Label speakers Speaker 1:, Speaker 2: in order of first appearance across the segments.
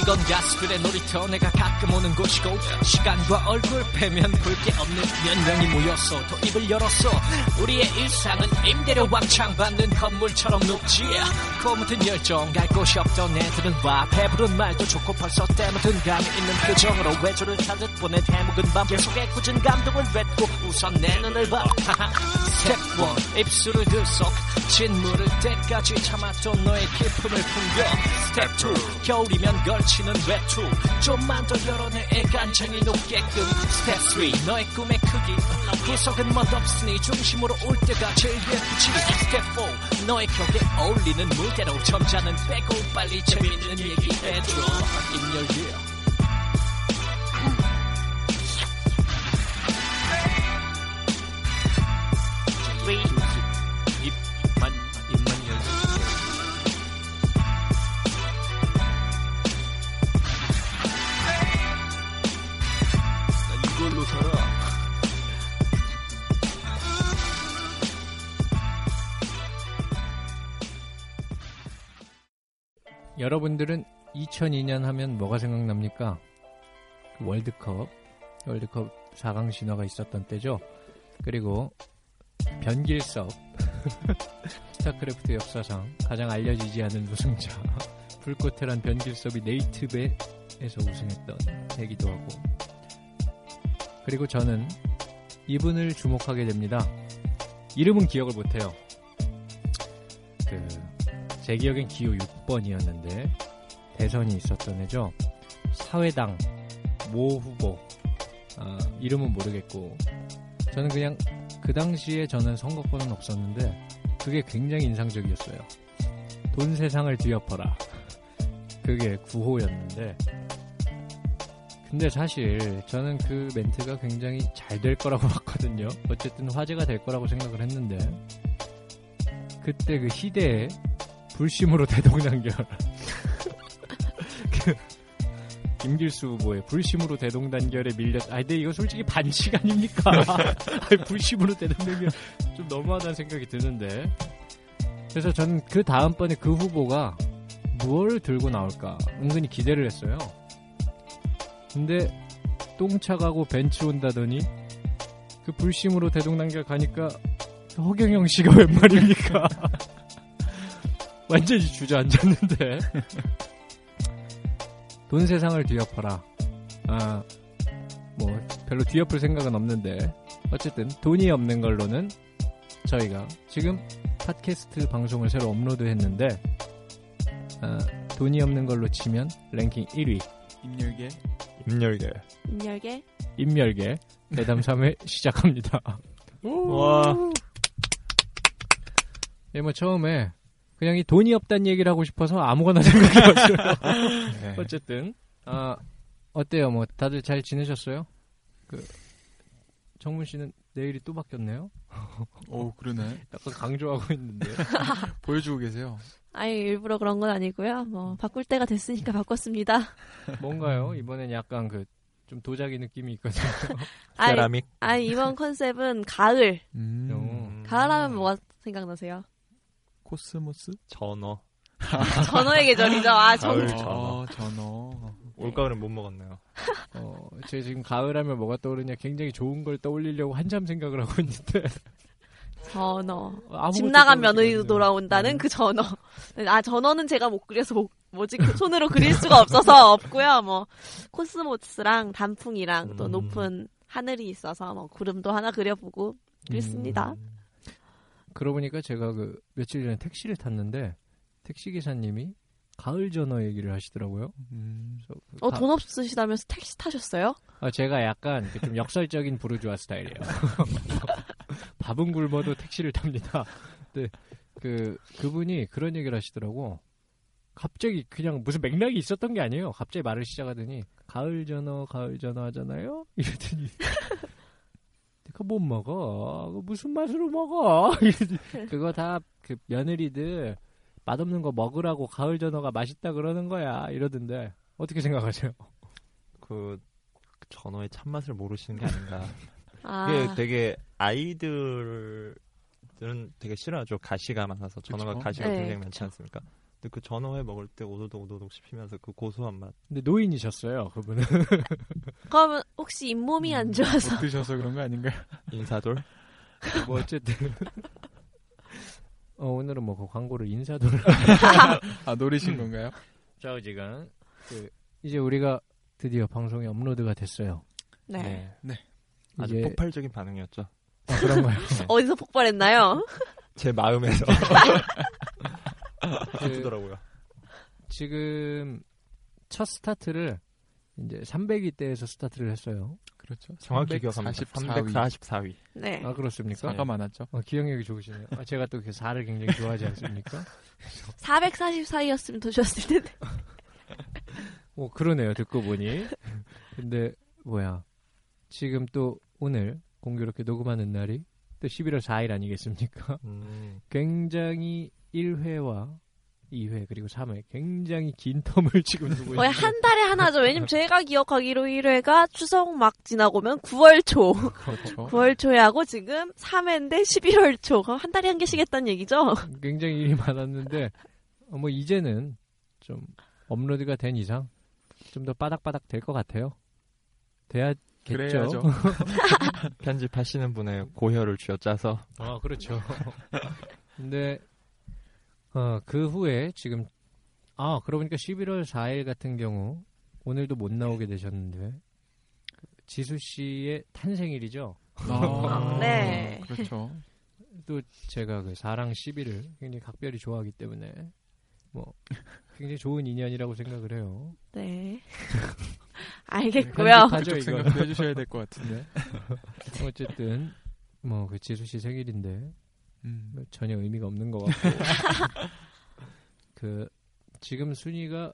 Speaker 1: 이건 가스불의 놀이터 내가 가끔 오는 곳이고 시간과 얼굴 빼면 볼 게 없는 몇 명이 모였어 또 입을 열었어 우리의 일상은 임대료 왕창 받는 건물처럼 높지 고무튼 열정 갈 곳이 없던 애들은 와 배부른 말도 좋고 벌써 때묻은 감이 있는 표정으로 외조를 타듯 보낸 해묵은 밤 계속의 꾸준 감동을 뱉고 우선 내 눈을 봐 스텝 원 뭐, 입술을 들썩 진물을 때까지 참았던 너의 기품을 풍겨 스텝 투 겨울이면 걸치는 외투 좀만 더 열어내 애간장이 높게끔 스텝 쓰리 너의 꿈의 크기 구석은 멋없으니 중심으로 올 때가 제일 예쁘지 스텝 포 너의 격에 어울리는 무대로 점자는 빼고 빨리 재밌는 얘기 해줘 입열기요 입만 입만 열고
Speaker 2: 나 이걸로 살아.
Speaker 3: 여러분들은 2002년 하면 뭐가 생각납니까? 그 월드컵, 월드컵 4강 신화가 있었던 때죠. 그리고 변길섭, 스타크래프트 역사상 가장 알려지지 않은 우승자, 불꽃테란 변길섭이 네이트베에서 우승했던 얘기도 하고. 그리고 저는 이분을 주목하게 됩니다. 이름은 기억을 못해요. 그 제 기억엔 기호 6번이었는데 대선이 있었던 해죠. 사회당 모 후보 아, 이름은 모르겠고 저는 그냥 그 당시에 저는 선거권은 없었는데 그게 굉장히 인상적이었어요. 돈 세상을 뒤엎어라 그게 구호였는데 근데 사실 저는 그 멘트가 굉장히 잘 될 거라고 봤거든요. 어쨌든 화제가 될 거라고 생각을 했는데 그때 그 시대에 불심으로 대동단결. 그 김길수 후보의 불심으로 대동단결에 밀렸. 아, 근데 이거 솔직히 반칙 아닙니까? 아니, 불심으로 대동단결 좀 너무하다는 생각이 드는데. 그래서 저는 그 다음번에 그 후보가 뭘 들고 나올까 은근히 기대를 했어요. 근데 똥차가고 벤츠 온다더니 그 불심으로 대동단결 가니까 허경영 씨가 웬 말입니까? 완전히 주저앉았는데 돈 세상을 뒤엎어라 아, 뭐 별로 뒤엎을 생각은 없는데 어쨌든 돈이 없는 걸로는 저희가 지금 팟캐스트 방송을 새로 업로드했는데 아, 돈이 없는 걸로 치면 랭킹 1위
Speaker 2: 임열계.
Speaker 4: 임열계.
Speaker 5: 인열계
Speaker 3: 임멸계 대담 3회 시작합니다.
Speaker 4: 와.
Speaker 3: 예, 뭐 처음에 그냥 이 돈이 없다는 얘기를 하고 싶어서 아무거나 생각해봤어요. 네. 어쨌든 아 어때요? 뭐 다들 잘 지내셨어요? 그 정문 씨는 내일이 또 바뀌었네요.
Speaker 2: 오 그러네.
Speaker 3: 약간 강조하고 있는데
Speaker 2: 보여주고 계세요.
Speaker 5: 아니 일부러 그런 건 아니고요.
Speaker 4: 음.
Speaker 5: 뭐 바꿀 때가 됐으니까 바꿨습니다.
Speaker 3: 뭔가요? 이번엔 약간 그 좀 도자기 느낌이 있거든요.
Speaker 5: 아니,
Speaker 4: 세라믹.
Speaker 5: 아니 이번 컨셉은 가을.
Speaker 2: 음.
Speaker 3: 음.
Speaker 5: 가을하면 뭐가 생각나세요?
Speaker 2: 코스모스?
Speaker 4: 전어.
Speaker 5: 전어의 계절이죠. 아 전.
Speaker 4: 가을 전어.
Speaker 2: 아, 전어.
Speaker 4: 올가을은 못 먹었네요.
Speaker 3: 어, 제 지금 가을하면 뭐가 떠오르냐 굉장히 좋은 걸 떠올리려고 한참 생각을 하고 있는데
Speaker 5: 전어.
Speaker 3: 아무것도
Speaker 5: 집 나간
Speaker 3: 떠오르지
Speaker 5: 며느리도
Speaker 3: 않네요.
Speaker 5: 돌아온다는 그 전어. 아 전어는 제가 못 그려서 못- 뭐지 그 손으로 그릴 수가 없어서 없고요. 뭐 코스모스랑 단풍이랑 또
Speaker 4: 음.
Speaker 5: 높은 하늘이 있어서 뭐 구름도 하나 그려보고 그랬습니다.
Speaker 4: 음.
Speaker 3: 그러고 보니까 제가 그 며칠 전에 택시를 탔는데 택시 기사님이 가을 전어 얘기를 하시더라고요.
Speaker 2: 음.
Speaker 3: 그래서 그
Speaker 5: 어,
Speaker 3: 가-
Speaker 5: 돈 없으시다면서 택시 타셨어요?
Speaker 3: 아, 제가 약간 그좀 역설적인 부르주아 스타일이에요. 밥은 굶어도 택시를 탑니다. 네, 그 그분이 그런 얘기를 하시더라고. 갑자기 그냥 무슨 맥락이 있었던 게 아니에요. 갑자기 말을 시작하더니 가을 전어 가을 전어 하잖아요. 이러더니 내가 못 먹어. 그거 무슨 맛으로 먹어? 이러더니 그거 다 그 며느리들 맛없는 거 먹으라고 가을 전어가 맛있다 그러는 거야. 이러던데 어떻게 생각하세요?
Speaker 4: 그 전어의 참맛을 모르시는 게 아닌가.
Speaker 5: 아,
Speaker 4: 이게 되게 아이들은 되게 싫어하죠. 가시가 많아서 전어가
Speaker 2: 그쵸?
Speaker 4: 가시가
Speaker 5: 네,
Speaker 4: 굉장히 많지
Speaker 5: 그쵸.
Speaker 4: 않습니까? 근데 그 전어회 먹을 때 오도독 오도독 씹히면서 그 고소한 맛.
Speaker 3: 근데 노인이셨어요 그분은.
Speaker 5: 그러면 혹시 잇몸이 안 좋아서
Speaker 2: 못 드셔서 그런 거 아닌가요?
Speaker 4: 인사돌. 그
Speaker 3: 뭐 어쨌든 어, 오늘은 뭐 그 광고를 인사도를
Speaker 2: 아
Speaker 5: 음.
Speaker 2: 노리신 건가요?
Speaker 3: 자 지금 그 이제 우리가 드디어 방송에 업로드가 됐어요.
Speaker 5: 네.
Speaker 4: 아주
Speaker 3: 이제-
Speaker 4: 폭발적인 반응이었죠.
Speaker 3: 아, 그런가요?
Speaker 5: 어디서 폭발했나요?
Speaker 4: 제 마음에서
Speaker 3: 그,
Speaker 4: 그러더라고요.
Speaker 3: 지금 첫 스타트를 이제 300위 때에서 스타트를 했어요.
Speaker 2: 그렇죠.
Speaker 4: 정확히 기억합니다.
Speaker 2: 344위.
Speaker 4: 344위.
Speaker 5: 네.
Speaker 3: 아 그렇습니까?
Speaker 2: 사가 많았죠.
Speaker 3: 아, 기억력이 좋으시네요. 아, 제가 또 그 사를 굉장히 좋아하지 않습니까?
Speaker 5: 444였으면 더 좋았을 텐데.
Speaker 3: 오 그러네요. 듣고 보니. 근데 뭐야 지금 또 오늘 공교롭게 녹음하는 날이 또 11월 4일 아니겠습니까?
Speaker 4: 음,
Speaker 3: 굉장히 1회와 2회 그리고 3회 굉장히 긴 텀을 지금 두고
Speaker 5: 거의
Speaker 3: 있어요.
Speaker 5: 한 달에 하나죠. 왜냐면 제가 기억하기로 1회가 추석 막 지나고 오면 9월 초.
Speaker 2: 그렇죠.
Speaker 5: 9월 초에 하고 지금 3회인데 11월 초. 그럼 한 달에 한 개씩 했다는 얘기죠?
Speaker 3: 굉장히 일이 많았는데 어, 뭐 이제는 좀 업로드가 된 이상 좀 더 빠닥빠닥 될 것 같아요. 돼야겠죠.
Speaker 2: 그래야죠.
Speaker 4: 편집하시는 분의 고혈을 쥐어짜서
Speaker 3: 아 그렇죠. 근데 어, 그 후에 지금 아 그러고 보니까 11월 4일 같은 경우 오늘도 못 나오게 되셨는데 지수 씨의 탄생일이죠.
Speaker 2: 아,
Speaker 5: 네.
Speaker 2: 그렇죠.
Speaker 3: 또 제가 그 사랑 시비를 굉장히 각별히 좋아하기 때문에 뭐 굉장히 좋은 인연이라고 생각을 해요.
Speaker 5: 네. 알겠고요.
Speaker 3: 네, 편집하죠
Speaker 2: 그쪽
Speaker 3: 이거.
Speaker 2: 생각도 해주셔야 될 것 같은데.
Speaker 3: 어쨌든 뭐 그 지수 씨 생일인데
Speaker 2: 음.
Speaker 3: 뭐 전혀 의미가 없는 것 같고 그 지금 순위가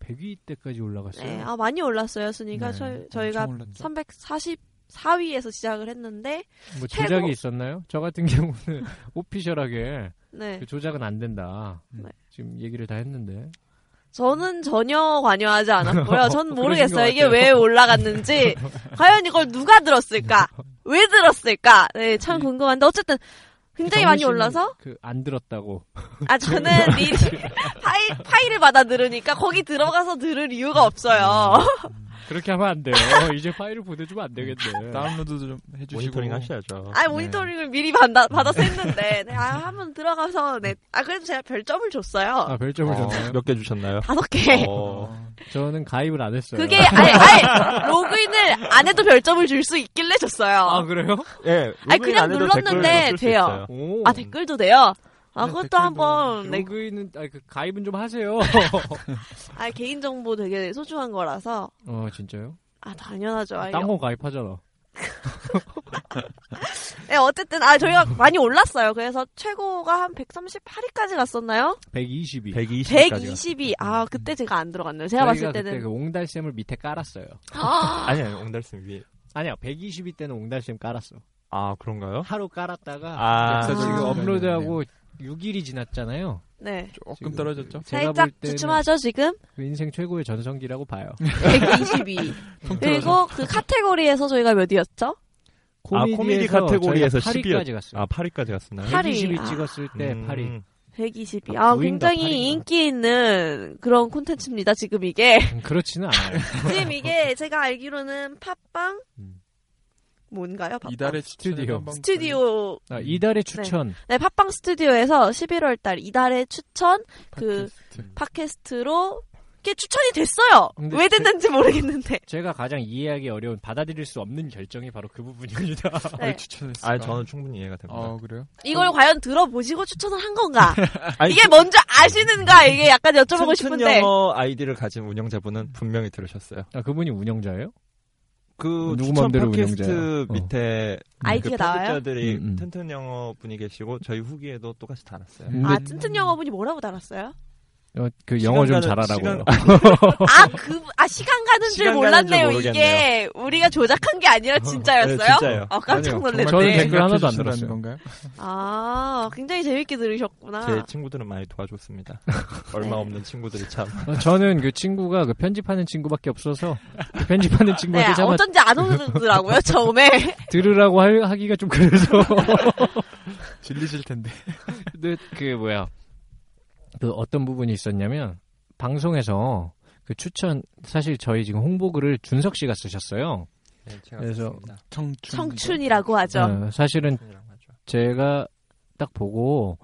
Speaker 3: 100위 때까지 올라갔어요.
Speaker 5: 네. 아, 많이 올랐어요, 순위가.
Speaker 3: 네,
Speaker 5: 저, 저희가
Speaker 2: 엄청 올랐죠.
Speaker 5: 344위에서 시작을 했는데,
Speaker 3: 뭐 조작이
Speaker 5: 최고.
Speaker 3: 있었나요? 저 같은 경우는 오피셜하게
Speaker 5: 네.
Speaker 3: 그 조작은 안 된다.
Speaker 2: 네.
Speaker 3: 지금 얘기를 다 했는데
Speaker 5: 저는 전혀 관여하지 않았고요. 전
Speaker 3: 그러신 것
Speaker 5: 모르겠어요. 이게
Speaker 3: 같아요.
Speaker 5: 왜 올라갔는지. 과연 이걸 누가 들었을까? 왜 들었을까? 네, 참 궁금한데. 어쨌든, 굉장히 많이
Speaker 3: 정우 씨는
Speaker 5: 올라서,
Speaker 3: 그 안 들었다고.
Speaker 5: 아, 저는 미리 파일, 파일을 받아 들으니까 거기 들어가서 들을 이유가 없어요.
Speaker 3: 음. 그렇게 하면 안 돼요. 이제 파일을 보내주면 안 되겠네.
Speaker 2: 다운로드도 좀 해주시고.
Speaker 4: 모니터링 하셔야죠.
Speaker 5: 아, 모니터링을 미리 받아, 받아서 했는데. 네, 아, 한번 들어가서, 네. 아, 그래도 제가 별점을 줬어요.
Speaker 3: 아 별점을 줬나요?
Speaker 4: 몇 개 주셨나요?
Speaker 5: 다섯 개.
Speaker 4: 어,
Speaker 2: 어,
Speaker 3: 저는 가입을 안 했어요.
Speaker 5: 그게, 아예, 아예, 로그인을 안 해도 별점을 줄 수 있길래 줬어요.
Speaker 3: 아 그래요?
Speaker 4: 예,
Speaker 5: 아니,
Speaker 4: 로그인
Speaker 5: 그냥
Speaker 4: 안 해도
Speaker 5: 눌렀는데
Speaker 4: 댓글을 넣을 수
Speaker 5: 돼요.
Speaker 4: 있어요.
Speaker 3: 오.
Speaker 5: 아 댓글도 돼요. 아
Speaker 2: 네,
Speaker 5: 그것도
Speaker 2: 댓글도
Speaker 5: 한번 네,
Speaker 3: 로그인은 아니, 그 가입은 좀 하세요.
Speaker 5: 아 개인 정보 되게 소중한 거라서
Speaker 3: 어 진짜요?
Speaker 5: 아 당연하죠. 아,
Speaker 3: 딴 거 가입하잖아.
Speaker 5: 네, 어쨌든 아 저희가 많이 올랐어요. 그래서 최고가 한 138위까지 갔었나요?
Speaker 3: 122.
Speaker 4: 120까지.
Speaker 5: 122. 아 그때 제가 안 들어갔네요. 제가
Speaker 3: 음. 저희가
Speaker 5: 봤을
Speaker 3: 그때
Speaker 5: 때는
Speaker 3: 그 옹달샘을 밑에 깔았어요.
Speaker 5: 아,
Speaker 4: 아니 아니 옹달쌤 위에.
Speaker 3: 아니야 122 때는 옹달샘 깔았어.
Speaker 4: 아 그런가요?
Speaker 3: 하루 깔았다가
Speaker 4: 아,
Speaker 2: 역사적인
Speaker 3: 지금
Speaker 5: 아.
Speaker 3: 업로드하고 6일이 네, 지났잖아요.
Speaker 5: 네
Speaker 2: 조금 떨어졌죠.
Speaker 3: 제가
Speaker 5: 살짝
Speaker 3: 볼 때는
Speaker 5: 주춤하죠 지금
Speaker 3: 그 인생 최고의 전성기라고 봐요.
Speaker 5: 122. 그리고 그 카테고리에서 저희가 몇 위였죠?
Speaker 3: 아, 코미디에서
Speaker 4: 코미디 카테고리에서
Speaker 3: 저희가
Speaker 4: 10위
Speaker 3: 8위까지 갔어요.
Speaker 4: 아 파리까지 갔었나요?
Speaker 3: 122
Speaker 5: 팔위.
Speaker 3: 찍었을 때
Speaker 4: 음,
Speaker 3: 8위.
Speaker 5: 122.
Speaker 3: 아,
Speaker 5: 아
Speaker 3: 구인가
Speaker 5: 굉장히
Speaker 3: 팔인가.
Speaker 5: 인기 있는 그런 콘텐츠입니다. 지금 이게
Speaker 3: 그렇지는 않아요.
Speaker 5: 지금 이게 제가 알기로는 팟빵
Speaker 3: 음.
Speaker 5: 뭔가요? 팟빵?
Speaker 2: 이달의
Speaker 3: 스튜디오.
Speaker 2: 추천을 한번
Speaker 5: 스튜디오
Speaker 3: 아, 이달의 추천.
Speaker 5: 네, 팟빵 스튜디오에서 11월 달 이달의 추천 그
Speaker 2: 팟캐스트.
Speaker 5: 팟캐스트로 그게 추천이 됐어요.
Speaker 3: 근데
Speaker 5: 왜
Speaker 3: 제-
Speaker 5: 됐는지 모르겠는데.
Speaker 3: 제가 가장 이해하기 어려운 받아들일 수 없는 결정이 바로 그 부분입니다.
Speaker 5: 네.
Speaker 2: 왜 추천했을까?
Speaker 4: 아 저는 충분히 이해가 됩니다.
Speaker 2: 아 그래요?
Speaker 5: 이걸 과연 들어보시고 추천을 한 건가?
Speaker 4: 아니,
Speaker 5: 이게 먼저 아시는가? 이게 약간 여쭤보고
Speaker 4: 튼튼
Speaker 5: 싶은데.
Speaker 4: 영어 아이디를 가진 운영자분은 분명히 들으셨어요.
Speaker 3: 아, 그분이 운영자예요?
Speaker 4: 그
Speaker 3: 누구
Speaker 4: 추천
Speaker 3: 맘대로
Speaker 4: 팟캐스트
Speaker 3: 운영자야. 어.
Speaker 4: 밑에
Speaker 5: 아이디가
Speaker 4: 그
Speaker 5: 나와요?
Speaker 4: 편집자들이
Speaker 3: 음, 음.
Speaker 4: 튼튼 영어 분이 계시고 저희 후기에도 똑같이
Speaker 3: 네.
Speaker 4: 달았어요.
Speaker 5: 아,
Speaker 2: 근데-
Speaker 5: 튼튼 영어분이 뭐라고 달았어요?
Speaker 3: 어, 그 영어 좀
Speaker 4: 아, 시간 가는-
Speaker 3: 잘하라고요.
Speaker 5: 아, 그, 아, 시간 가는 줄
Speaker 4: 시간 가는 줄
Speaker 5: 몰랐네요. 이게
Speaker 4: 모르겠네요.
Speaker 5: 우리가 조작한 게 아니라 진짜였어요?
Speaker 4: 네, 진짜예요.
Speaker 5: 어, 깜짝
Speaker 4: 아니요,
Speaker 5: 놀랐네.
Speaker 3: 저는 댓글
Speaker 2: 생각해
Speaker 3: 하나도 안
Speaker 2: 주시라는
Speaker 3: 들었어요.
Speaker 2: 건가요?
Speaker 5: 아, 굉장히 재밌게 들으셨구나.
Speaker 4: 제 친구들은 많이 도와줬습니다. 얼마 없는 친구들이 참.
Speaker 3: 어, 저는 그 친구가 그 편집하는 친구밖에 없어서 그 편집하는
Speaker 5: 네,
Speaker 3: 친구한테 잡아
Speaker 5: 어쩐지 안 오더라고요, 처음에.
Speaker 3: 들으라고 할- 하기가 좀 그래서.
Speaker 2: 질리실 텐데.
Speaker 3: 근데 그 뭐야 그 어떤 부분이 있었냐면 방송에서 그 추천 사실 저희 지금 홍보글을 준석 씨가 쓰셨어요.
Speaker 4: 네, 제가
Speaker 3: 그래서-
Speaker 4: 그렇습니다.
Speaker 2: 청춘.
Speaker 5: 청춘이라고 하죠.
Speaker 3: 어, 사실은
Speaker 4: 친구랑 하죠.
Speaker 3: 제가 딱 보고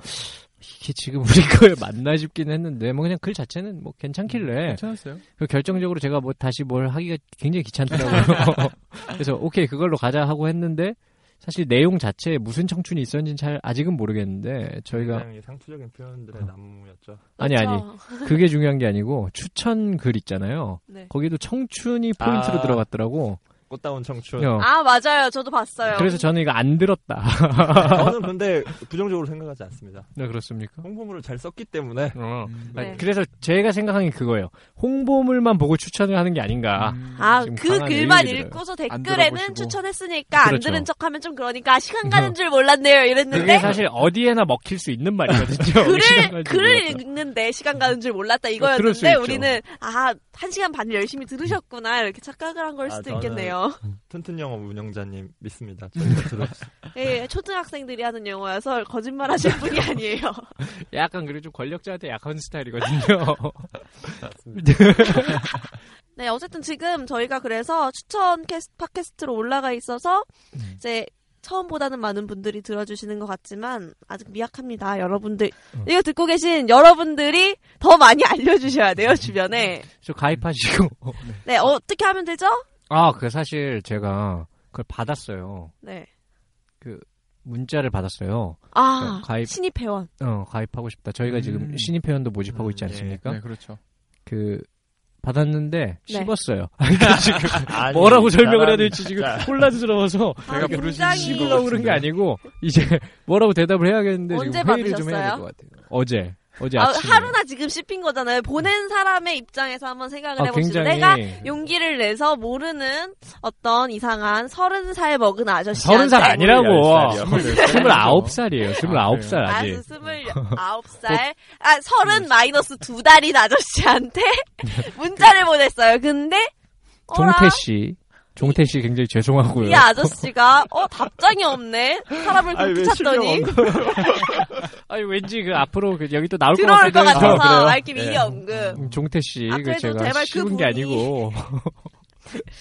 Speaker 3: 이게 지금 우리 거에 맞나 싶긴 했는데 뭐 그냥 글 자체는 뭐 괜찮길래
Speaker 2: 네. 괜찮았어요?
Speaker 3: 그 결정적으로 제가 뭐 다시 뭘 하기가 굉장히 귀찮더라고요. 그래서 오케이 그걸로 가자 하고 했는데 사실 내용 자체에 무슨 청춘이 있었는지는 잘 아직은 모르겠는데 저희가
Speaker 4: 굉장히 상투적인 표현들의
Speaker 3: 어.
Speaker 4: 난무였죠.
Speaker 3: 아니 아니
Speaker 5: 그렇죠.
Speaker 3: 그게 중요한 게 아니고 추천 글 있잖아요.
Speaker 5: 네.
Speaker 3: 거기도 청춘이 포인트로
Speaker 4: 아.
Speaker 3: 들어갔더라고.
Speaker 4: 꽃다운 청춘.
Speaker 3: 어.
Speaker 5: 아, 맞아요. 저도 봤어요.
Speaker 3: 그래서 저는 이거 안 들었다.
Speaker 4: 저는 근데 부정적으로 생각하지 않습니다.
Speaker 3: 네, 그렇습니까?
Speaker 4: 홍보물을 잘 썼기 때문에
Speaker 3: 어.
Speaker 2: 음.
Speaker 5: 네.
Speaker 3: 그래서 제가 생각한 게 그거예요. 홍보물만 보고 추천을 하는 게 아닌가.
Speaker 2: 음.
Speaker 5: 아,
Speaker 3: 지금
Speaker 5: 그
Speaker 3: 강한
Speaker 5: 글만
Speaker 3: 의욕이 들어요.
Speaker 5: 읽고서
Speaker 2: 안
Speaker 5: 댓글에는
Speaker 2: 들어보시고.
Speaker 5: 추천했으니까 안
Speaker 3: 그렇죠. 어.
Speaker 5: 들은 척 하면 좀 그러니까 시간 가는 줄 몰랐네요.
Speaker 3: 그게
Speaker 5: 이랬는데.
Speaker 3: 사실 어디에나 먹힐 수 있는 말이거든요. 시간
Speaker 5: 글을
Speaker 3: 가는 줄
Speaker 5: 글을
Speaker 3: 몰랐다.
Speaker 5: 읽는데 시간 가는 줄 몰랐다
Speaker 3: 그럴 수
Speaker 5: 이거였는데
Speaker 3: 있죠.
Speaker 5: 우리는 아 한 시간 반을 열심히 들으셨구나 이렇게 착각을 한 걸
Speaker 4: 아,
Speaker 5: 수도
Speaker 4: 저는-
Speaker 5: 있겠네요.
Speaker 4: 튼튼 영어 운영자님 믿습니다. 저희가 들어주세요.
Speaker 5: 예, 초등학생들이 하는 영어여서 거짓말하실 분이 아니에요.
Speaker 3: 약간 그리고 좀 권력자한테 약한 스타일이거든요.
Speaker 5: 네, 어쨌든 지금 저희가 그래서 추천 캐스, 팟캐스트로 올라가 있어서
Speaker 3: 음.
Speaker 5: 이제 처음보다는 많은 분들이 들어주시는 것 같지만 아직 미약합니다. 여러분들
Speaker 3: 음.
Speaker 5: 이거 듣고 계신 여러분들이 더 많이 알려주셔야 돼요 주변에.
Speaker 3: 저 가입하시고.
Speaker 5: 네,
Speaker 3: 음.
Speaker 5: 어떻게 하면 되죠?
Speaker 3: 아, 그 사실 제가 그걸 받았어요.
Speaker 5: 네,
Speaker 3: 문자를 받았어요.
Speaker 5: 아
Speaker 3: 가입.
Speaker 5: 신입 회원.
Speaker 3: 어, 가입하고 싶다. 저희가 지금
Speaker 2: 음.
Speaker 3: 신입 회원도 모집하고
Speaker 4: 음,
Speaker 3: 있지
Speaker 4: 예.
Speaker 3: 않습니까?
Speaker 2: 네, 그렇죠.
Speaker 3: 그
Speaker 5: 네.
Speaker 3: 받았는데 씹었어요.
Speaker 4: 아니,
Speaker 3: 뭐라고 설명을 해야 될지
Speaker 4: 나랑-
Speaker 3: 지금
Speaker 4: 자,
Speaker 3: 혼란스러워서
Speaker 5: 아,
Speaker 2: 제가 부르신
Speaker 5: 굉장히-
Speaker 3: 씹으려고 그런 게 아니고 이제 뭐라고 대답을 해야겠는데
Speaker 5: 언제
Speaker 3: 지금 회의를 좀
Speaker 5: 받으셨어요?
Speaker 3: 해야 될 것 같아요. 어제 어제
Speaker 5: 아,
Speaker 3: 아침에
Speaker 5: 하루나 지금 씹힌 거잖아요. 보낸 사람의 입장에서 한번 생각을
Speaker 3: 아,
Speaker 5: 해봅시다.
Speaker 3: 굉장히
Speaker 5: 내가 용기를 내서 모르는 어떤 이상한 서른 살 먹은 아저씨.
Speaker 3: 서른 살 아니라고
Speaker 4: 스물여덟
Speaker 3: 스물아홉 살이에요. 스물아홉 살
Speaker 5: 아,
Speaker 3: 아직. 어.
Speaker 5: 스물아홉 살. 아, 서른 마이너스 두 달인 아저씨한테 문자를 보냈어요. 근데, 어라?
Speaker 3: 종태 씨, 종태 씨 굉장히 죄송하고요.
Speaker 5: 이 아저씨가, 어, 답장이 없네? 사람을
Speaker 4: 아니,
Speaker 5: 그렇게
Speaker 4: 왜
Speaker 5: 찾더니,
Speaker 4: 실명
Speaker 3: 아니 왠지 그 앞으로 그 여기 또 나올 것
Speaker 5: 들어올 것
Speaker 3: 같아서
Speaker 5: 같아서,
Speaker 4: 그래요?
Speaker 5: 알기 미리
Speaker 4: 네.
Speaker 5: 언급.
Speaker 3: 음, 종태 씨,
Speaker 5: 아,
Speaker 3: 그
Speaker 5: 그래도
Speaker 3: 제가
Speaker 5: 제발 그
Speaker 3: 쉬운 게
Speaker 5: 분이-
Speaker 3: 아니고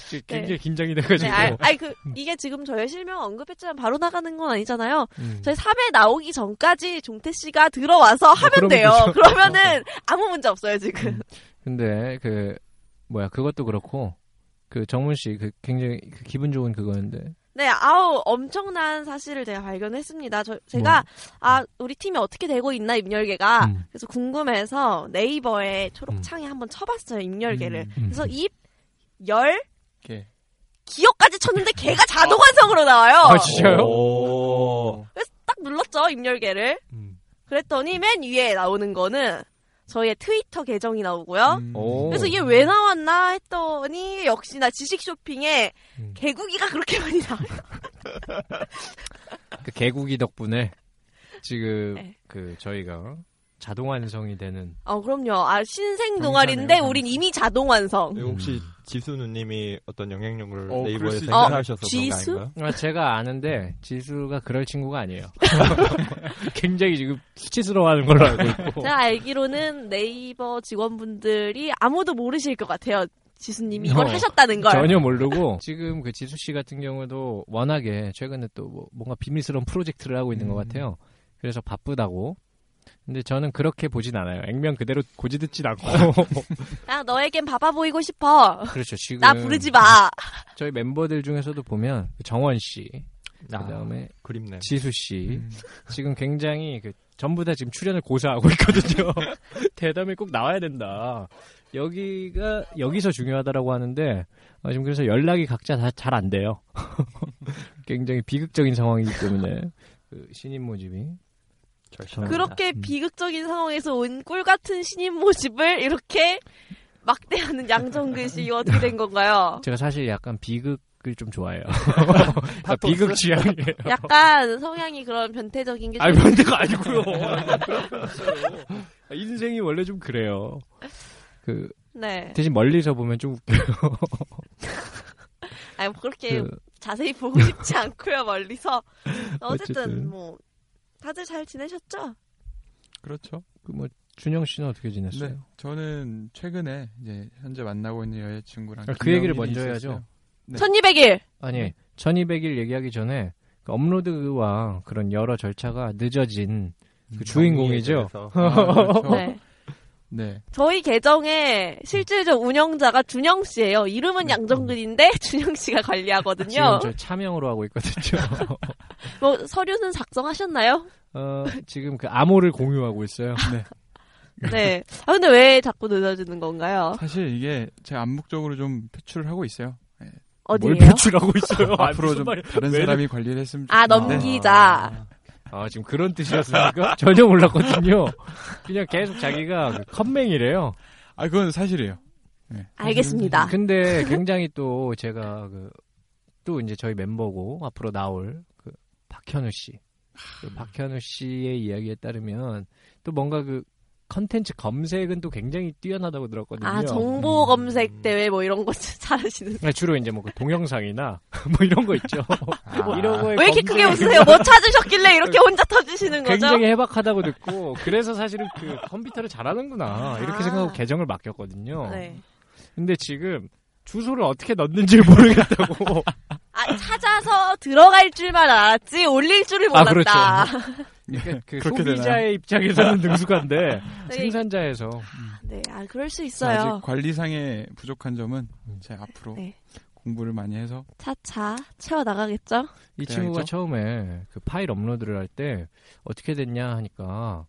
Speaker 3: 지금 굉장히 긴장이 돼가지고
Speaker 5: 네, 알, 아니, 그, 이게 지금 저의 실명 언급했지만 바로 나가는 건 아니잖아요.
Speaker 3: 음.
Speaker 5: 저희 3회 나오기 전까지 종태 씨가 들어와서 하면
Speaker 3: 아, 그러면
Speaker 5: 돼요.
Speaker 3: 되죠.
Speaker 5: 그러면은 아무 문제 없어요, 지금.
Speaker 3: 근데 그 뭐야 그것도 그렇고 그 정문 씨 그 굉장히 그 기분 좋은 그거였는데
Speaker 5: 네, 아우, 엄청난 사실을 제가 발견했습니다. 저, 제가, 아, 우리 팀이 어떻게 되고 있나, 임열계가.
Speaker 3: 음.
Speaker 5: 그래서 궁금해서 네이버에 초록창에 한번 쳐봤어요, 임열계를.
Speaker 2: 음,
Speaker 5: 그래서 입, 열,
Speaker 2: 이렇게.
Speaker 5: 기억까지 쳤는데 걔가 자동완성으로 나와요.
Speaker 3: 아, 진짜? 진짜요?
Speaker 4: 오.
Speaker 5: 그래서 딱 눌렀죠, 임열계를.
Speaker 4: 음.
Speaker 5: 그랬더니 맨 위에 나오는 거는 저희의 트위터 계정이 나오고요.
Speaker 2: 음.
Speaker 3: 오.
Speaker 5: 그래서 이게 왜 나왔나 했더니 역시나 지식 쇼핑에
Speaker 3: 음.
Speaker 5: 개구기가 그렇게 많이 나와요.
Speaker 3: 그 개구기 덕분에 지금
Speaker 5: 네.
Speaker 3: 그 저희가 자동 완성이 되는
Speaker 5: 어, 그럼요. 아, 신생 동아리인데
Speaker 2: 당연하네요.
Speaker 5: 우린 이미 자동 완성.
Speaker 4: 이거 혹시 지수 누님이 어떤 영향력을
Speaker 2: 어, 그럴
Speaker 4: 네이버에
Speaker 2: 수 있-
Speaker 4: 생각하셔서
Speaker 5: 어,
Speaker 4: 그런 거
Speaker 5: 지수?
Speaker 4: 아닌가요?
Speaker 3: 아, 제가 아는데 지수가 그럴 친구가 아니에요. 굉장히 지금 수치스러워하는 걸로 알고 있고
Speaker 5: 제가 알기로는 네이버 직원분들이 아무도 모르실 것 같아요. 지수님이 이걸
Speaker 3: 어,
Speaker 5: 하셨다는 걸.
Speaker 3: 전혀 모르고 지금 그 지수 씨 같은 경우도 뭐, 워낙에 최근에 또뭐 뭔가 비밀스러운 프로젝트를 하고 있는 것
Speaker 2: 음.
Speaker 3: 같아요. 그래서 바쁘다고 근데 저는 그렇게 보진 않아요. 액면 그대로 고지 듣진 않고.
Speaker 5: 야, 아, 너에겐 바바 보이고 싶어.
Speaker 3: 그렇죠. 지금
Speaker 5: 나 부르지 마.
Speaker 3: 저희 멤버들 중에서도 보면 정원 씨,
Speaker 4: 아.
Speaker 3: 그다음에
Speaker 4: 그립네.
Speaker 3: 지수 씨
Speaker 2: 음.
Speaker 3: 지금 굉장히 그 전부 다 지금 출연을 고사하고 있거든요. 대담이 꼭 나와야 된다. 여기가 여기서 중요하다라고 하는데 아, 지금 그래서 연락이 각자 다 잘 안 돼요. 굉장히 비극적인 상황이기 때문에 그 신인 모집이
Speaker 4: 절실합니다.
Speaker 5: 그렇게
Speaker 3: 음.
Speaker 5: 비극적인 상황에서 온 꿀 같은 신인 모집을 이렇게 막대하는 양정근 씨 이거 어떻게 된 건가요?
Speaker 3: 제가 사실 약간 비극을 좀 좋아해요. 그러니까 비극 취향이에요.
Speaker 5: 약간 성향이 그런 변태적인 게
Speaker 3: 아니
Speaker 5: 좀-
Speaker 3: 변태가 아니고요. 그런 거 없어요. 인생이 원래 좀 그래요. 그
Speaker 5: 네.
Speaker 3: 대신 멀리서 보면 좀 웃겨요.
Speaker 5: 아니 뭐 그렇게
Speaker 3: 그,
Speaker 5: 자세히 보고 싶지 않고요 멀리서. 어쨌든
Speaker 3: 어쨌든.
Speaker 5: 뭐 다들 잘 지내셨죠?
Speaker 2: 그렇죠.
Speaker 3: 그뭐 준영 씨는 어떻게 지냈어요?
Speaker 2: 네, 저는 최근에 이제 현재 만나고 있는 여자친구랑
Speaker 3: 아, 그
Speaker 2: 기념일이
Speaker 3: 얘기를 먼저
Speaker 2: 있었어요.
Speaker 3: 해야죠.
Speaker 2: 네.
Speaker 5: 1200일.
Speaker 3: 아니 1200일 얘기하기 전에 그 업로드와 그런 여러 절차가 늦어진 그 주인공이죠.
Speaker 4: 정리에 대해서.
Speaker 2: 아,
Speaker 3: 어.
Speaker 2: 그렇죠. 네.
Speaker 5: 네. 저희 계정의 실질적 운영자가 준영 씨예요. 이름은 양정근인데 준영 씨가 관리하거든요.
Speaker 3: 네. 지금 저 차명으로 하고 있거든요.
Speaker 5: 뭐 서류는 작성하셨나요?
Speaker 3: 어, 지금 그 암호를 공유하고 있어요.
Speaker 5: 네. 아 근데 왜 자꾸 늦어지는 건가요?
Speaker 2: 사실 이게 제가 암묵적으로 좀 표출을 하고 있어요.
Speaker 3: 뭘
Speaker 5: 어디에요?
Speaker 3: 표출하고 있어요? 아,
Speaker 2: 앞으로
Speaker 3: 무슨
Speaker 2: 좀 네.
Speaker 3: 말이야.
Speaker 2: 다른
Speaker 3: 왜
Speaker 2: 사람이 관리를 했으면
Speaker 5: 아
Speaker 2: 좋겠는데.
Speaker 5: 넘기자.
Speaker 3: 아, 지금 그런 뜻이었습니까? 전혀 몰랐거든요. 그냥 계속 자기가 컴맹이래요.
Speaker 2: 아 그건 사실이에요.
Speaker 5: 알겠습니다.
Speaker 3: 아, 근데 굉장히 또 제가 그, 또 이제 저희 멤버고 앞으로 나올 그 박현우 씨. 그 박현우 씨의 이야기에 따르면 또 뭔가 그 컨텐츠 검색은 또 굉장히 뛰어나다고 들었거든요.
Speaker 5: 아 정보 검색 대회 뭐 이런 거 잘하시는.
Speaker 3: 그러니까 주로 이제 뭐그 동영상이나 뭐 이런 거 있죠. 뭐 이런 거에
Speaker 5: 아. 왜 이렇게 크게
Speaker 3: 검색을
Speaker 5: 웃으세요? 뭐 찾으셨길래 이렇게 혼자 터주시는 거죠?
Speaker 3: 굉장히 해박하다고 듣고 그래서 사실은 그 컴퓨터를 잘하는구나 이렇게
Speaker 5: 아.
Speaker 3: 생각하고 계정을 맡겼거든요.
Speaker 5: 네.
Speaker 3: 근데 지금 주소를 어떻게 넣는지 모르겠다고.
Speaker 5: 아 찾아서 들어갈 줄만 알았지 올릴 줄을
Speaker 3: 아,
Speaker 5: 몰랐다.
Speaker 3: 그러니까 그
Speaker 2: 그렇게 되나요?
Speaker 3: 소비자의 입장에서는 능수가인데
Speaker 5: 네.
Speaker 3: 생산자에서
Speaker 5: 네, 아 그럴 수
Speaker 2: 아직
Speaker 5: 있어요.
Speaker 2: 관리상의 부족한 점은
Speaker 3: 음.
Speaker 2: 제가 앞으로
Speaker 5: 네.
Speaker 2: 공부를 많이 해서
Speaker 5: 차차 채워 나가겠죠?
Speaker 3: 이
Speaker 2: 그래야죠.
Speaker 3: 친구가 처음에 그 파일 업로드를 할 때 어떻게 됐냐 하니까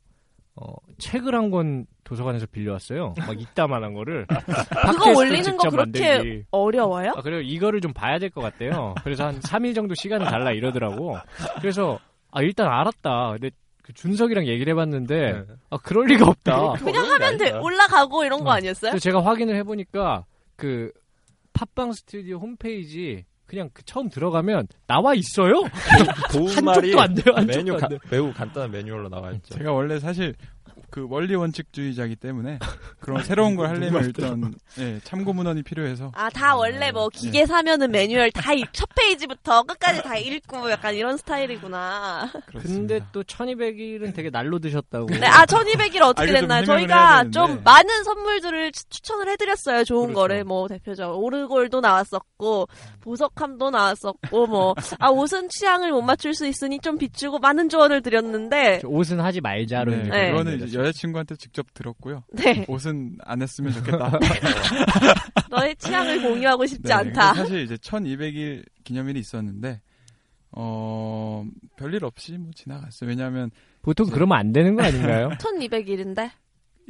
Speaker 3: 어, 책을 한 권 도서관에서 빌려왔어요. 막 이따만한 거를. 팟캐스트
Speaker 5: 올리는 거
Speaker 3: 직접
Speaker 5: 그렇게
Speaker 3: 만들기.
Speaker 5: 어려워요?
Speaker 3: 아, 그래요? 이거를 좀 봐야 될 것 같대요. 그래서 한 3일 정도 시간을 달라 이러더라고. 그래서, 아, 일단 알았다. 근데 그 준석이랑 얘기를
Speaker 2: 네.
Speaker 3: 해봤는데, 아, 그럴 리가 없다.
Speaker 5: 그냥 하면 돼 올라가고 이런 거
Speaker 3: 어.
Speaker 5: 아니었어요?
Speaker 3: 그래서 제가 확인을 해보니까, 그, 팟빵 스튜디오 홈페이지, 그냥 그 처음 들어가면 나와 있어요?
Speaker 4: 고운
Speaker 3: 한쪽도
Speaker 4: 말이
Speaker 3: 안 돼요, 한쪽도
Speaker 4: 메뉴
Speaker 3: 안
Speaker 4: 가-
Speaker 3: 돼요.
Speaker 4: 매우 간단한 매뉴얼로 나와 있죠.
Speaker 2: 제가 원래 사실 그 원리 원칙주의자이기 때문에 그런 새로운 걸 하려면 일단 예, 참고 문헌이 필요해서
Speaker 5: 아 다 원래 뭐
Speaker 3: 네.
Speaker 5: 기계 사면은 매뉴얼 다 첫 페이지부터 끝까지 다 읽고 약간 이런 스타일이구나.
Speaker 3: 근데
Speaker 2: 그렇습니다.
Speaker 3: 또 1200일은 되게 날로 드셨다고.
Speaker 5: 네, 아 1200일
Speaker 2: 아,
Speaker 5: 어떻게
Speaker 2: 이거 좀
Speaker 5: 됐나요?
Speaker 2: 해명을 해야
Speaker 5: 저희가
Speaker 2: 되는데.
Speaker 5: 좀 많은 선물들을 추- 추천을 해드렸어요. 좋은
Speaker 2: 그렇죠.
Speaker 5: 거를 뭐 대표적으로 오르골도 나왔었고 보석함도 나왔었고 뭐 아 옷은 취향을 못 맞출 수 있으니 좀 비추고 많은 조언을 드렸는데
Speaker 3: 저 옷은 하지 말자로.
Speaker 2: 네,
Speaker 3: 이제
Speaker 5: 네.
Speaker 2: 그거는 이제 여자친구한테 직접 들었고요.
Speaker 5: 네
Speaker 2: 옷은 안 했으면 좋겠다.
Speaker 5: 너의 취향을 공유하고 싶지
Speaker 2: 네,
Speaker 5: 않다.
Speaker 2: 근데 사실 이제 1200일 기념일이 있었는데 어 별일 없이 뭐 지나갔어요. 왜냐하면
Speaker 3: 보통 그러면 안 되는 거 아닌가요?
Speaker 5: 1200일인데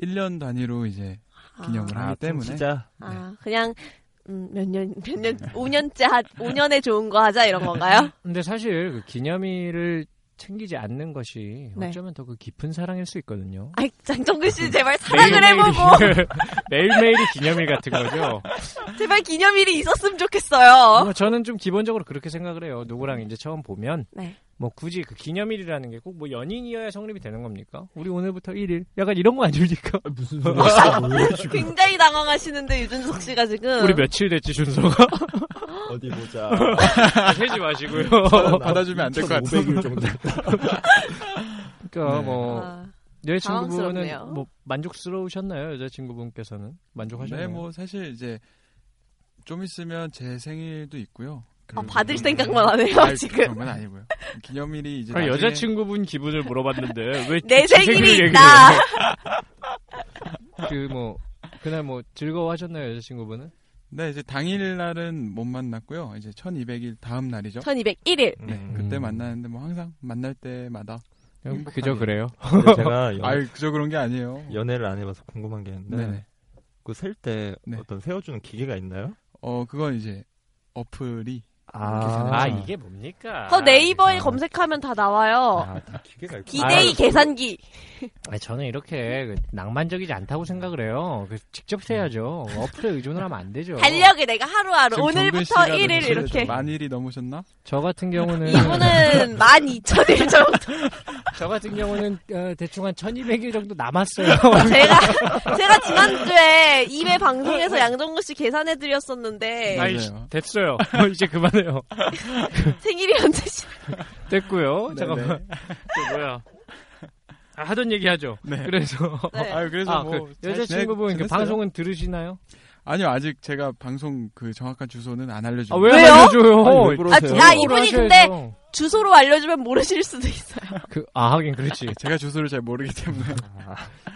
Speaker 2: 1년 단위로 이제 기념을 네.
Speaker 4: 아,
Speaker 2: 하기 때문에
Speaker 4: 진짜
Speaker 5: 아 그냥 음, 몇 년, 몇 년, 5년째, 하, 5년에 좋은 거 하자, 이런 건가요?
Speaker 3: 근데 사실 그 기념일을 챙기지 않는 것이
Speaker 5: 네.
Speaker 3: 어쩌면 더 그 깊은 사랑일 수 있거든요.
Speaker 5: 아이, 장정근 씨, 제발 사랑을
Speaker 3: 매일매일이-
Speaker 5: 해보고,
Speaker 3: 매일매일이 기념일 같은 거죠.
Speaker 5: 제발 기념일이 있었으면 좋겠어요.
Speaker 3: 뭐 저는 좀 기본적으로 그렇게 생각을 해요. 누구랑 이제 처음 보면
Speaker 5: 네.
Speaker 3: 뭐 굳이 그 기념일이라는 게 꼭 뭐 연인이어야 성립이 되는 겁니까? 우리 오늘부터 1일 약간 이런 거 아닙니까?
Speaker 4: 무슨
Speaker 5: 굉장히 당황하시는데, 유준석 씨가 지금.
Speaker 3: 우리 며칠 됐지 준서가
Speaker 4: 어디
Speaker 3: 아,
Speaker 4: 보자.
Speaker 3: 세지 마시고요.
Speaker 5: 네.
Speaker 2: 받아주면 안될것 같아서.
Speaker 4: 500일 정도.
Speaker 3: 그러니까
Speaker 2: 네.
Speaker 3: 뭐
Speaker 5: 아, 당황스럽네요.
Speaker 3: 여자친구분은 뭐 만족스러우셨나요? 여자친구분께서는 만족하셨나요?
Speaker 2: 네, 뭐 사실 이제 좀 있으면 제 생일도 있고요.
Speaker 5: 아,
Speaker 2: 그리고
Speaker 5: 받을 생각만 하네요,
Speaker 2: 아이,
Speaker 5: 지금.
Speaker 2: 그런 건 아니고요. 기념일이 이제
Speaker 6: 아,
Speaker 2: 나중에-
Speaker 6: 여자친구분 기분을 물어봤는데 왜
Speaker 5: 내
Speaker 6: 제
Speaker 5: 생일이
Speaker 6: 얘기를
Speaker 5: 있다.
Speaker 6: 해요?
Speaker 3: 그 뭐 그날 뭐 즐거워하셨나요 여자친구분은?
Speaker 2: 네, 이제 당일날은 못 만났고요. 이제 1200일 다음 날이죠.
Speaker 5: 1201일.
Speaker 2: 네,
Speaker 4: 음.
Speaker 2: 그때
Speaker 3: 음.
Speaker 2: 만나는데 뭐 항상 만날 때마다
Speaker 3: 그냥
Speaker 2: 행복하게.
Speaker 3: 그저 그래요.
Speaker 4: 근데 제가 연,
Speaker 2: 아유, 그저 그런 게 아니에요.
Speaker 4: 연애를 안 해봐서 궁금한 게 있는데
Speaker 2: 네네.
Speaker 4: 그 셀 때
Speaker 2: 네.
Speaker 4: 어떤 세워주는 기계가 있나요?
Speaker 2: 어, 그건 이제 어플이
Speaker 6: 아, 이게 뭡니까?
Speaker 5: 그 네이버에
Speaker 6: 아,
Speaker 5: 검색하면 다 나와요.
Speaker 3: 아,
Speaker 4: 기계가 있구나.
Speaker 5: 기대이 계산기.
Speaker 3: 아니, 저는 이렇게 그 낭만적이지 않다고 생각을 해요. 그 직접 세야죠. 어플에 의존을 하면 안 되죠.
Speaker 5: 달력에 내가 하루하루
Speaker 2: 지금 정근
Speaker 5: 오늘부터
Speaker 2: 씨가
Speaker 5: 1일
Speaker 2: 넘으셨죠?
Speaker 5: 이렇게.
Speaker 2: 만일이 넘으셨나?
Speaker 3: 저 같은 경우는
Speaker 5: 이분은 12,000일 정도.
Speaker 3: 저 같은 경우는 어, 대충 한 1200일 정도 남았어요.
Speaker 5: 제가, 제가 지난주에 2회 방송에서 양정구 씨 계산해드렸었는데,
Speaker 6: 아이,
Speaker 2: 맞아요.
Speaker 6: 됐어요. 이제 그만해요.
Speaker 5: 생일이 언제 시
Speaker 2: 네네.
Speaker 6: 됐고요. 잠깐만. 또 뭐야? 아, 하던 얘기 하죠.
Speaker 2: 네.
Speaker 6: 그래서
Speaker 5: 네.
Speaker 2: 아유, 그래서
Speaker 3: 아,
Speaker 2: 뭐
Speaker 3: 그
Speaker 2: 잘
Speaker 3: 여자친구분
Speaker 2: 지내-
Speaker 3: 그
Speaker 2: 지냈어요?
Speaker 3: 방송은 들으시나요?
Speaker 2: 아니요, 아직 제가 방송 그 정확한 주소는 안 알려
Speaker 6: 아,
Speaker 2: 주고.
Speaker 6: 왜
Speaker 5: 왜요?
Speaker 6: 알려줘요?
Speaker 4: 아니, 왜 그러세요?
Speaker 5: 아, 이분이 근데-
Speaker 3: 하셔야죠.
Speaker 5: 주소로 알려주면 모르실 수도 있어요.
Speaker 3: 그, 아 하긴 그렇지.
Speaker 2: 제가 주소를 잘 모르기 때문에.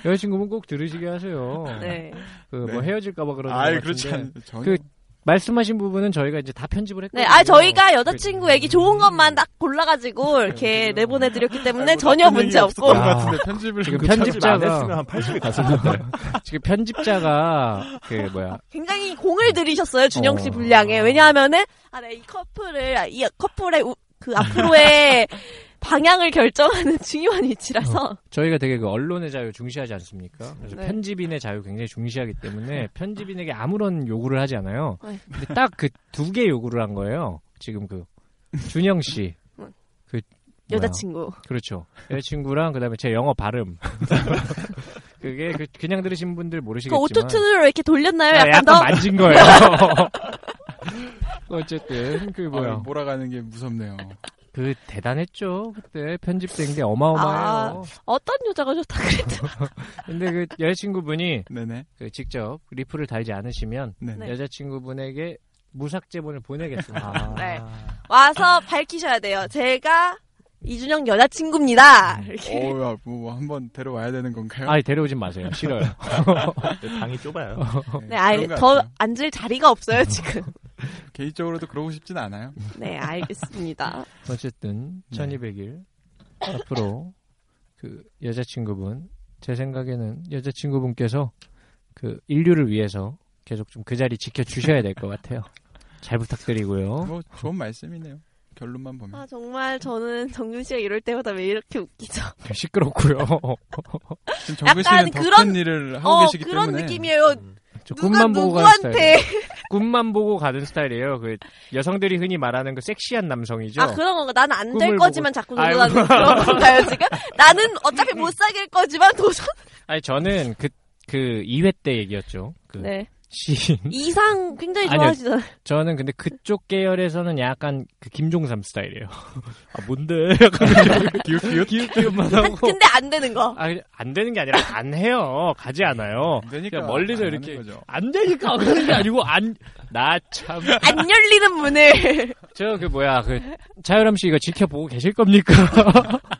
Speaker 3: 여자친구분 꼭 들으시게 하세요.
Speaker 5: 네.
Speaker 3: 그 뭐
Speaker 2: 네.
Speaker 3: 헤어질까봐 그러는
Speaker 2: 아유,
Speaker 3: 것
Speaker 2: 그렇지
Speaker 3: 같은데.
Speaker 2: 않아요. 전혀.
Speaker 3: 그- 말씀하신 부분은 저희가 이제 다 편집을 했고.
Speaker 5: 네, 아, 저희가 여자친구 얘기 좋은 것만 딱 골라가지고 이렇게 내보내드렸기 때문에
Speaker 2: 아이고,
Speaker 5: 전혀
Speaker 2: 나쁜 얘기
Speaker 5: 문제 없고.
Speaker 2: 없었던 것
Speaker 3: 아.
Speaker 2: 같은데 편집을
Speaker 3: 지금
Speaker 2: 그
Speaker 3: 편집-
Speaker 4: 편집 안
Speaker 3: 편집자가-
Speaker 4: 했으면 한 80이 갔을 텐데.
Speaker 3: 지금 편집자가 그 뭐야
Speaker 5: 굉장히 공을 들이셨어요, 준영 씨
Speaker 3: 어.
Speaker 5: 분량에. 왜냐하면은, 아, 네, 이 커플을, 아, 이 커플의 우- 그 앞으로의 방향을 결정하는 중요한 위치라서.
Speaker 3: 저희가 되게 그 언론의 자유 중시하지 않습니까? 그래서
Speaker 5: 네.
Speaker 3: 편집인의 자유 굉장히 중시하기 때문에 편집인에게 아무런 요구를 하지 않아요.
Speaker 5: 네.
Speaker 3: 근데 딱 그 두 개 요구를 한 거예요. 지금 그 준영 씨.
Speaker 5: 응.
Speaker 3: 그 뭐야?
Speaker 5: 여자친구.
Speaker 3: 그렇죠. 여자친구랑 그다음에 제 영어 발음. 그게 그, 그냥 들으신 분들
Speaker 5: 그
Speaker 3: 모르시겠지만
Speaker 5: 오토튠으로 이렇게 돌렸나요?
Speaker 3: 아,
Speaker 5: 약간,
Speaker 3: 약간
Speaker 5: 더?
Speaker 3: 만진 거예요. 어쨌든 그 뭐야
Speaker 2: 아유, 몰아가는 게 무섭네요.
Speaker 3: 그 대단했죠 그때 편집된 게
Speaker 5: 아.
Speaker 3: 어마어마해요.
Speaker 5: 어떤 여자가 좋다 그랬죠?
Speaker 3: 근데 그 여자친구분이
Speaker 2: 네네.
Speaker 3: 그 직접 리플을 달지 않으시면
Speaker 2: 네.
Speaker 5: 네.
Speaker 3: 여자친구분에게 무삭 제본을 보내겠습니다.
Speaker 4: 아.
Speaker 5: 네. 와서 밝히셔야 돼요. 제가 이준영 여자친구입니다. 이렇게.
Speaker 2: 어, 야, 뭐 한번 데려와야 되는 건가요?
Speaker 3: 아니 데려오진 마세요. 싫어요.
Speaker 4: 방이 좁아요.
Speaker 5: 네, 아이,
Speaker 2: 그런 것
Speaker 5: 더
Speaker 2: 같아요.
Speaker 5: 앉을 자리가 없어요, 지금.
Speaker 2: 개인적으로도 그러고 싶진 않아요.
Speaker 5: 네, 알겠습니다.
Speaker 3: 어쨌든
Speaker 2: 네.
Speaker 3: 1200일 앞으로 그 여자친구분 제 생각에는 여자친구분께서 그 인류를 위해서 계속 좀 그 자리 지켜 주셔야 될 것 같아요. 잘 부탁드리고요.
Speaker 2: 뭐 좋은 말씀이네요. 결론만 보면.
Speaker 5: 어? 아, 정말 저는 정윤 씨가 이럴 때마다 왜 이렇게 웃기죠?
Speaker 3: 시끄럽고요.
Speaker 2: 지금 정근
Speaker 5: 약간
Speaker 2: 씨는 더 큰
Speaker 5: 그런-
Speaker 2: 일을 하고
Speaker 5: 어,
Speaker 2: 계시기
Speaker 5: 그런
Speaker 2: 때문에
Speaker 5: 느낌이에요.
Speaker 3: 음. 저
Speaker 5: 누가
Speaker 3: 꿈만 보고 가는 스타일이에요.
Speaker 5: 누구한테.
Speaker 3: 꿈만 보고 가는 스타일이에요. 그 여성들이 흔히 말하는 그 섹시한 남성이죠.
Speaker 5: 아, 그런 건가? 난 안 될
Speaker 3: 꿈을
Speaker 5: 거지만 자꾸
Speaker 3: 아이고.
Speaker 5: 놀라는 그런 건가요, 지금? 나는 어차피 못 사귈 거지만 도전.
Speaker 3: 아니 저는 그, 그 2회 때 얘기였죠. 그
Speaker 5: 네.
Speaker 3: 시인.
Speaker 5: 이상 굉장히
Speaker 3: 음? 아니요.
Speaker 5: 좋아하시잖아요.
Speaker 3: 저는 근데 그쪽 계열에서는 약간 그 김종삼 스타일이에요. 아 뭔데? 약간 기웃기웃 기웃기웃만
Speaker 5: 한-
Speaker 3: 하고.
Speaker 5: 근데 안 되는 거.
Speaker 3: 아, 안 되는 게 아니라 안 해요. 가지 않아요.
Speaker 2: 안 되니까
Speaker 3: 그냥 멀리서
Speaker 2: 안 하는
Speaker 3: 이렇게
Speaker 2: 거죠.
Speaker 3: 안 되니까 안 하는 게 아니고 안 나 참.
Speaker 5: 안 열리는 문을.
Speaker 3: 저 그 뭐야 그 차유람 씨 이거 지켜보고 계실 겁니까?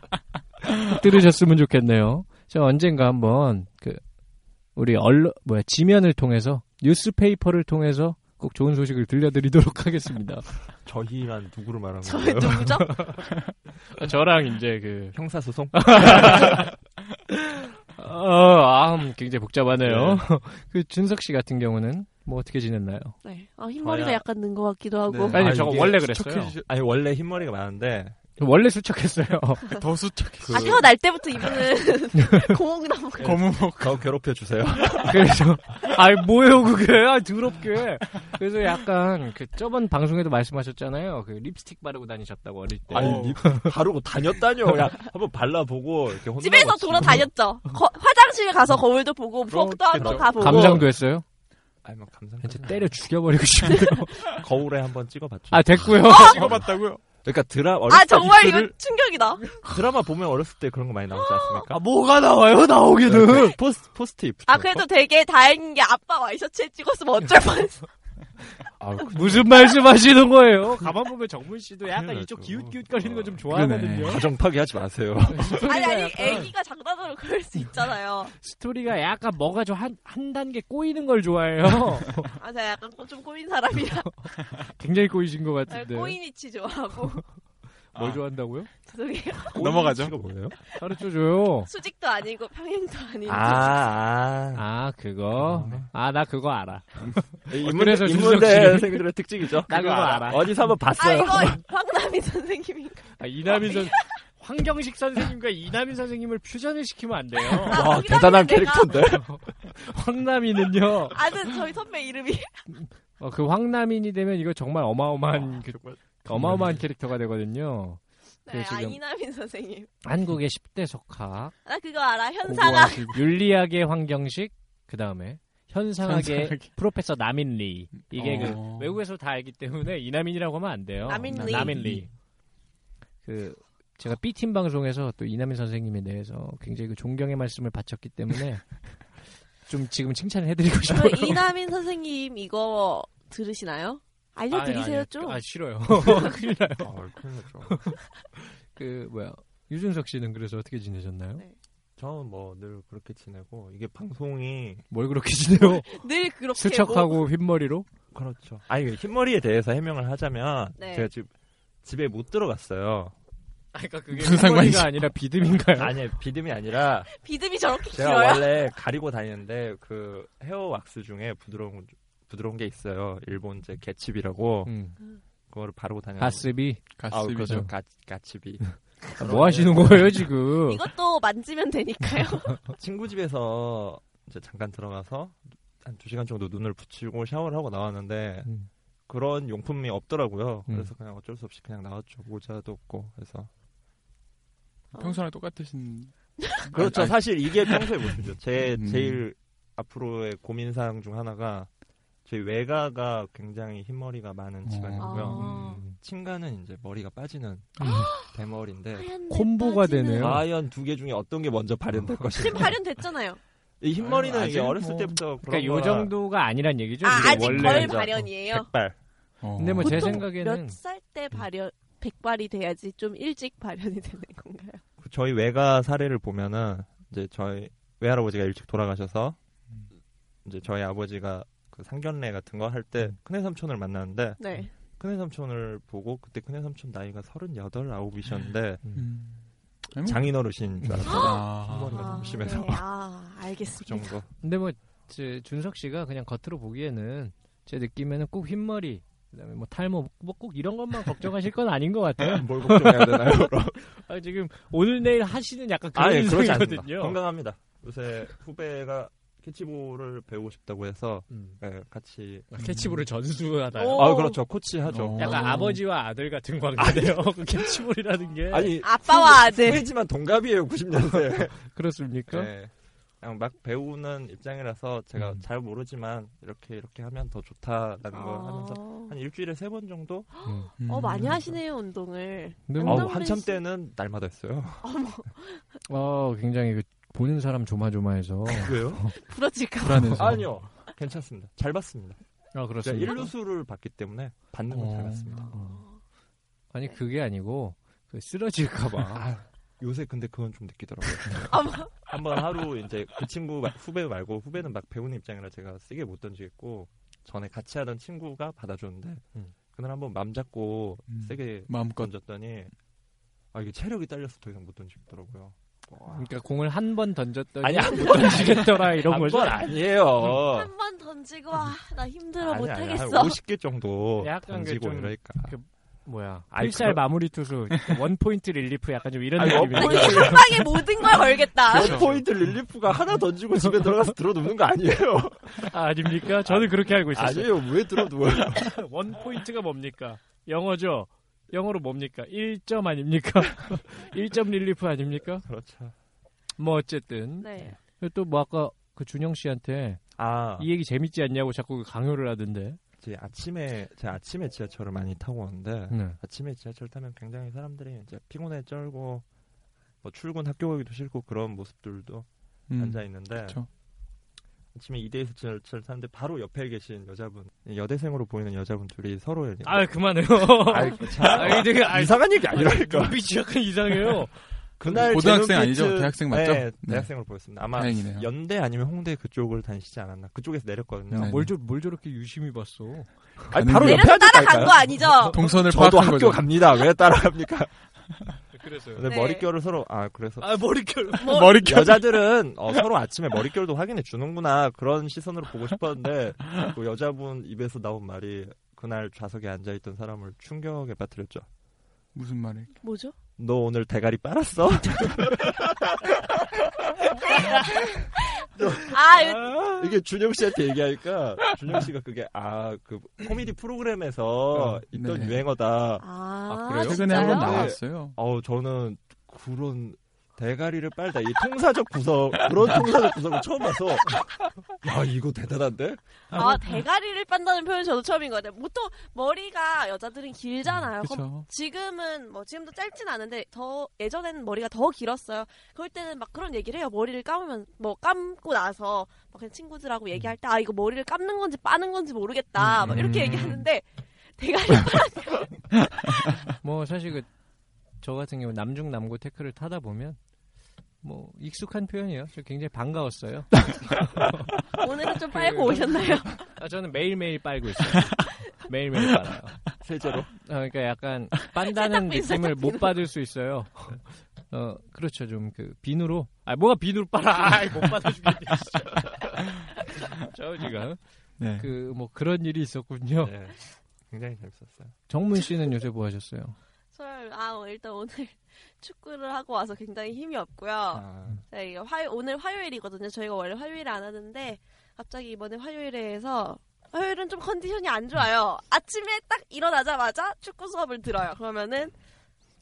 Speaker 3: 들으셨으면 좋겠네요. 저 언젠가 한번 그 우리 언론 뭐야 지면을 통해서 뉴스페이퍼를 통해서 꼭 좋은 소식을 들려드리도록 하겠습니다.
Speaker 4: 저희란 누구를 말하는
Speaker 5: 저희
Speaker 4: 거예요?
Speaker 5: 누구죠?
Speaker 3: 저랑 이제 그
Speaker 4: 형사소송?
Speaker 3: 어, 아, 음, 굉장히 복잡하네요. 그 준석 씨 같은 경우는 뭐 어떻게 지냈나요?
Speaker 5: 네. 아, 흰머리가
Speaker 4: 저야.
Speaker 5: 약간 는 것 같기도 하고.
Speaker 2: 네.
Speaker 3: 아니
Speaker 4: 아,
Speaker 3: 저거
Speaker 4: 이게
Speaker 3: 원래
Speaker 2: 수척해
Speaker 3: 그랬어요.
Speaker 2: 주시-
Speaker 4: 아니 원래 흰머리가 많은데
Speaker 3: 원래 수척했어요.
Speaker 2: 더 수척해.
Speaker 3: 그
Speaker 5: 아, 태어날 때부터 이분은 공홍나무. 뭐
Speaker 2: 거무목.
Speaker 4: 더 괴롭혀 주세요.
Speaker 3: 그래서 아이 뭐예요 그게? 아 더럽게. 그래서 약간 그 저번 방송에도 말씀하셨잖아요. 그 립스틱 바르고 다니셨다고 어릴 때.
Speaker 4: 아니 니 바르고 다녔다뇨. 그냥 한번 발라보고 이렇게 혼나.
Speaker 5: 집에서 돌아다녔죠. 거- 화장실 가서 거울도 보고, 부엌도 한 번
Speaker 2: 그렇죠.
Speaker 5: 다 보고.
Speaker 3: 감상도 했어요?
Speaker 4: 아니 뭐 감상.
Speaker 3: 이제 때려 죽여버리고 싶네요.
Speaker 4: 거울에 한번 찍어봤죠.
Speaker 3: 아 됐고요.
Speaker 2: 찍어봤다고요?
Speaker 4: 그러니까 드라 어렸을
Speaker 5: 아,
Speaker 4: 때
Speaker 5: 정말 이거
Speaker 4: 입술을-
Speaker 5: 충격이다.
Speaker 4: 드라마 보면 어렸을 때 그런 거 많이 나오지 않습니까? 네,
Speaker 3: 뭐가 나와요 나오기는.
Speaker 4: 포스 포스트잇.
Speaker 5: 아, 그래도 되게 다행인 게 아빠 와이셔츠에 찍었으면 어쩔 뻔했어.
Speaker 3: 아우, 무슨 말씀 하시는 거예요? 그, 가만 보면 정문 씨도 약간
Speaker 4: 큰일
Speaker 3: 이쪽
Speaker 4: 났죠.
Speaker 3: 기웃기웃거리는 거 좀
Speaker 2: 그러네.
Speaker 3: 좋아하거든요.
Speaker 4: 가정 파괴하지 마세요.
Speaker 3: 스토리가
Speaker 5: 아니 아니
Speaker 3: 약간-
Speaker 5: 애기가 장난으로 그럴 수 있잖아요.
Speaker 3: 스토리가 약간 뭐가 좀 한 한 단계 꼬이는 걸 좋아해요.
Speaker 5: 아 제가 약간 꼬- 좀 꼬인 사람이라
Speaker 3: 굉장히 아, 꼬이신 것
Speaker 5: 네,
Speaker 3: 같은데.
Speaker 5: 꼬인 위치 좋아하고
Speaker 3: 뭘
Speaker 2: 아.
Speaker 3: 좋아한다고요?
Speaker 5: 죄송해요.
Speaker 2: 넘어가죠.
Speaker 4: 이거 뭐예요?
Speaker 3: 가르쳐 줘요.
Speaker 5: 수직도 아니고 평행도 아닌
Speaker 4: 아,
Speaker 3: 아 그거. 아 나 그거 알아.
Speaker 4: 인문대
Speaker 3: 얼굴에서 주석
Speaker 4: 인문대
Speaker 3: 씨를-
Speaker 4: 생들의 특징이죠.
Speaker 3: 나 그거 알아.
Speaker 4: 어디서 한번
Speaker 5: 아
Speaker 4: 봤어요.
Speaker 5: 이거 황남희 선생님인가?
Speaker 3: 아, 이남인 선 황경식 선생님과 이남인 선생님을 퓨전을 시키면 안 돼요.
Speaker 5: 아,
Speaker 4: 와
Speaker 5: 이러면
Speaker 4: 대단한
Speaker 5: 내가-
Speaker 4: 캐릭터인데.
Speaker 3: 황남인은요.
Speaker 5: 아는 저희 선배 이름이
Speaker 3: 어, 그 황남인이 되면 이거 정말 어마어마한 그- 어마어마한 캐릭터가 되거든요.
Speaker 5: 네, 아
Speaker 3: 지금-
Speaker 5: 이남인 선생님.
Speaker 3: 한국의 10대 석학,
Speaker 5: 나 그거 알아 현상아.
Speaker 2: 고고하시고.
Speaker 3: 윤리학의 황경식, 그 다음에 현상학의
Speaker 2: 현상학의.
Speaker 3: 프로페서 남인리. 이게
Speaker 2: 어.
Speaker 3: 그 외국에서 다 알기 때문에 이남인이라고 하면 안 돼요.
Speaker 5: 남인리.
Speaker 3: 남인리. 그 제가 B팀 방송에서 또 이남인 선생님에 대해서 굉장히 그 존경의 말씀을 바쳤기 때문에 좀 지금 칭찬을 해드리고 싶어요.
Speaker 5: 그 이남인 선생님 이거 들으시나요?
Speaker 3: 아니,
Speaker 5: 알려드리세요
Speaker 3: 아니,
Speaker 5: 좀.
Speaker 3: 아 싫어요. 큰일 나요.
Speaker 4: 아,
Speaker 3: 그 뭐야 유준석 씨는 그래서 어떻게 지내셨나요?
Speaker 5: 네.
Speaker 4: 저는 뭐 늘 그렇게 지내고 이게 방송이
Speaker 3: 뭘 그렇게 지내요?
Speaker 5: 늘 그렇게 뭐-
Speaker 3: 수척하고 흰머리로?
Speaker 4: 그렇죠. 아니 흰머리에 대해서 해명을 하자면
Speaker 5: 네.
Speaker 4: 제가 지금 집에 못 들어갔어요.
Speaker 3: 아, 그러니까 그게
Speaker 2: 무슨 상관이죠?
Speaker 3: 흰머리가 아니라 비듬인가요?
Speaker 4: 아니 비듬이 아니라
Speaker 5: 비듬이 저렇게
Speaker 4: 제가
Speaker 5: 길어요?
Speaker 4: 원래 가리고 다니는데 그 헤어 왁스 중에 부드러운 부드러운 게 있어요. 일본 제 개칩이라고
Speaker 3: 음.
Speaker 4: 그거를 바르고 다니는.
Speaker 3: 가스비.
Speaker 4: 아 그죠.
Speaker 2: 가스비죠.
Speaker 4: 가 가칩이.
Speaker 3: 아, 뭐 하시는 거예요 지금?
Speaker 5: 이것도 만지면 되니까요.
Speaker 4: 친구 집에서 이제 잠깐 들어가서 한 두 시간 정도 눈을 붙이고 샤워를 하고 나왔는데
Speaker 3: 음.
Speaker 4: 그런 용품이 없더라고요.
Speaker 3: 음.
Speaker 4: 그래서 그냥 어쩔 수 없이 그냥 나왔죠. 모자도 없고 그래서
Speaker 2: 평소랑 똑같으신.
Speaker 4: 그렇죠.
Speaker 2: 아, 아,
Speaker 4: 사실 이게 평소의 모습이죠. 제
Speaker 2: 음.
Speaker 4: 제일 앞으로의 고민 사항 중 하나가 저희 외가가 굉장히 흰머리가 많은
Speaker 2: 어.
Speaker 4: 집안이고요.
Speaker 5: 아.
Speaker 3: 음.
Speaker 4: 친가는 이제 머리가 빠지는 대머리인데
Speaker 5: 하얀
Speaker 3: 콤보가
Speaker 5: 데 빠지는-
Speaker 3: 되네요.
Speaker 4: 과연 두 개 중에 어떤 게 먼저 발현될
Speaker 5: 지금
Speaker 4: 것인가?
Speaker 5: 발현됐잖아요.
Speaker 4: 이 흰머리는
Speaker 2: 아니,
Speaker 4: 이게
Speaker 2: 아직
Speaker 4: 어렸을
Speaker 2: 뭐.
Speaker 4: 때부터 그런
Speaker 3: 그러니까 요
Speaker 4: 거라
Speaker 3: 정도가 아니란 얘기죠.
Speaker 5: 아,
Speaker 3: 이게
Speaker 5: 아직
Speaker 3: 원래
Speaker 5: 덜
Speaker 3: 이제
Speaker 5: 발현이에요.
Speaker 4: 백발.
Speaker 2: 어.
Speaker 3: 근데 뭐 제
Speaker 5: 보통
Speaker 3: 생각에는
Speaker 5: 몇 살 때 발현 백발이 돼야지 좀 일찍 발현이 되는 건가요?
Speaker 4: 저희 외가 사례를 보면은 이제 저희 외할아버지가 일찍 돌아가셔서 이제 저희 아버지가 그 상견례 같은 거 할 때 큰애 삼촌을 만났는데
Speaker 5: 네.
Speaker 4: 큰애 삼촌을 보고 그때 큰애 삼촌 나이가 서른여덟 아홉이셨는데
Speaker 2: 음. 아니, 뭐-
Speaker 4: 장인어르신 줄 알았어요.
Speaker 2: 아.
Speaker 4: 머리가 너무 심해서
Speaker 5: 네. 아,
Speaker 4: 그
Speaker 5: 알겠습니다.
Speaker 4: 정도.
Speaker 3: 근데 뭐 제- 준석 씨가 그냥 겉으로 보기에는 제 느낌에는 꼭 흰머리 그다음에 뭐 탈모 뭐 꼭 이런 것만 걱정하실 건 아닌 것 같아요.
Speaker 4: 뭘 걱정해야 되나요? 그럼?
Speaker 3: 아, 지금 오늘 내일 하시는 약간 그런
Speaker 4: 아예 그러지 않습니다.
Speaker 3: 인상이거든요.
Speaker 4: 건강합니다. 요새 후배가 캐치볼을 배우고 싶다고 해서
Speaker 3: 음.
Speaker 4: 예, 같이
Speaker 3: 캐치볼을 전수하다요.
Speaker 5: 오.
Speaker 4: 아 그렇죠 코치 하죠.
Speaker 2: 어.
Speaker 3: 약간
Speaker 2: 오.
Speaker 3: 아버지와 아들 같은 관계네요. 그 캐치볼이라는 게.
Speaker 4: 아니
Speaker 5: 아빠와 아들.
Speaker 4: 후배지만 동갑이에요 90년생.
Speaker 3: 그렇습니까?
Speaker 4: 네. 그냥 막 배우는 입장이라서 제가
Speaker 3: 음.
Speaker 4: 잘 모르지만 이렇게 이렇게 하면 더 좋다라는 걸 하면서 한 일주일에 세 번 정도?
Speaker 3: 음.
Speaker 2: 음.
Speaker 5: 아. 어 많이 하시네요 운동을.
Speaker 3: 근데
Speaker 5: 음.
Speaker 4: 아우,
Speaker 3: 뭐,
Speaker 5: 운동
Speaker 4: 한참
Speaker 5: 레슨.
Speaker 4: 때는 날마다 했어요.
Speaker 3: 어, 굉장히 그 보는 사람 조마조마해서.
Speaker 4: 왜요?
Speaker 5: 부러질까? 봐.
Speaker 2: 불안해서.
Speaker 4: 네, 아니요. 괜찮습니다. 잘 봤습니다.
Speaker 3: 아
Speaker 4: 제가
Speaker 3: 그렇습니다.
Speaker 4: 그러니까 일루수를 봤기 때문에 받는 건 잘
Speaker 2: 어.
Speaker 4: 봤습니다.
Speaker 3: 아니 그게 아니고 그 쓰러질까봐.
Speaker 4: 아, 요새 근데 그건 좀 느끼더라고요. 한번 하루 이제 그 친구 마- 후배 말고 후배는 막 배우는 입장이라 제가 세게 못 던지겠고 전에 같이 하던 친구가 받아줬는데
Speaker 3: 음.
Speaker 4: 그날 한번 맘 잡고
Speaker 2: 음.
Speaker 4: 세게
Speaker 2: 마음껏.
Speaker 4: 던졌더니 아 이게 체력이 딸려서 더 이상 못 던지겠더라고요.
Speaker 3: 그러니까 공을 한 번 던졌더니
Speaker 4: 아니,
Speaker 3: 못 던지겠더라 이런 거죠.
Speaker 4: 한건 아, 아니에요.
Speaker 5: 한 번 던지고 와, 나 힘들어
Speaker 4: 아니, 아니, 한
Speaker 5: 음, 못하겠어.
Speaker 4: 50개 정도
Speaker 3: 약간
Speaker 4: 던지고
Speaker 3: 그 좀-
Speaker 4: 이러니까.
Speaker 3: 뭐야?
Speaker 4: 아니,
Speaker 3: 필살
Speaker 4: 그거-
Speaker 3: 마무리 투수 원 포인트 릴리프 약간 좀 이런
Speaker 4: 아니,
Speaker 3: 느낌이.
Speaker 5: 오늘 한 방에 모든 걸 걸겠다.
Speaker 2: 그렇죠.
Speaker 4: 아, 포인트 릴리프가 하나 던지고 집에 들어가서 들어눕는 거 아니에요?
Speaker 3: 아, 아닙니까? 저는 그렇게 알고 있었어요.
Speaker 4: 아니에요. 왜 들어누워요?
Speaker 3: 원 포인트가 뭡니까? 영어죠. 영어로 뭡니까? 1점 아닙니까? 1점 릴리프 아닙니까?
Speaker 4: 그렇죠.
Speaker 3: 뭐 어쨌든
Speaker 5: 네.
Speaker 3: 또 뭐 아까 그 준영 씨한테
Speaker 4: 아,
Speaker 3: 이 얘기 재밌지 않냐고 자꾸 그 강요를 하던데.
Speaker 4: 제 아침에 제 아침에 지하철을 많이 타고 오는데
Speaker 3: 네.
Speaker 4: 아침에 지하철 타면 굉장히 사람들이 이제 피곤해 쩔고 뭐 출근 학교 가기도 싫고 그런 모습들도
Speaker 2: 음.
Speaker 4: 앉아 있는데
Speaker 2: 그렇죠.
Speaker 4: 아침에 2대에서 지하철 타는데 바로 옆에 계신 여자분 여대생으로 보이는 여자분 둘이 서로 이제
Speaker 6: 아 그만해요.
Speaker 4: 아,
Speaker 6: 아, 되게 아,
Speaker 4: 이상한 얘기 아니라니까
Speaker 6: 눈빛이 약간 이상해요.
Speaker 4: 그날
Speaker 2: 고등학생
Speaker 4: 제 눈빛은-
Speaker 2: 아니죠? 대학생 맞죠?
Speaker 4: 네,
Speaker 2: 네.
Speaker 4: 대학생으로 보였습니다 아마
Speaker 2: 다행이네요.
Speaker 4: 연대 아니면 홍대 그쪽을 다니시지 않았나 그쪽에서 내렸거든요
Speaker 2: 네.
Speaker 3: 뭘, 저, 뭘 저렇게 유심히 봤어?
Speaker 4: 아니 바로
Speaker 2: 가는
Speaker 4: 옆에
Speaker 5: 내려서 따라간
Speaker 4: 앉았다니까요
Speaker 5: 거 아니죠?
Speaker 2: 동선을
Speaker 4: 저도
Speaker 2: 파악한
Speaker 4: 학교
Speaker 2: 거죠.
Speaker 4: 갑니다 왜 따라갑니까
Speaker 6: 그래서요.
Speaker 4: 근데
Speaker 5: 네.
Speaker 4: 머릿결을 서로 아 그래서
Speaker 6: 아 머리결.
Speaker 2: 머리결
Speaker 4: 여자들은 어, 서로 아침에 머릿결도 확인해 주는구나 그런 시선으로 보고 싶었는데 그 여자분 입에서 나온 말이 그날 좌석에 앉아있던 사람을 충격에 빠뜨렸죠.
Speaker 2: 무슨 말을?
Speaker 5: 뭐죠?
Speaker 4: 너 오늘 대가리 빨았어?
Speaker 5: 아, 이거-
Speaker 4: 이게 준영 씨한테 얘기하니까 준영 씨가 그게 아 그 코미디 프로그램에서
Speaker 2: 어,
Speaker 4: 있던
Speaker 2: 네.
Speaker 4: 유행어다.
Speaker 5: 아,
Speaker 4: 아, 그래요?
Speaker 2: 최근에 한 번
Speaker 5: 진짜요?
Speaker 2: 나왔어요.
Speaker 4: 어 저는 그런 대가리를 빨다 이 통사적 구성 그런 통사적 구성을 처음 봐서 야 이거 대단한데?
Speaker 5: 아, 대가리를 빤다는 표현 저도 처음인 것 같아요. 보통 머리가 여자들은 길잖아요. 그럼
Speaker 2: 그렇죠.
Speaker 5: 지금은 뭐 지금도 짧진 않은데 더 예전에는 머리가 더 길었어요. 그럴 때는 막 그런 얘기를 해요. 머리를 감으면 뭐 감고 나서 막 그냥 친구들하고 얘기할 때 아 이거 머리를 감는 건지 빠는 건지 모르겠다. 막 이렇게
Speaker 2: 음. 음.
Speaker 5: 얘기하는데 대가리
Speaker 3: 뭐, 사실 그, 저 같은 경우 남중 남고 태클을 타다 보면, 뭐, 익숙한 표현이에요. 저 굉장히 반가웠어요.
Speaker 5: 오늘은 좀
Speaker 2: 그
Speaker 5: 빨고 오셨나요?
Speaker 3: 아, 저는 매일매일 빨고 있어요. 매일매일 빨아요.
Speaker 4: 실제로
Speaker 3: 아, 그러니까 약간 빤다는
Speaker 5: 세탁비,
Speaker 3: 느낌을 못 받을 수 있어요. 어, 그렇죠. 좀 그 비누로. 아, 뭐가 비누로 빨아. 아이, 못 받아 주겠네. 저 지금
Speaker 2: 네.
Speaker 3: 그 뭐 그런 일이 있었군요.
Speaker 4: 네. 굉장히 재밌었어요.
Speaker 3: 정문 씨는 요새 뭐 하셨어요?
Speaker 5: 저는 아 일단 오늘 축구를 하고 와서 굉장히 힘이 없고요.
Speaker 4: 아,
Speaker 5: 저희 네, 화 오늘 화요일이거든요. 저희가 원래 화요일에 안 하는데 갑자기 이번에 화요일에 해서 화요일은 좀 컨디션이 안 좋아요. 아침에 딱 일어나자마자 축구 수업을 들어요. 그러면은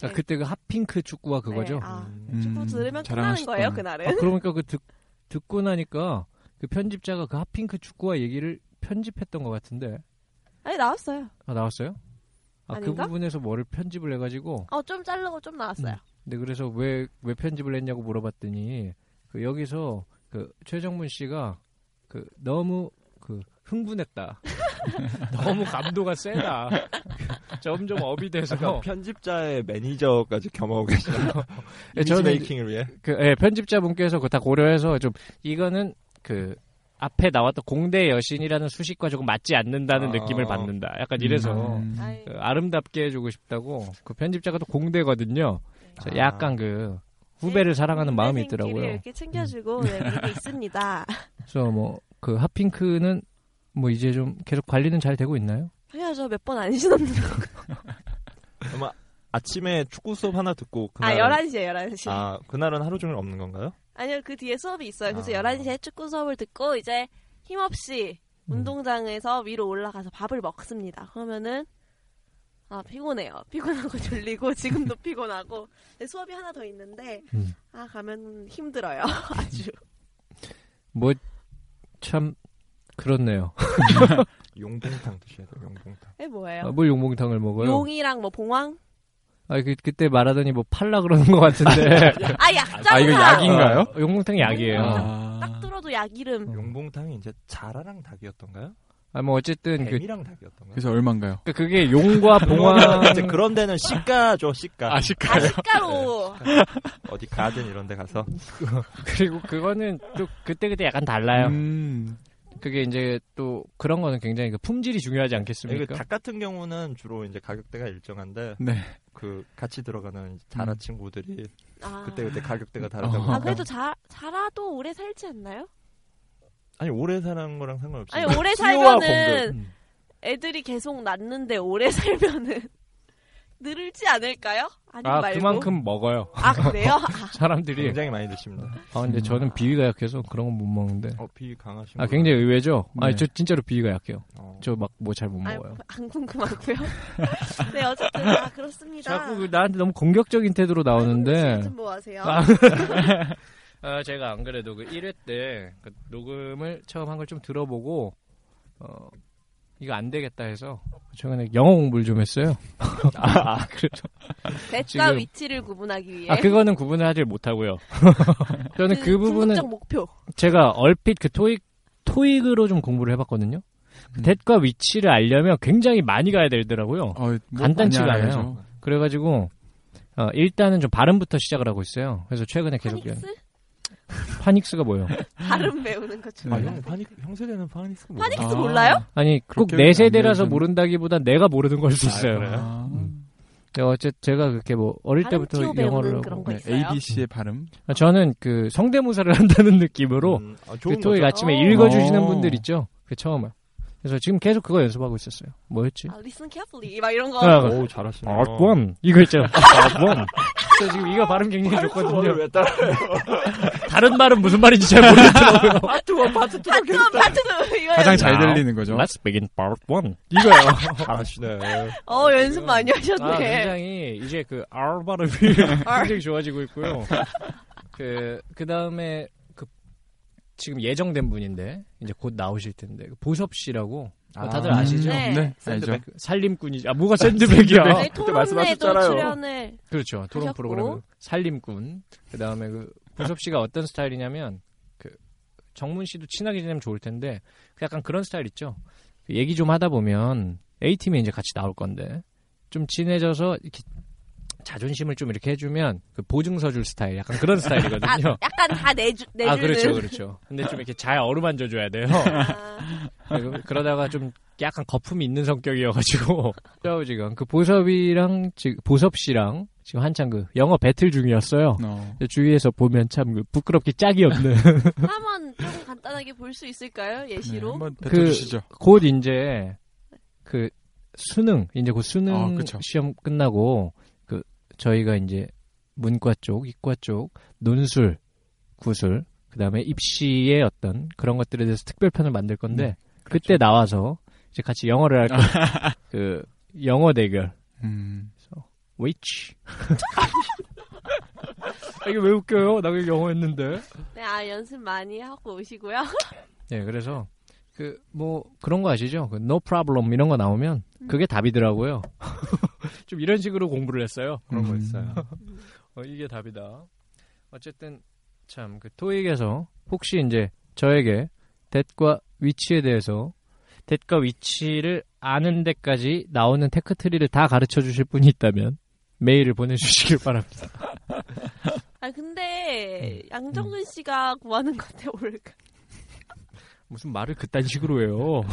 Speaker 3: 아, 그때 그 핫핑크 축구와 그거죠.
Speaker 5: 네, 아,
Speaker 4: 음.
Speaker 2: 음,
Speaker 5: 축구 들으면 끝나는
Speaker 2: 자랑하실
Speaker 5: 거예요
Speaker 2: 거는.
Speaker 3: 아,
Speaker 5: 그날은.
Speaker 3: 그러니까 그 듣, 듣고 나니까 그 편집자가 그 핫핑크 축구와 얘기를 편집했던 것 같은데.
Speaker 5: 아니 나왔어요.
Speaker 3: 아, 나왔어요? 아, 그
Speaker 5: 아닌가?
Speaker 3: 부분에서 뭐를 편집을 해가지고
Speaker 5: 어좀 자르고 좀 나왔어요.
Speaker 3: 근데 그래서 왜, 왜 편집을 했냐고 물어봤더니 그 여기서 그 최정문 씨가 그 너무 그 흥분했다. 너무 감도가 세다. 점점 업이
Speaker 4: 약간
Speaker 3: 돼서 어,
Speaker 4: 편집자의 매니저까지 겸하고 계시는
Speaker 3: 예,
Speaker 4: 이미지
Speaker 3: 저는
Speaker 4: 메이킹을 위해
Speaker 3: 그 예, 편집자분께서 그 다 고려해서 좀 이거는 그 앞에 나왔던 공대 여신이라는 수식과 조금 맞지 않는다는
Speaker 4: 아.
Speaker 3: 느낌을 받는다. 약간 이래서
Speaker 2: 음.
Speaker 5: 아이,
Speaker 3: 그 아름답게 해주고 싶다고 그 편집자가 또 공대거든요. 그래서
Speaker 4: 아.
Speaker 3: 약간 그 후배를 사랑하는 마음이
Speaker 5: 선생님끼리
Speaker 3: 있더라고요. 음.
Speaker 5: 이렇게 챙겨주고 네, 이렇게 있습니다.
Speaker 3: 그래서 뭐 그 핫핑크는 뭐 이제 좀 계속 관리는 잘 되고 있나요?
Speaker 5: 당연하죠. 몇 번 안 신었는데.
Speaker 4: 아마 아침에 축구 수업 하나 듣고
Speaker 5: 아
Speaker 4: 그날
Speaker 5: 11시에 11시. 아.
Speaker 4: 아, 그날은 하루 종일 없는 건가요?
Speaker 5: 니요그 뒤에 수업이 있어요. 그래서
Speaker 4: 아.
Speaker 5: 11시에 축구 수업을 듣고 이제 힘없이 운동장에서 위로 올라가서 밥을 먹습니다. 그러면은 아 피곤해요. 피곤하고 졸리고 지금도 피곤하고 근데 수업이 하나 더 있는데
Speaker 3: 음.
Speaker 5: 아 가면 힘들어요. 아주
Speaker 3: 뭐 참 그렇네요.
Speaker 4: 용봉탕 드셔야 돼요. 용봉탕.
Speaker 5: 에 뭐예요?
Speaker 3: 아, 뭘 용봉탕을 먹어요?
Speaker 5: 용이랑 뭐 봉황?
Speaker 3: 아, 그, 그때 말하더니 뭐 팔라 그러는 것 같은데.
Speaker 5: 아 약장사.
Speaker 2: 아, 이거 약인가요?
Speaker 3: 어, 용봉탕이 약이에요.
Speaker 5: 딱
Speaker 2: 아,
Speaker 5: 들어도 약 이름.
Speaker 4: 용봉탕이 이제 자라랑 닭이었던가요?
Speaker 3: 아, 뭐 어쨌든 그,
Speaker 4: 뱀이랑 닭이었던가요?
Speaker 2: 그래서 얼마인가요?
Speaker 3: 그- 그게 용과 봉황.
Speaker 4: 이제 그런 데는 시가죠, 시가. 네,
Speaker 5: 아 식가로.
Speaker 4: 어디 가든 이런 데 가서
Speaker 3: 그리고 그거는 또 그때그때 약간 달라요.
Speaker 2: 음.
Speaker 3: 그게 이제 또 그런 거는 굉장히 그 품질이 중요하지
Speaker 4: 이게
Speaker 3: 않겠습니까?
Speaker 4: 네, 그 닭 같은 경우는 주로 이제 가격대가 일정한데
Speaker 2: 네.
Speaker 4: 그 같이 들어가는 자라 친구들이
Speaker 5: 아.
Speaker 4: 그때 그때 가격대가 다르다고.
Speaker 2: 어.
Speaker 5: 아
Speaker 4: 하니까.
Speaker 5: 그래도 자 자라도 오래 살지 않나요?
Speaker 4: 아니 오래 사는 거랑 상관없이
Speaker 5: 그 아니 오래
Speaker 4: 수요와
Speaker 5: 살면은
Speaker 4: 공급.
Speaker 3: 음.
Speaker 5: 애들이 계속 낳는데 오래 살면은 늘지 않을까요? 아니
Speaker 3: 아,
Speaker 5: 말고.
Speaker 3: 그만큼 먹어요.
Speaker 5: 아 그래요? 아,
Speaker 3: 사람들이.
Speaker 4: 굉장히 많이 드십니다.
Speaker 3: 아, 근데 저는 비위가 약해서 그런 건 못 먹는데.
Speaker 4: 음. 어, 비 강하신
Speaker 3: 아, 굉장히 의외죠? 아니,
Speaker 2: 네.
Speaker 3: 저 진짜로 비위가 약해요.
Speaker 4: 어.
Speaker 3: 저 막 뭐 잘 못
Speaker 5: 아니,
Speaker 3: 먹어요.
Speaker 5: 안 궁금하고요. 네 어쨌든 아 그렇습니다.
Speaker 3: 자꾸 그 나한테 너무 공격적인 태도로 나오는데.
Speaker 5: 지금 뭐 하세요?
Speaker 3: 아,
Speaker 5: 어?
Speaker 3: 아, 제가 안 그래도 그 1회 때그 녹음을 처음 한 걸 좀 들어보고, 어, 이거 안 되겠다 해서 최근에 영어 공부를 좀 했어요. 아, 아, 그래서.
Speaker 5: 대가
Speaker 3: 지금-
Speaker 5: 위치를 구분하기 위해.
Speaker 3: 아, 그거는 구분을 하지 못하고요. 저는 그 부분은
Speaker 5: 궁극적 목표.
Speaker 3: 제가 얼핏 그 토익 토익으로 좀 공부를 해봤거든요. 그 댓과 위치를 알려면 굉장히 많이 가야 되더라고요.
Speaker 2: 어, 뭐
Speaker 3: 간단치가
Speaker 2: 많이
Speaker 3: 않아요.
Speaker 2: 알아야죠.
Speaker 3: 그래가지고 어, 일단은 좀 발음부터 시작을 하고 있어요. 그래서 최근에 계속
Speaker 5: 파닉스?
Speaker 3: 파닉스가 뭐예요?
Speaker 5: 발음 배우는 거
Speaker 4: 아,
Speaker 3: 네.
Speaker 5: 좋아요.
Speaker 4: 형, 파닉, 형세대는 파닉스가 뭐야?
Speaker 5: 파닉스
Speaker 2: 네. 아.
Speaker 5: 몰라요?
Speaker 3: 아니 꼭
Speaker 2: 그렇게
Speaker 3: 내
Speaker 2: 안
Speaker 3: 세대라서
Speaker 2: 배우셨네.
Speaker 3: 모른다기보다 내가 모르는 걸 수 있어요.
Speaker 2: 아,
Speaker 3: 네, 어째 제가 그렇게 뭐 어릴
Speaker 5: 발음
Speaker 3: 때부터
Speaker 5: 키워
Speaker 3: 영어를
Speaker 5: 배우는
Speaker 3: 하고
Speaker 5: 그런 거
Speaker 2: 네,
Speaker 5: 있어요? 네.
Speaker 2: ABC의 발음.
Speaker 3: 아, 저는 그 성대모사를 한다는 느낌으로
Speaker 4: 음, 아,
Speaker 3: 그
Speaker 4: 좋은
Speaker 3: 토익
Speaker 4: 거죠.
Speaker 3: 아침에
Speaker 5: 어.
Speaker 3: 읽어주시는
Speaker 2: 어.
Speaker 3: 분들 있죠. 그 처음 그래서 지금 계속 그거 연습하고 있었어요. 뭐였지?
Speaker 5: 아, listen carefully 막 이런 거.
Speaker 3: 아,
Speaker 4: 어우, 잘하시네.
Speaker 3: 아권 이거 있죠. 아권. 저 지금 이거 발음 굉장히
Speaker 4: 오늘
Speaker 3: 좋거든요.
Speaker 4: 왜 따라?
Speaker 3: 다른 말은 무슨 말인지 잘 모르겠더라고요.
Speaker 4: 파트 1, 파트 2.
Speaker 5: 파트 파트도 이거
Speaker 2: 가장 잘
Speaker 3: Now,
Speaker 2: 들리는 거죠.
Speaker 3: Let's begin part one.
Speaker 2: 이거요.
Speaker 4: 잘하시네.
Speaker 5: 어 연습 많이
Speaker 3: 아,
Speaker 5: 하셨네.
Speaker 3: 굉장히 이제 그 R 발음이 굉장히 좋아지고 있고요. 그, 그 다음에 그 지금 예정된 분인데 이제 곧 나오실 텐데 그 보섭 씨라고 어, 다들 아시죠?
Speaker 5: 네.
Speaker 2: 네, 알죠.
Speaker 3: 그 살림꾼이지. 아, 뭐가 샌드백이야.
Speaker 5: 저희 네, 토론회도
Speaker 4: 말씀하셨잖아요.
Speaker 5: 출연을
Speaker 3: 그렇죠. 토론
Speaker 5: 하셨고.
Speaker 3: 프로그램 살림꾼. 그다음에 그 보섭 씨가 어떤 스타일이냐면 그 정문 씨도 친하게 지내면 좋을 텐데 그 약간 그런 스타일 있죠. 그 얘기 좀 하다 보면 A 팀에 이제 같이 나올 건데 좀 친해져서 이렇게 자존심을 좀 이렇게 해주면 그 보증서 줄 스타일 약간 그런
Speaker 5: 아, 네,
Speaker 3: 스타일이거든요.
Speaker 5: 약간 다 내주 내주는.
Speaker 3: 아 그렇죠 그렇죠. 근데 좀 이렇게 잘 어루만져 줘야 돼요.
Speaker 5: 아,
Speaker 3: 그리고 그러다가 좀 약간 거품이 있는 성격이어가지고 저 지금 그 보섭이랑 지금 보섭 씨랑 지금 한창 그 영어 배틀 중이었어요.
Speaker 2: 어.
Speaker 3: 근데 주위에서 보면 참그 부끄럽게 짝이 없는
Speaker 5: 한번 좀 간단하게 볼 수 있을까요
Speaker 2: 네,
Speaker 5: 예시로?
Speaker 2: 한번
Speaker 3: 그-
Speaker 2: 뱉어주시죠.
Speaker 3: 곧 이제 그 수능 이제 곧 수능
Speaker 2: 아, 그쵸.
Speaker 3: 시험 끝나고 그 저희가 이제 문과 쪽, 이과 쪽, 논술, 구술 그다음에 입시의 어떤 그런 것들에 대해서 특별편을 만들 건데
Speaker 2: 네,
Speaker 3: 음, 그때 나와서 이제 같이 영어를 할그 영어 대결
Speaker 2: 음.
Speaker 3: which 아, 이게 왜 웃겨요? 나 그게 영어였는데.
Speaker 5: 네, 아 연습 많이 하고 오시고요.
Speaker 3: 네, 그래서 그 뭐 그런 거 아시죠? 그 no problem 이런 거 나오면 그게 답이더라고요. 좀 이런 식으로 공부를 했어요.
Speaker 4: 그런
Speaker 2: 음.
Speaker 4: 거 있어요.
Speaker 3: 어, 이게 답이다. 어쨌든 참 그 토익에서 혹시 이제 저에게 댓과 위치에 대해서 댓과 위치를 아는 데까지 나오는 테크트리를 다 가르쳐 주실 분이 있다면 메일을 보내주시길 바랍니다.
Speaker 5: 아
Speaker 4: 음.
Speaker 5: 근데 양정근 씨가 뭐 구하는 건데 올까?
Speaker 3: 무슨 말을 그딴 식으로 해요.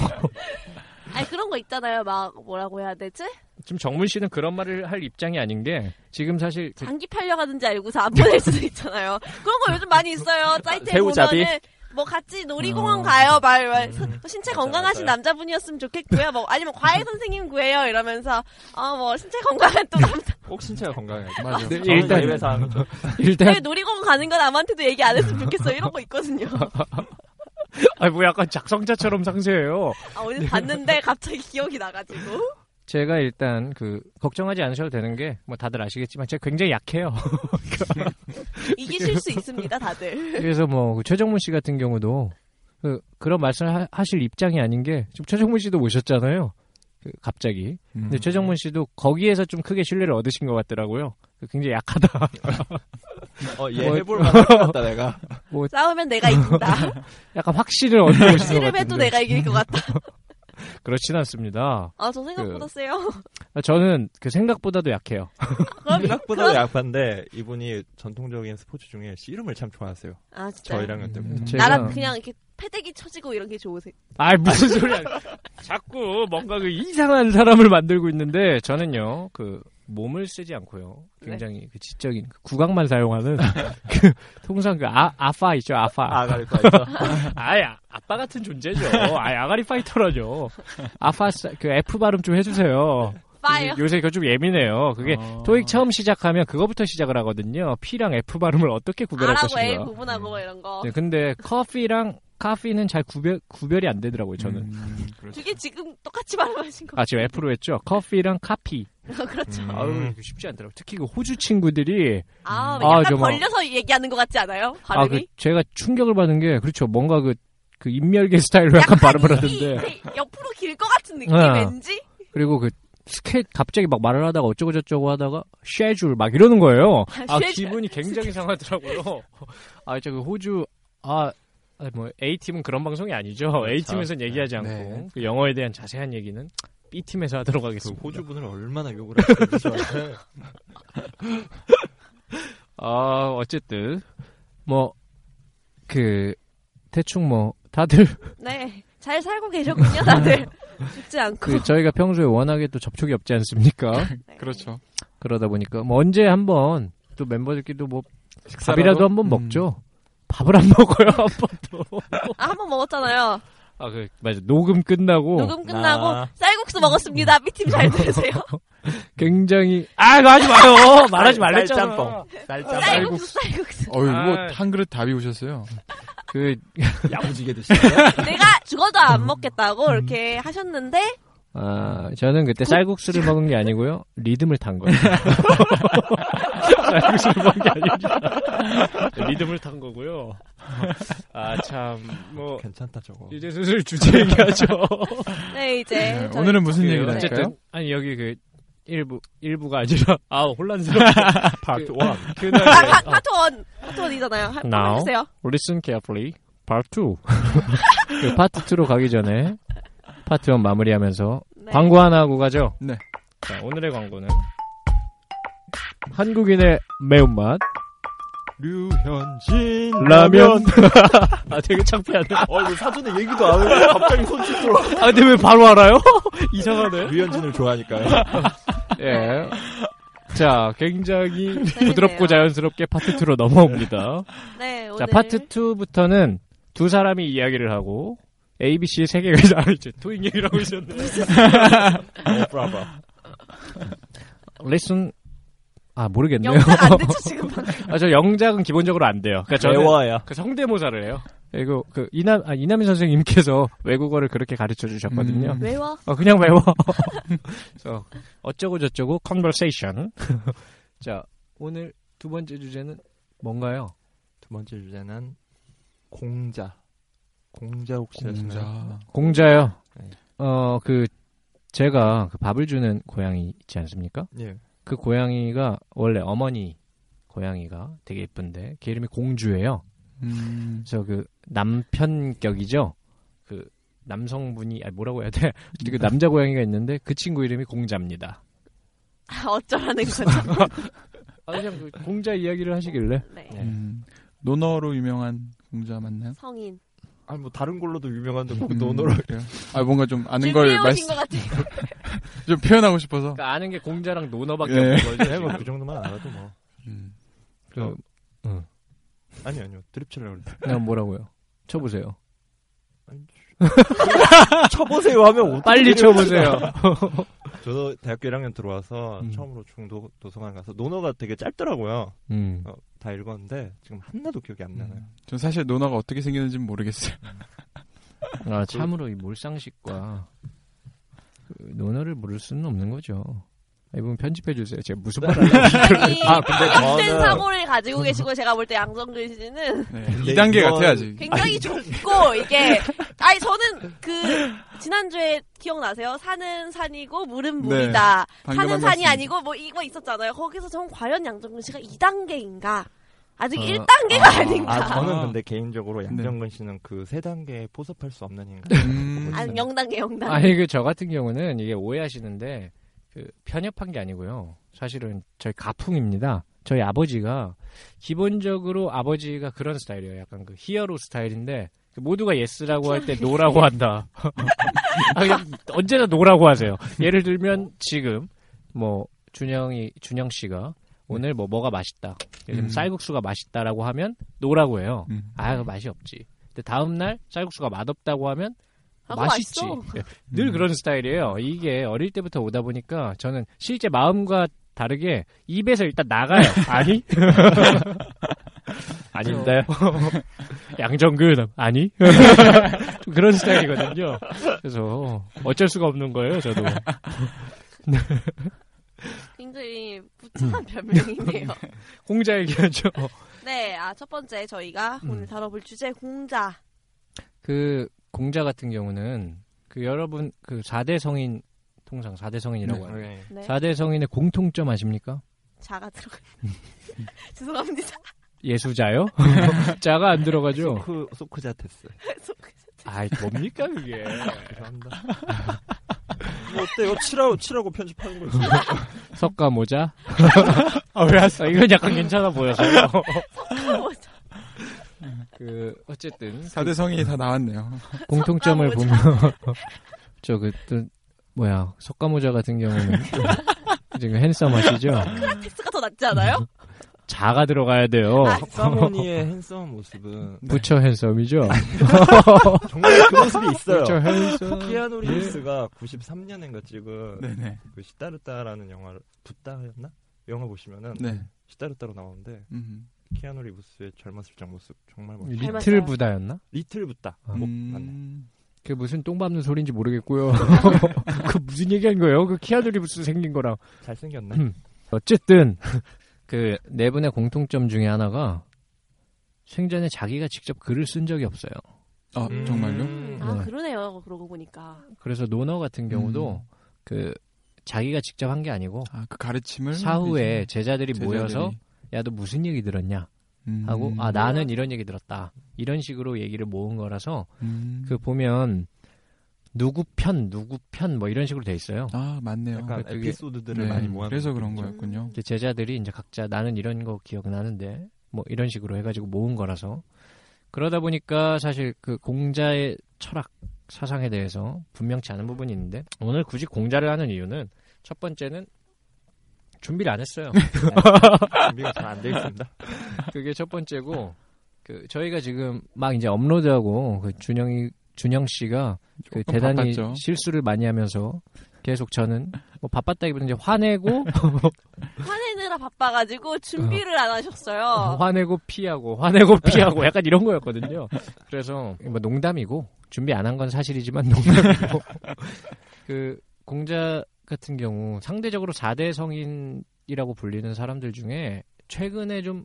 Speaker 5: 아니 그런 거 있잖아요. 막 뭐라고 해야 되지?
Speaker 3: 지금 정문 씨는 그런 말을 할 입장이 아닌 게 지금 사실 그
Speaker 5: 장기 팔려가는지 알고서 안 보낼 수도 있잖아요. 그런 거 요즘 많이 있어요. 사이트에
Speaker 4: 새우잡이? 음.
Speaker 5: 보면은 뭐 같이 놀이공원
Speaker 3: 어.
Speaker 5: 가요. 말, 말 신체 건강하신
Speaker 4: 맞아요.
Speaker 5: 남자분이었으면 좋겠고요. 뭐 아니면 과외 선생님 구해요. 이러면서 어 뭐 신체 건강은 또 감사.
Speaker 4: 꼭 신체가 건강해야 돼.
Speaker 2: 맞아요.
Speaker 3: 네,
Speaker 4: 저는
Speaker 3: 일단-
Speaker 4: 집에서 하면 좀
Speaker 3: 일단
Speaker 5: 왜 놀이공원 가는 건 남한테도 얘기 안 했으면 좋겠어. 이런 거 있거든요.
Speaker 3: 아니 뭐 약간 작성자처럼 상세해요.
Speaker 5: 아 어디 봤는데 갑자기 기억이 나가지고.
Speaker 3: 제가 일단 그 걱정하지 않으셔도 되는 게 뭐 다들 아시겠지만 제가 굉장히 약해요.
Speaker 5: 이기실 수 있습니다, 다들.
Speaker 3: 그래서 뭐그 최정문 씨 같은 경우도 그 그런 말씀을 하- 하실 입장이 아닌 게 지금 최정문 씨도 오셨잖아요. 그 갑자기. 근데
Speaker 2: 음.
Speaker 3: 최정문 씨도 거기에서 좀 크게 신뢰를 얻으신 것 같더라고요. 그 굉장히 약하다.
Speaker 4: 어, 얘
Speaker 3: 뭐-
Speaker 4: 해볼 만할 것 같다, 내가.
Speaker 5: 싸우면 내가 이긴다.
Speaker 3: 네, 약간 확신을 얻는 것 같은데.
Speaker 5: 씨름 해도 내가 이길 것 같다.
Speaker 3: 그렇진 않습니다.
Speaker 5: 아 저 생각보다
Speaker 3: 그-
Speaker 5: 세요.
Speaker 3: 저는 그 생각보다도 약해요.
Speaker 5: 그럼
Speaker 3: 네.
Speaker 4: 생각보다 약한데, 이분이 전통적인 스포츠 중에 씨름을 참 좋아하세요.
Speaker 5: 아 진짜.
Speaker 4: 저희랑은 때문에.
Speaker 2: 제가-
Speaker 5: 나랑 그냥 이렇게 패대기 쳐지고 이런 게 좋으세요.
Speaker 3: 아 무슨 소리야. 자꾸 뭔가 그 이상한 사람을 만들고 있는데 저는요 그 몸을 쓰지 않고요 굉장히 그 지적인 그 구강만 사용하는 그 통상 그 아, 아파 있죠 아파
Speaker 4: 아갈 그러니까 그렇죠. 거죠.
Speaker 3: 아야 아빠 같은 존재죠 아 아가리 파이터라죠 아파 사- 그 F 발음 좀 해주세요
Speaker 5: 파이어.
Speaker 3: 요새 그거 좀 예민해요 그게
Speaker 2: 어.
Speaker 3: 토익 처음 시작하면 그거부터 시작을 하거든요 P랑 F 발음을 어떻게 구별할
Speaker 5: 아라고 해
Speaker 3: 것인가
Speaker 5: 구분하고 뭐 이런 거.
Speaker 3: 네, 근데 커피랑 카피는 잘 구별 구별이 안 되더라고요 저는
Speaker 2: 음,
Speaker 5: 두 개 지금 똑같이 말하신 거.
Speaker 3: 그렇죠. 아 지금 F로 했죠. 커피랑 카피.
Speaker 5: 그렇죠.
Speaker 4: 음.
Speaker 3: 아유 이거 쉽지 않더라고. 특히 그 호주 친구들이
Speaker 5: 아,
Speaker 3: 아,
Speaker 5: 약간
Speaker 3: 저 뭐-
Speaker 5: 벌려서 얘기하는 것 같지 않아요?
Speaker 3: 아 그
Speaker 5: 발음이?
Speaker 3: 제가 충격을 받은 게 그렇죠. 뭔가 그, 그 인멸계 스타일로 약간 발음을
Speaker 5: 입이
Speaker 3: 하던데
Speaker 5: 이렇게 옆으로 길 것 같은 느낌
Speaker 3: 네.
Speaker 5: 왠지?
Speaker 3: 그리고 그 스케 갑자기 막 말을 하다가 어쩌고 저쩌고 하다가 쉐줄 막 이러는 거예요.
Speaker 5: 아,
Speaker 3: 아
Speaker 5: 쉐줄.
Speaker 3: 기분이 굉장히 상하더라고요. 아 진짜 그 호주 아 아, 뭐 A팀은 그런 방송이 아니죠. A팀에서는 얘기하지 않고
Speaker 4: 그렇죠. 네.
Speaker 3: 그 영어에 대한 자세한 얘기는 B팀에서 하도록
Speaker 4: 그
Speaker 3: 하겠습니다.
Speaker 4: 호주 분을 얼마나 욕을 하는지 저한테.
Speaker 3: 아, 어쨌든 뭐 그 대충 뭐 다들
Speaker 5: 네. 잘 살고 계셨군요, 다들. 죽지 않고.
Speaker 3: 그 저희가 평소에 워낙에 또 접촉이 없지 않습니까?
Speaker 5: 네.
Speaker 2: 그렇죠.
Speaker 3: 그러다 보니까 뭐 언제 한번 또 멤버들끼리도 뭐 밥이라도 한번
Speaker 2: 음.
Speaker 3: 먹죠. 밥을 안 먹어요 한 번도.
Speaker 5: 아, 한 번 먹었잖아요.
Speaker 3: 아 그 맞아 녹음 어. 끝나고
Speaker 5: 녹음 끝나고
Speaker 4: 아.
Speaker 5: 쌀국수 먹었습니다. 미팅 잘 들으세요.
Speaker 3: 굉장히 아 그거 하지 마요 말하지 말랬잖아.
Speaker 4: 쌀짬뽕. 쌀짬뽕.
Speaker 5: 쌀국수, 쌀국수.
Speaker 2: 어유 이거
Speaker 3: 아.
Speaker 2: 한 그릇 다 비우셨어요.
Speaker 3: 그
Speaker 4: 야무지게 드시네요.
Speaker 5: 내가 죽어도 안 먹겠다고 이렇게 하셨는데
Speaker 3: 아, 저는 그때 쌀국수를 먹은 게 아니고요. 리듬을 탄 거예요. 쌀국수를 먹은 게 아니고 네, 리듬을 탄 거고요. 아, 참. 뭐
Speaker 4: 괜찮다 저거.
Speaker 3: 이제 슬슬 주제 얘기하죠. 그
Speaker 5: 네 이제
Speaker 2: 네,
Speaker 5: 저희-
Speaker 2: 오늘은 무슨 얘기를
Speaker 3: 어쨌든
Speaker 2: 할까요? 음,
Speaker 3: 아니 여기 그 일부 일부가 아니라 아, 혼란스러워.
Speaker 4: 파트
Speaker 3: 그- 어.
Speaker 4: 1.
Speaker 3: 그날
Speaker 5: 아, 파- 파트 원 파트 원이잖아요. 한-
Speaker 3: 뭐- Now.
Speaker 5: 해주세요.
Speaker 3: Listen carefully. 파트 2. 그 파트 2로 가기 전에 파트 1 마무리하면서
Speaker 5: 네.
Speaker 3: 광고 하나 하고 가죠.
Speaker 2: 네.
Speaker 3: 자, 오늘의 광고는 한국인의 매운맛
Speaker 4: 류현진
Speaker 3: 라면. 아, 되게 창피하네.
Speaker 4: 어 이거 사전에 얘기도 안 하고 갑자기 손짓으로.
Speaker 3: 아, 근데 왜 바로 알아요? 이상하네.
Speaker 4: 류현진을 좋아하니까요.
Speaker 3: 예. 자, 굉장히 부드럽고 자연스럽게 파트 2로 넘어옵니다.
Speaker 5: 네 오늘
Speaker 3: 자, 파트 2부터는 두 사람이 이야기를 하고 ABC 세 개가 이제 아, 이제 토익 얘기를 하고 있었네.
Speaker 4: 어, 브라보.
Speaker 3: 레슨 아, 모르겠네요.
Speaker 5: 영상 안 되죠 지금 방금.
Speaker 3: 아, 저 영작은 기본적으로 안 돼요. 그러니까 저는
Speaker 4: 재워야.
Speaker 3: 그 성대모사를 해요. 그리고 그 이남 아, 이남희 선생님께서 외국어를 그렇게 가르쳐 주셨거든요.
Speaker 2: 음.
Speaker 5: 외워
Speaker 3: 어, 그냥 외워. 그래서 어쩌고 저쩌고 컨버세이션. 자, 오늘 두 번째 주제는 뭔가요?
Speaker 4: 두 번째 주제는 공자. 공자 혹시 아시나요?
Speaker 2: 공자.
Speaker 3: 공자요.
Speaker 4: 네.
Speaker 3: 어, 그 제가 그 밥을 주는 고양이 있지 않습니까?
Speaker 4: 예.
Speaker 3: 그 고양이가 원래 어머니 고양이가 되게 예쁜데 걔 이름이 공주예요.
Speaker 2: 음.
Speaker 3: 그래서 그 남편격이죠. 그 남성분이 아 뭐라고 해야 돼? 그 남자 고양이가 있는데 그 친구 이름이 공자입니다.
Speaker 5: 아, 어쩌라는 거죠.
Speaker 3: 아 그냥 그 공자 이야기를 하시길래
Speaker 5: 네.
Speaker 4: 네.
Speaker 2: 음. 논어로 유명한 공자 맞나요?
Speaker 5: 성인
Speaker 4: 아니 뭐 다른 걸로도 유명한데 뭐
Speaker 2: 음,
Speaker 4: 논어로
Speaker 2: 그래요? 아 뭔가 좀 아는 걸
Speaker 5: 준비해
Speaker 2: 말씀
Speaker 5: 오신 것 같아요.
Speaker 2: 좀 표현하고 싶어서.
Speaker 3: 그러니까 아는 게 공자랑 논어밖에
Speaker 2: 예.
Speaker 3: 없는 거죠.
Speaker 4: 네, 뭐그
Speaker 3: 지금.
Speaker 4: 정도만 알아도 뭐.
Speaker 2: 음.
Speaker 3: 그,
Speaker 4: 아니 아니요. 드립칠을 그래.
Speaker 3: 그냥 뭐라고요? 쳐보세요.
Speaker 4: 쳐보세요 하면 어떻게
Speaker 3: 빨리
Speaker 4: 드립을
Speaker 3: 쳐보세요.
Speaker 4: 치나. 저도 대학교 1학년 들어와서
Speaker 3: 음.
Speaker 4: 처음으로 중도 도서관 가서 논어가 되게 짧더라고요.
Speaker 3: 음.
Speaker 4: 어, 다 읽었는데 지금 하나도 기억이 안 나나요.
Speaker 2: 전 사실 논어가 어떻게 생기는지는 모르겠어요.
Speaker 3: 아 참으로 이 몰상식과 그 논어를 모를 수는 없는 거죠. 이분 편집해 주세요. 제가 무슨 말을
Speaker 5: 아니
Speaker 4: 아, 근데
Speaker 5: 약된
Speaker 4: 저는-
Speaker 5: 네. 사고를 가지고 계시고 제가 볼 때 양성준 씨는
Speaker 2: 네.
Speaker 4: 근데
Speaker 2: 2단계
Speaker 4: 이건-
Speaker 2: 같아요 아직.
Speaker 5: 굉장히 좁고 이게 아니 저는 그 지난주에 기억나세요? 산은 산이고 물은
Speaker 2: 네,
Speaker 5: 물이다.
Speaker 2: 방금
Speaker 5: 산은
Speaker 2: 한
Speaker 5: 산이
Speaker 2: 말씀.
Speaker 5: 아니고 뭐 이거 있었잖아요. 거기서 전 과연 양정근 씨가 2단계인가? 아직
Speaker 3: 어,
Speaker 5: 1단계가
Speaker 3: 아,
Speaker 5: 아, 닌가
Speaker 4: 아
Speaker 3: 아.
Speaker 4: 저는 근데 개인적으로 양정근 씨는 그 세 단계에 포섭할 수 없는 인간.
Speaker 2: 음.
Speaker 5: 아, 0단계 0단계.
Speaker 3: 아니 그 저 같은 경우는 이게 오해하시는데 그 편협한 게 아니고요. 사실은 저희 가풍입니다. 저희 아버지가 기본적으로 아버지가 그런 스타일이에요. 약간 그 히어로 스타일인데 그 모두가 예스라고 할 때 노라고 한다. 아, 그냥 언제나 노라고 하세요. 예를 들면 지금 뭐 준영이 준영 씨가 오늘 뭐 뭐가 맛있다. 예를 들면
Speaker 2: 음.
Speaker 3: 쌀국수가 맛있다라고 하면 노라고 해요.
Speaker 2: 음.
Speaker 3: 아, 그 맛이 없지. 근데 다음 날 쌀국수가 맛없다고 하면
Speaker 5: 아, 그거
Speaker 3: 맛있지.
Speaker 5: 맛있어.
Speaker 3: 예. 늘
Speaker 2: 음.
Speaker 3: 그런 스타일이에요. 이게 어릴 때부터 오다 보니까 저는 실제 마음과 다르게 입에서 일단 나가요. 아니? 아닌데. 양정근 아니? 좀 그런 스타일이거든요. 그래서 어쩔 수가 없는 거예요, 저도.
Speaker 5: 굉장히 부친한 변명이네요.
Speaker 3: 공자 얘기하죠.
Speaker 5: 네, 아 첫 번째 저희가
Speaker 3: 음.
Speaker 5: 오늘 다뤄볼 주제 공자.
Speaker 3: 그 공자 같은 경우는 그 여러분 그 4대 성인 통상 4대 성인이라고 하는
Speaker 4: 네.
Speaker 5: 네,
Speaker 3: 4대 성인의 공통점 아십니까?
Speaker 5: 자가 들어가. 죄송합니다.
Speaker 3: 예수자요? 자가 안 들어가죠?
Speaker 4: 소크, 소크자테스.
Speaker 3: 아이, 뭡니까, 그게.
Speaker 4: 죄송합니다. 뭐 어때요? 치라고, 치라고 편집하는 거지.
Speaker 3: 석가 모자? 아, 왜 왔어? 이건 약간 괜찮아 보여서요.
Speaker 5: 어,
Speaker 3: 그, 어쨌든.
Speaker 2: 사대성이 다 나왔네요.
Speaker 3: 공통점을 보면
Speaker 5: 석가모자.
Speaker 3: 저 그 또 뭐야 석가모자 같은 경우는 좀 지금 핸섬 하시죠
Speaker 5: 텍스가 더 낫지 않아요?
Speaker 3: 자가 들어가야 돼요
Speaker 4: 사모니의 핸섬 모습은
Speaker 3: 부처 핸섬이죠
Speaker 4: 정말 그 모습이 있어요.
Speaker 3: 부처 핸섬
Speaker 4: 키아누 리브스가 93년인가 찍은
Speaker 2: 그렇죠. 네. 네네.
Speaker 4: 그 시타르타라는 영화를 붓다였나? 영화 보시면은
Speaker 2: 네.
Speaker 4: 시타르타로 나오는데
Speaker 2: 음.
Speaker 4: 키아누 리브스의 젊었을 적 모습 정말 멋있어.
Speaker 3: 리틀
Speaker 5: 닮았어요.
Speaker 3: 부다였나
Speaker 4: 리틀 붓다.
Speaker 3: 아.
Speaker 4: 뭐,
Speaker 2: 음.
Speaker 4: 맞네.
Speaker 3: 그 무슨 똥 밟는 소리인지 모르겠고요 그 무슨 얘기한 거예요 그 키아누 리브스 생긴 거랑
Speaker 4: 잘생겼나?
Speaker 3: 음. 어쨌든 그 네 분의 공통점 중에 하나가 생전에 자기가 직접 글을 쓴 적이 없어요
Speaker 2: 아
Speaker 4: 음.
Speaker 2: 정말요?
Speaker 5: 아
Speaker 3: 네.
Speaker 5: 그러네요. 그러고 보니까
Speaker 3: 그래서 논어 같은 경우도 그 자기가 직접 한 게 아니고
Speaker 2: 아 그 가르침을
Speaker 3: 사후에
Speaker 2: 이제
Speaker 3: 음, 제자들이,
Speaker 2: 제자들이.
Speaker 3: 모여서 야 너 무슨 얘기 들었냐
Speaker 2: 음.
Speaker 3: 하고 아 나는 이런 얘기 들었다 이런 식으로 얘기를 모은 거라서
Speaker 2: 음.
Speaker 3: 그 보면 누구 편 누구 편 뭐 이런 식으로 돼 있어요.
Speaker 2: 아 맞네요.
Speaker 4: 약간
Speaker 3: 그게-
Speaker 4: 에피소드들을
Speaker 2: 네,
Speaker 4: 많이 모아.
Speaker 2: 그래서 그런 거였군요.
Speaker 3: 이제 제자들이 이제 각자 나는 이런 거 기억나는데 뭐 이런 식으로 해가지고 모은 거라서 그러다 보니까 사실 그 공자의 철학 사상에 대해서 분명치 않은 부분이 있는데 오늘 굳이 공자를 하는 이유는 첫 번째는 준비를 안 했어요.
Speaker 4: 준비가 잘 안 돼 있습니다.
Speaker 3: 그게 첫 번째고 그 저희가 지금 막 이제 업로드하고 그 준영이 준영 씨가 그
Speaker 2: 조금
Speaker 3: 대단히
Speaker 2: 바빴죠.
Speaker 3: 실수를 많이 하면서 계속 저는 뭐 바빴다기보다 이제 화내고
Speaker 5: 화내느라 바빠가지고 준비를 안 하셨어요.
Speaker 3: 뭐
Speaker 5: 네.
Speaker 3: 화내고 피하고 화내고 피하고 약간 이런 거였거든요. 그래서 뭐 농담이고 준비 안 한 건 사실이지만 농담이고 그 공자 같은 경우 상대적으로 4대 성인이라고 불리는 사람들 중에 최근에 좀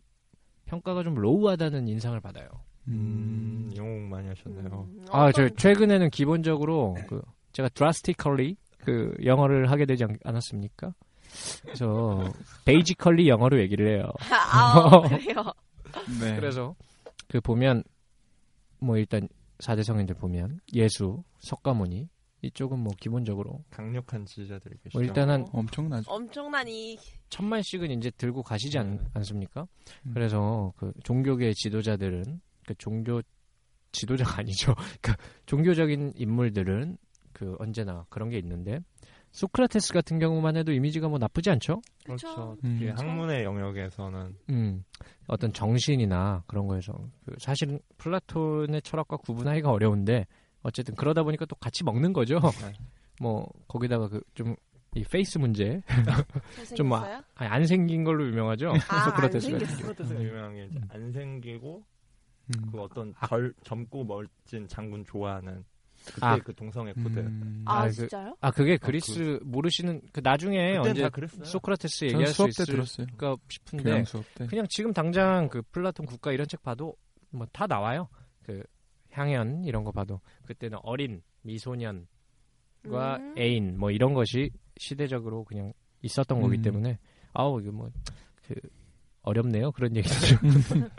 Speaker 3: 평가가 좀 로우하다는 인상을 받아요.
Speaker 4: 음, 영웅 많이 하셨네요.
Speaker 5: 음,
Speaker 3: 아, 저
Speaker 5: 어떤- 네.
Speaker 3: 최근에는 기본적으로 그 제가 drastically 그 영어를 하게 되지 않, 않았습니까? 그래서 basically 영어로 얘기를 해요.
Speaker 5: 아, 아, 그래요.
Speaker 4: 음.
Speaker 2: 네.
Speaker 3: 그래서 그 보면 뭐 일단 4대 성인들 보면 예수, 석가모니 이쪽은 뭐 기본적으로
Speaker 4: 강력한 지지자들이 계시죠.
Speaker 3: 뭐 일단
Speaker 2: 어.
Speaker 3: 한
Speaker 2: 엄청나죠.
Speaker 5: 엄청난 이
Speaker 3: 천만씩은 이제 들고 가시지 않,
Speaker 4: 네.
Speaker 3: 습니까
Speaker 2: 음.
Speaker 3: 그래서 그 종교계 지도자들은 그 종교 지도자가 아니죠. 그 종교적인 인물들은 그 언제나 그런 게 있는데 소크라테스 같은 경우만 해도 이미지가 뭐 나쁘지 않죠.
Speaker 4: 그렇죠.
Speaker 2: 음.
Speaker 4: 특히 학문의 영역에서는
Speaker 3: 음, 어떤 정신이나 그런 거에서 그 사실은 플라톤의 철학과 구분하기가 어려운데 어쨌든 그러다 보니까 또 같이 먹는 거죠.
Speaker 2: 어.
Speaker 4: 네.
Speaker 3: 뭐 거기다가 그 좀 이 페이스 문제 좀 뭐-
Speaker 5: 잘생겼어요?
Speaker 3: 아니, 안 생긴 걸로 유명하죠.
Speaker 5: 아, 안
Speaker 3: 소크라테스가.
Speaker 5: 생겼어.
Speaker 4: 스포츠에서 유명한 게 이제 안 생기고
Speaker 2: 음.
Speaker 4: 그 어떤 절, 젊고 멋진 장군 좋아하는 그때
Speaker 3: 아.
Speaker 4: 그 동성애
Speaker 2: 음.
Speaker 4: 코드.
Speaker 5: 아,
Speaker 3: 아, 그-
Speaker 5: 진짜요?
Speaker 3: 아 그게 그리스 모르시는 그 나중에
Speaker 4: 그때는
Speaker 3: 언제
Speaker 4: 다 그랬어요.
Speaker 3: 소크라테스
Speaker 2: 전
Speaker 3: 얘기할 수
Speaker 2: 수업 때
Speaker 3: 있을까
Speaker 2: 들었어요.
Speaker 3: 싶은데
Speaker 2: 교양 수업 때.
Speaker 3: 그냥 지금 당장 그 플라톤 국가 이런 책 봐도 뭐 다 나와요. 그 향연 이런 거 봐도 그때는 어린 미소년 과
Speaker 5: 음.
Speaker 3: 애인 뭐 이런 것이 시대적으로 그냥 있었던 거기
Speaker 2: 음.
Speaker 3: 때문에 아우 이거 뭐 그 어렵네요 그런 얘기죠. 근데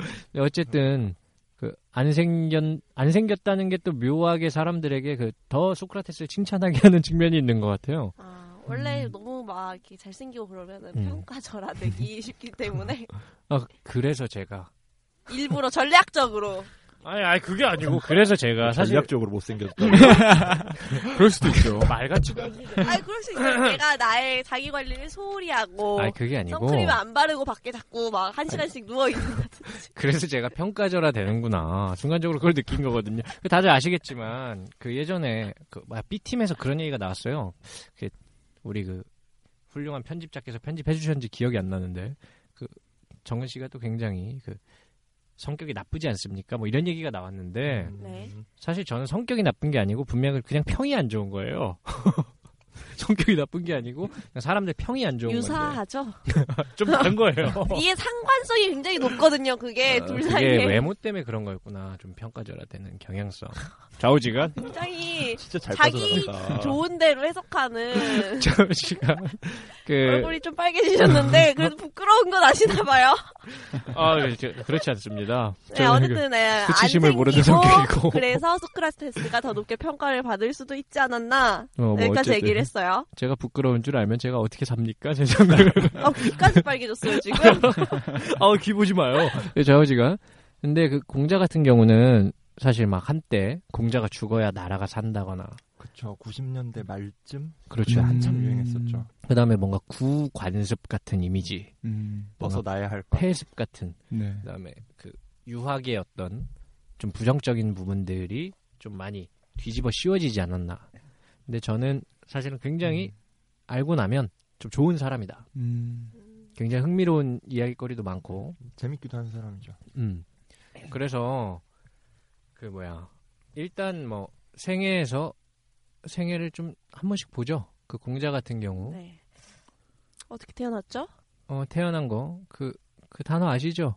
Speaker 3: 어쨌든 그 안 생겼 안 생겼다는 게 또 묘하게 사람들에게 그 더 소크라테스를 칭찬하게 하는 측면이 있는 것 같아요.
Speaker 5: 아, 원래 너무 막 이렇게 잘생기고 그러면은
Speaker 3: 음.
Speaker 5: 평가절하되기 쉽기 때문에
Speaker 3: 아 그래서 제가
Speaker 5: 일부러 전략적으로
Speaker 3: 아니 아니 그게 아니고 그래서 제가 사실
Speaker 4: 전략적으로 못생겼다.
Speaker 2: 그럴 수도 있죠.
Speaker 3: 말 같지도 않
Speaker 5: 아니 그럴 수 있어요. 내가 나의 자기 관리를 소홀히 하고
Speaker 3: 아니 그게 아니고
Speaker 5: 뭐
Speaker 3: 음,
Speaker 5: 선크림 안 바르고 밖에 자꾸 막 한 시간씩 누워 있는
Speaker 3: 그래서 제가 평가절하 되는구나. 순간적으로 그걸 느낀 거거든요. 그 다들 아시겠지만, 그 예전에, 그, 뭐야, B팀에서 그런 얘기가 나왔어요. 그, 우리 그, 훌륭한 편집자께서 편집해주셨는지 기억이 안 나는데, 그, 정은 씨가 또 굉장히 그, 성격이 나쁘지 않습니까? 뭐 이런 얘기가 나왔는데,
Speaker 5: 네.
Speaker 3: 사실 저는 성격이 나쁜 게 아니고, 분명히 그냥 평이 안 좋은 거예요. 성격이 나쁜 게 아니고 그냥 사람들 평이 안 좋은 건데.
Speaker 5: 유사하죠.
Speaker 6: 좀 다른 거예요.
Speaker 5: 이게 상관성이 굉장히 높거든요. 그게
Speaker 3: 어,
Speaker 5: 둘
Speaker 3: 그게
Speaker 5: 사이에
Speaker 3: 외모 때문에 그런 거였구나. 좀 평가절하되는 경향성. 좌우지간.
Speaker 5: 굉장히
Speaker 4: 진짜 잘
Speaker 5: 자기
Speaker 3: 아.
Speaker 4: 빠져나갔다.
Speaker 5: 좋은 대로 해석하는
Speaker 3: 좌우지간. 그
Speaker 5: 얼굴이 좀
Speaker 3: 음.
Speaker 5: 빨개지셨는데 그래도 부끄러운 건 아시나 봐요.
Speaker 3: 아, 저- 그렇지 않습니다.
Speaker 5: 네,
Speaker 3: 저는 그
Speaker 5: 어쨌든 네,
Speaker 3: 수치심을
Speaker 5: 안
Speaker 3: 모르는
Speaker 5: 생기고
Speaker 3: 성격이고.
Speaker 5: 그래서 소크라테스가 더 높게 평가를 받을 수도 있지 않았나
Speaker 3: 어, 뭐
Speaker 5: 여기까지
Speaker 3: 어쨌든
Speaker 5: 얘기를 했어요.
Speaker 3: 제가 부끄러운 줄 알면 제가 어떻게 삽니까? 세상을.
Speaker 5: 아, 귀까지 빨개졌어요 지금.
Speaker 3: 아우 귀 보지 마요. 네, 좌우지간. 근데 그 공자 같은 경우는 사실 막 한때 공자가 죽어야 나라가 산다거나
Speaker 4: 그쵸. 90년대 말쯤
Speaker 3: 그렇죠.
Speaker 2: 음.
Speaker 4: 한참 유행했었죠.
Speaker 3: 그다음에 뭔가 구관습 같은 이미지,
Speaker 2: 음,
Speaker 4: 벗어나야 할 것.
Speaker 3: 폐습 같은
Speaker 2: 네.
Speaker 3: 그다음에 그 유학의 어떤 좀 부정적인 부분들이 좀 많이 뒤집어 씌워지지 않았나. 근데 저는 사실은 굉장히 알고 나면 좀 좋은 사람이다.
Speaker 2: 음,
Speaker 3: 굉장히 흥미로운 이야기거리도 많고
Speaker 4: 재밌기도 한 사람이죠.
Speaker 3: 음. 그래서 그 뭐야 일단 뭐 생애에서 생애를 좀 한 번씩 보죠. 그 공자 같은 경우
Speaker 5: 네. 어떻게 태어났죠?
Speaker 3: 어, 태어난 거 그 그 단어 아시죠?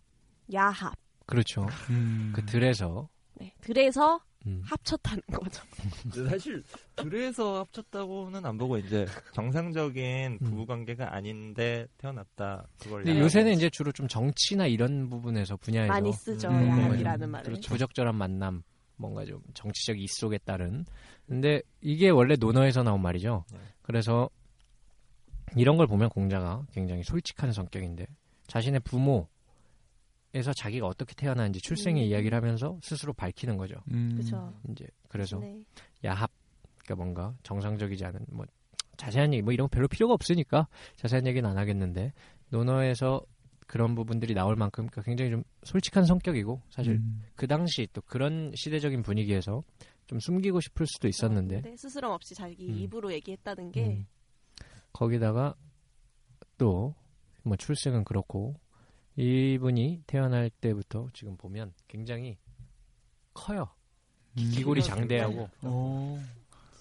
Speaker 5: 야합.
Speaker 3: 그렇죠.
Speaker 2: 음.
Speaker 3: 그 들에서
Speaker 5: 네. 그래서
Speaker 3: 음.
Speaker 5: 합쳤다는 거죠.
Speaker 4: 근데 사실 둘에서 합쳤다고는 안 보고 이제 정상적인 부부 관계가 아닌데 태어났다. 그걸
Speaker 3: 근데
Speaker 4: 약간
Speaker 3: 요새는 이제 주로 좀 정치나 이런 부분에서 분야에서
Speaker 5: 많이 쓰죠
Speaker 2: 음.
Speaker 5: 야합이라는 말을.
Speaker 3: 그렇죠. 부적절한 만남 뭔가 좀 정치적 입속에 따른 근데 이게 원래 논어에서 나온 말이죠.
Speaker 4: 네.
Speaker 3: 그래서 이런 걸 보면 공자가 굉장히 솔직한 성격인데 자신의 부모에서 자기가 어떻게 태어났는지 출생의
Speaker 5: 음.
Speaker 3: 이야기를 하면서 스스로 밝히는 거죠.
Speaker 2: 음.
Speaker 5: 그렇죠.
Speaker 3: 이제 그래서
Speaker 5: 네.
Speaker 3: 야합 그러니까 뭔가 정상적이지 않은 뭐 자세한 얘기 뭐 이런 거 별로 필요가 없으니까 자세한 얘기는 안 하겠는데 논어에서 그런 부분들이 나올 만큼 그러니까 굉장히 좀 솔직한 성격이고 사실
Speaker 2: 음.
Speaker 3: 그 당시 또 그런 시대적인 분위기에서 좀 숨기고 싶을 수도 있었는데
Speaker 5: 근데 네, 스스럼 없이 자기
Speaker 3: 음.
Speaker 5: 입으로 얘기했다는 게
Speaker 3: 음. 거기다가 또 뭐 출생은 그렇고 이분이 태어날 때부터 지금 보면 굉장히 커요
Speaker 5: 음.
Speaker 3: 기골이 장대하고
Speaker 4: 어.
Speaker 2: 오.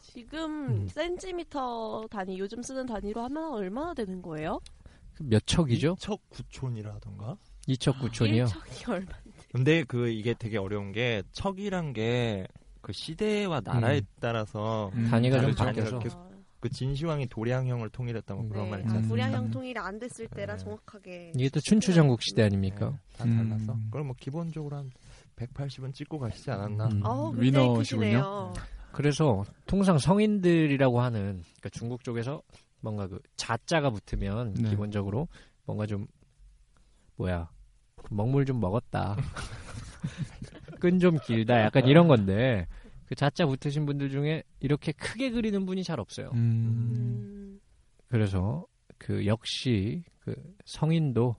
Speaker 5: 지금
Speaker 3: 음.
Speaker 5: 센티미터 단위 요즘 쓰는 단위로 하면 얼마나 되는 거예요?
Speaker 3: 몇 척이죠?
Speaker 4: 척 구촌이라던가.
Speaker 3: 2척 음. 9촌이요.
Speaker 5: 아, 일척이 얼마?
Speaker 4: 근데 그 이게 되게 어려운 게 척이란 게 그 시대와 나라에
Speaker 3: 음.
Speaker 4: 따라서
Speaker 2: 음.
Speaker 3: 단위가 좀
Speaker 4: 다르죠.
Speaker 3: 바뀌어서
Speaker 4: 계속-
Speaker 5: 아,
Speaker 4: 그 진신왕이 도량형을 통일했다 뭐 그런
Speaker 5: 네.
Speaker 4: 말
Speaker 5: 아,
Speaker 4: 있잖아요.
Speaker 5: 불량형 통일이 안 됐을 때라
Speaker 4: 네.
Speaker 5: 정확하게.
Speaker 3: 이게 또 춘추전국 시대 아닙니까?
Speaker 4: 네, 다
Speaker 2: 음.
Speaker 4: 달라서. 그걸 뭐 기본적으로 한 180은 찍고 가시지 않았나.
Speaker 3: 음.
Speaker 5: 어,
Speaker 2: 위너시군요.
Speaker 5: 위너시군요.
Speaker 3: 그래서 통상 성인들이라고 하는 그러니까 중국 쪽에서 뭔가 그 자자가 붙으면
Speaker 2: 네.
Speaker 3: 기본적으로 뭔가 좀 뭐야 먹물 좀 먹었다 끈 좀 길다 약간 이런 건데 그 자자 붙으신 분들 중에 이렇게 크게 그리는 분이 잘 없어요.
Speaker 2: 음.
Speaker 5: 음,
Speaker 3: 그래서 그 역시 그 성인도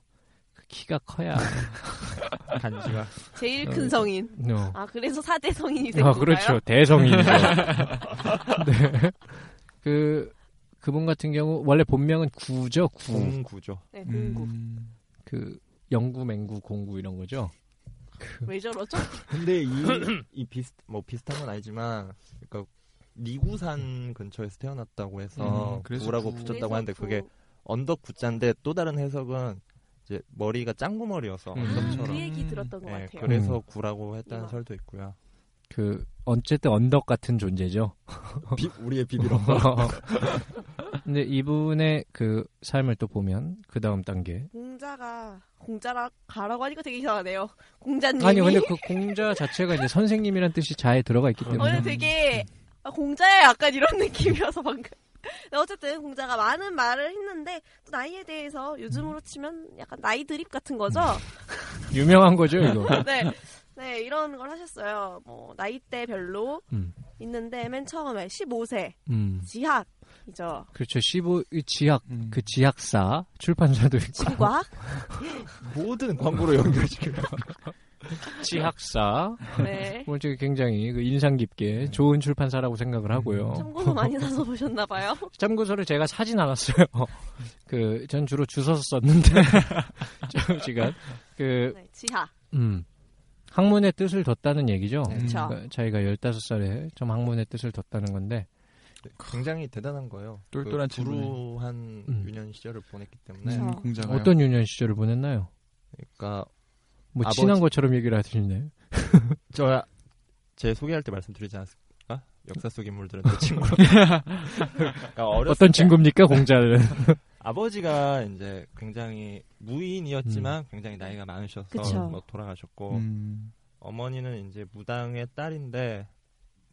Speaker 3: 그 키가 커야
Speaker 4: 간지가.
Speaker 5: 제일 큰 성인.
Speaker 3: 어.
Speaker 5: 아 그래서 사대 성인이 된
Speaker 3: 아,
Speaker 5: 건가요?
Speaker 3: 그렇죠. 대성인이죠. 네. 그, 그분 같은 경우, 원래 본명은 구죠, 구.
Speaker 4: 공구죠.
Speaker 5: 네, 공구.
Speaker 2: 음.
Speaker 3: 그, 영구, 맹구, 공구 이런 거죠.
Speaker 5: 왜 저러죠?
Speaker 4: 근데 이, 이 비슷, 뭐 비슷한 건 아니지만, 그러니까 니구산 근처에서 태어났다고 해서
Speaker 2: 음, 그래서
Speaker 4: 구라고
Speaker 2: 구-
Speaker 4: 붙였다고 하는데
Speaker 5: 그래서
Speaker 4: 그게
Speaker 5: 구-
Speaker 4: 언덕 구자인데 또 다른 해석은 이제 머리가 짱구머리여서
Speaker 3: 음.
Speaker 5: 아, 그
Speaker 4: 언덕처럼.
Speaker 5: 얘기 들었던 것
Speaker 4: 네,
Speaker 5: 같아요.
Speaker 4: 그래서 구라고 했다는
Speaker 5: 이거.
Speaker 4: 설도 있고요.
Speaker 3: 그, 어쨌든 언덕 같은 존재죠.
Speaker 4: 비- 우리의 비비로.
Speaker 3: 근데 이분의 그 삶을 또 보면, 그 다음 단계.
Speaker 5: 공자가 공자라 가라고 하니까 되게 이상하네요. 공자님이
Speaker 3: 아니, 근데 그 공자 자체가 이제 선생님이란 뜻이 자에 들어가 있기
Speaker 5: 어, 근데
Speaker 3: 때문에.
Speaker 5: 되게 아, 공자야 약간 이런 느낌이어서 방금. 근데 어쨌든 공자가 많은 말을 했는데 또 나이에 대해서
Speaker 3: 음.
Speaker 5: 요즘으로 치면 약간 나이 드립 같은 거죠.
Speaker 3: 유명한 거죠, 이거.
Speaker 5: 네, 네 이런 걸 하셨어요. 뭐 나이대별로
Speaker 3: 음.
Speaker 5: 있는데 맨 처음에 15세
Speaker 3: 음.
Speaker 5: 지학이죠.
Speaker 3: 그렇죠. 15, 이 지학,
Speaker 2: 음.
Speaker 3: 그 지학사, 출판사도 있고.
Speaker 5: 지과
Speaker 4: 모든 광고로 연결시켜요.
Speaker 3: 지학사.
Speaker 5: 네.
Speaker 3: 오늘 저기 굉장히 그 인상
Speaker 4: 네.
Speaker 3: 깊게 좋은 출판사라고
Speaker 4: 음.
Speaker 3: 생각을 하고요.
Speaker 5: 참고로 많이 사서 보셨나 봐요.
Speaker 4: 뭐
Speaker 3: 참고서를 제가 사진 않았어요. 그 전 주로 주워서 썼는데 저 지금 그
Speaker 5: 네, 지학.
Speaker 3: 음, 학문의 뜻을 뒀다는 얘기죠.
Speaker 4: 네.
Speaker 5: 그렇죠.
Speaker 3: 네. 그러니까 자기가 15살에 좀 학문의 뜻을 뒀다는 건데
Speaker 4: 네, 굉장히 대단한 거예요.
Speaker 2: 똘똘한
Speaker 4: 그 불우한
Speaker 3: 음.
Speaker 4: 유년 시절을 보냈기 때문에
Speaker 2: 네,
Speaker 5: 그쵸.
Speaker 2: 공자가
Speaker 3: 어떤 유년 시절을 보냈나요?
Speaker 4: 그러니까
Speaker 3: 뭐
Speaker 4: 아버지.
Speaker 3: 친한 것처럼 얘기를 하시네.
Speaker 4: 저 제 소개할 때 말씀드리지 않았을까? 역사 속 인물들은 내 친구. 그러니까 어렸을
Speaker 3: 어떤
Speaker 4: 때
Speaker 3: 친구입니까 공자는?
Speaker 4: 아버지가 이제 굉장히 무인이었지만 굉장히 나이가 많으셔서
Speaker 5: 그쵸.
Speaker 4: 뭐 돌아가셨고
Speaker 2: 음,
Speaker 4: 어머니는 이제 무당의 딸인데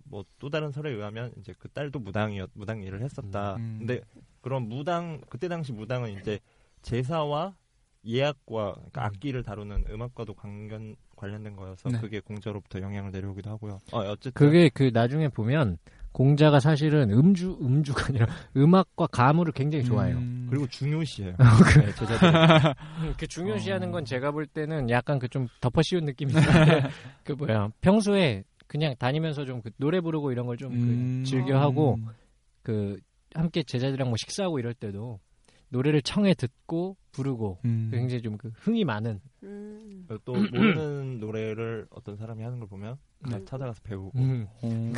Speaker 4: 뭐 또 다른 설에 의하면 이제 그 딸도 무당이었 무당 일을 했었다.
Speaker 2: 음.
Speaker 4: 근데 그런 무당 그때 당시 무당은 이제 제사와 예악과
Speaker 3: 음.
Speaker 4: 그러니까 악기를 다루는 음악과도 관련 관련된 거여서
Speaker 2: 네.
Speaker 4: 그게 공자로부터 영향을 내려오기도 하고요. 어 어쨌든
Speaker 3: 그게 그 나중에 보면 공자가 사실은 음주 음주가 아니라 음악과 가무를 굉장히 좋아해요.
Speaker 2: 음,
Speaker 4: 그리고 중요시해요.
Speaker 2: 아,
Speaker 4: 네, 제자들
Speaker 3: 그 중요시하는 건 제가 볼 때는 약간 그 좀 덮어씌운 느낌이 있는데 그 뭐야 평소에 그냥 다니면서 좀 그 노래 부르고 이런 걸 좀그
Speaker 2: 음,
Speaker 3: 즐겨하고
Speaker 2: 음,
Speaker 3: 그 함께 제자들이랑 뭐 식사하고 이럴 때도 노래를 청해 듣고 부르고
Speaker 2: 음.
Speaker 3: 굉장히 좀 그 흥이 많은
Speaker 5: 음.
Speaker 4: 또 모르는 노래를 어떤 사람이 하는 걸 보면 다 찾아가서 배우고
Speaker 2: 네. 음.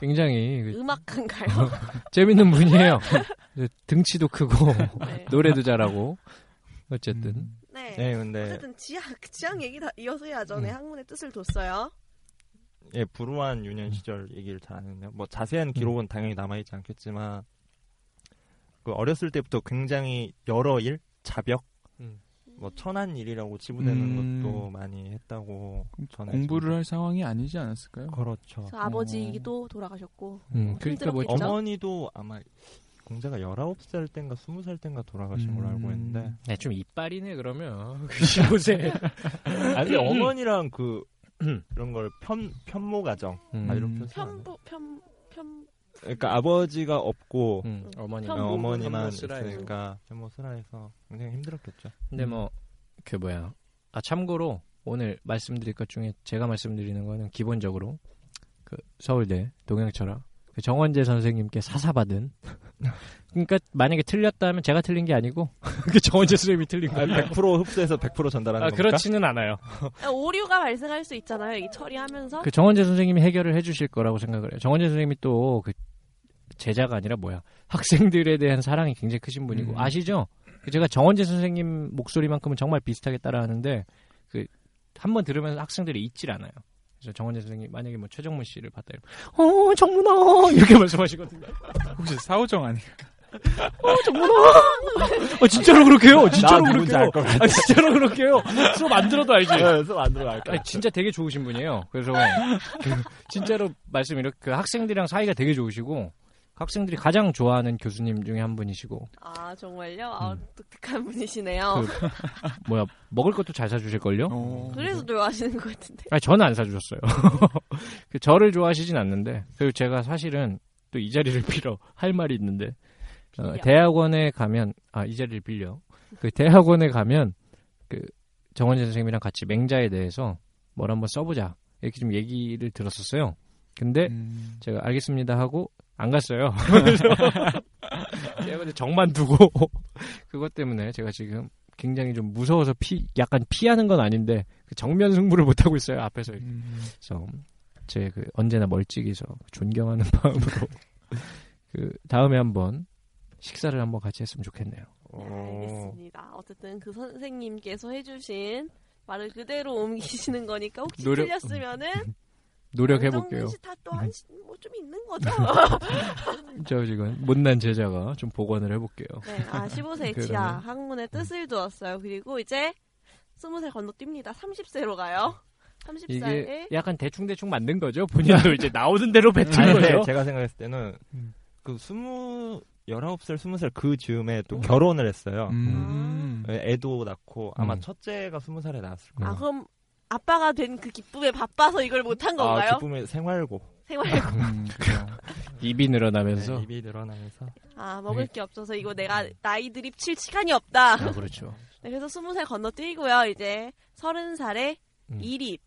Speaker 3: 굉장히 그
Speaker 5: 음악한가요?
Speaker 3: 재밌는 분이에요. 네, 등치도 크고
Speaker 5: 네.
Speaker 3: 노래도 잘하고 어쨌든
Speaker 5: 네.
Speaker 4: 네 근데
Speaker 5: 어쨌든 지학 지학 얘기 다 이어서 해야죠. 네,
Speaker 3: 음.
Speaker 5: 학문의 뜻을 뒀어요.
Speaker 4: 예, 불우한 유년
Speaker 2: 음.
Speaker 4: 시절 얘기를 잘 안 했네요. 뭐 자세한 기록은 당연히 남아있지 않겠지만 그 어렸을 때부터 굉장히 여러 일, 자벽,
Speaker 3: 음.
Speaker 4: 뭐 천한 일이라고 치부되는
Speaker 2: 음.
Speaker 4: 것도 많이 했다고 전에
Speaker 2: 공부를 할 상황이 아니지 않았을까요?
Speaker 4: 그렇죠.
Speaker 5: 그래서 아버지도 돌아가셨고
Speaker 3: 음, 그러니까 뭐
Speaker 5: 힘들었겠죠?
Speaker 4: 어머니도 아마 공자가 19살 땐가 20살 땐가 돌아가신 걸로 알고
Speaker 2: 음.
Speaker 4: 있는데
Speaker 3: 네, 좀 이빨이네 그러면 15세
Speaker 4: 아니 근데 어머니랑 그 그런 걸 편, 편모 가정
Speaker 3: 음.
Speaker 4: 아,
Speaker 2: 음.
Speaker 4: 이런 표현 쓰면 안 돼요?
Speaker 5: 편부 편편
Speaker 4: 그러니까 아버지가
Speaker 3: 음.
Speaker 4: 없고
Speaker 5: 음.
Speaker 3: 어머니
Speaker 5: 편모. 편모.
Speaker 4: 어머니만
Speaker 3: 편모스라에서.
Speaker 4: 있으니까 편모 쓰라해서 굉장히 힘들었겠죠.
Speaker 3: 근데 뭐 그 뭐야 아 참고로 오늘 말씀드릴 것 중에 제가 말씀드리는 거는 기본적으로 그 서울대 동양철학 그 정원재 선생님께 사사받은 그러니까 만약에 틀렸다면 제가 틀린 게 아니고 그 정원재 선생님이 틀린
Speaker 4: 아,
Speaker 3: 거예요.
Speaker 4: 100% 흡수해서 100% 전달하는
Speaker 3: 아,
Speaker 4: 겁니까?
Speaker 3: 그렇지는 않아요.
Speaker 5: 오류가 발생할 수 있잖아요. 이 처리하면서
Speaker 3: 그 정원재 선생님이 해결을 해주실 거라고 생각을 해요. 정원재 선생님이 또 그 제자가 아니라 뭐야 학생들에 대한 사랑이 굉장히 크신 분이고
Speaker 2: 음.
Speaker 3: 아시죠? 그 제가 정원재 선생님 목소리만큼은 정말 비슷하게 따라하는데 그 한번 들으면서 학생들이 잊질 않아요. 그래서 정원재 선생님 만약에 뭐 최정문 씨를 봤다 이러면 어 정문아 이렇게 말씀하시거든요.
Speaker 2: 혹시 사오정 아니에요?
Speaker 3: 어 진짜로 그렇게요? 진짜로
Speaker 4: 나 누군지
Speaker 3: 그렇게요?
Speaker 4: 알것 같아.
Speaker 3: 아 네. 진짜로 그렇게요? 수업 안 들어도 알지?
Speaker 4: 그래서 안 들어갈
Speaker 3: 아니, 진짜 되게 좋으신 분이에요. 그래서 그 진짜로 말씀 이렇게 그 학생들이랑 사이가 되게 좋으시고 그 학생들이 가장 좋아하는 교수님 중에 한 분이시고
Speaker 5: 아 정말요. 아,
Speaker 3: 음.
Speaker 5: 독특한 분이시네요.
Speaker 3: 뭐야 먹을 것도 잘 사주실 걸요?
Speaker 2: 어.
Speaker 5: 그, 래서
Speaker 3: 뭐.
Speaker 5: 좋아하시는 것 같은데.
Speaker 3: 아니 저는 안 사주셨어요. 그 저를 좋아하시진 않는데 그리고 제가 사실은 또 이 자리를 빌어 할 말이 있는데 어,
Speaker 5: 빌려.
Speaker 3: 대학원에 가면 아 이 자리를 빌려 그 대학원에 가면 그 정원재 선생님이랑 같이 맹자에 대해서 뭘 한번 써보자 이렇게 좀 얘기를 들었었어요. 근데
Speaker 2: 음.
Speaker 3: 제가 알겠습니다 하고 안 갔어요. 그래서 제가 근데 정만 두고 그것 때문에 제가 지금 굉장히 좀 무서워서 피 약간 피하는 건 아닌데 그 정면 승부를 못 하고 있어요 앞에서 이렇게.
Speaker 2: 음.
Speaker 3: 그래서 제 그 언제나 멀찍이서 존경하는 마음으로 그 다음에 한번 식사를 한번 같이 했으면 좋겠네요.
Speaker 5: 알겠습니다. 어쨌든 그 선생님께서 해주신 말을 그대로 옮기시는 거니까 혹시
Speaker 3: 노력- 음,
Speaker 5: 틀렸으면은
Speaker 3: 노력해 볼게요. 음.
Speaker 5: 다또한뭐좀 있는 거죠.
Speaker 3: 저 지금 못난 제자가 좀 복원을 해 볼게요.
Speaker 5: 네, 아 15세
Speaker 3: 그러네. 음.
Speaker 5: 지하 학문의 뜻을 두었어요. 그리고 이제 20세 건너뜁니다. 30세로 가요. 30살에
Speaker 3: 이게 음. 약간 대충 대충 만든 거죠. 본인도 이제 나오는 대로 뱉은
Speaker 4: 아니, 네.
Speaker 3: 거죠.
Speaker 4: 근데 제가 생각했을 때는 그 스무 19살, 20살 그 즈음에 또 결혼을 했어요.
Speaker 2: 음.
Speaker 4: 애도 낳고 아마
Speaker 3: 음.
Speaker 4: 첫째가 20살에 낳았을
Speaker 5: 아
Speaker 4: 거예요.
Speaker 5: 그럼 아빠가 된 그 기쁨에 바빠서 이걸
Speaker 4: 그
Speaker 5: 못한
Speaker 3: 아,
Speaker 5: 건가요?
Speaker 4: 기쁨의 아, 생활고
Speaker 5: 생활
Speaker 2: 음, 그래요.
Speaker 3: 입이 늘어나면서
Speaker 4: 네, 입이 늘어나면서
Speaker 5: 아
Speaker 3: 네.
Speaker 5: 먹을 게 없어서 이거 내가
Speaker 3: 음.
Speaker 5: 나이 드립칠 시간이 없다.
Speaker 3: 아, 그렇죠.
Speaker 5: 네, 그래서 스무 살 건너뛰고요. 이제 서른 살에
Speaker 3: 음.
Speaker 5: 일입.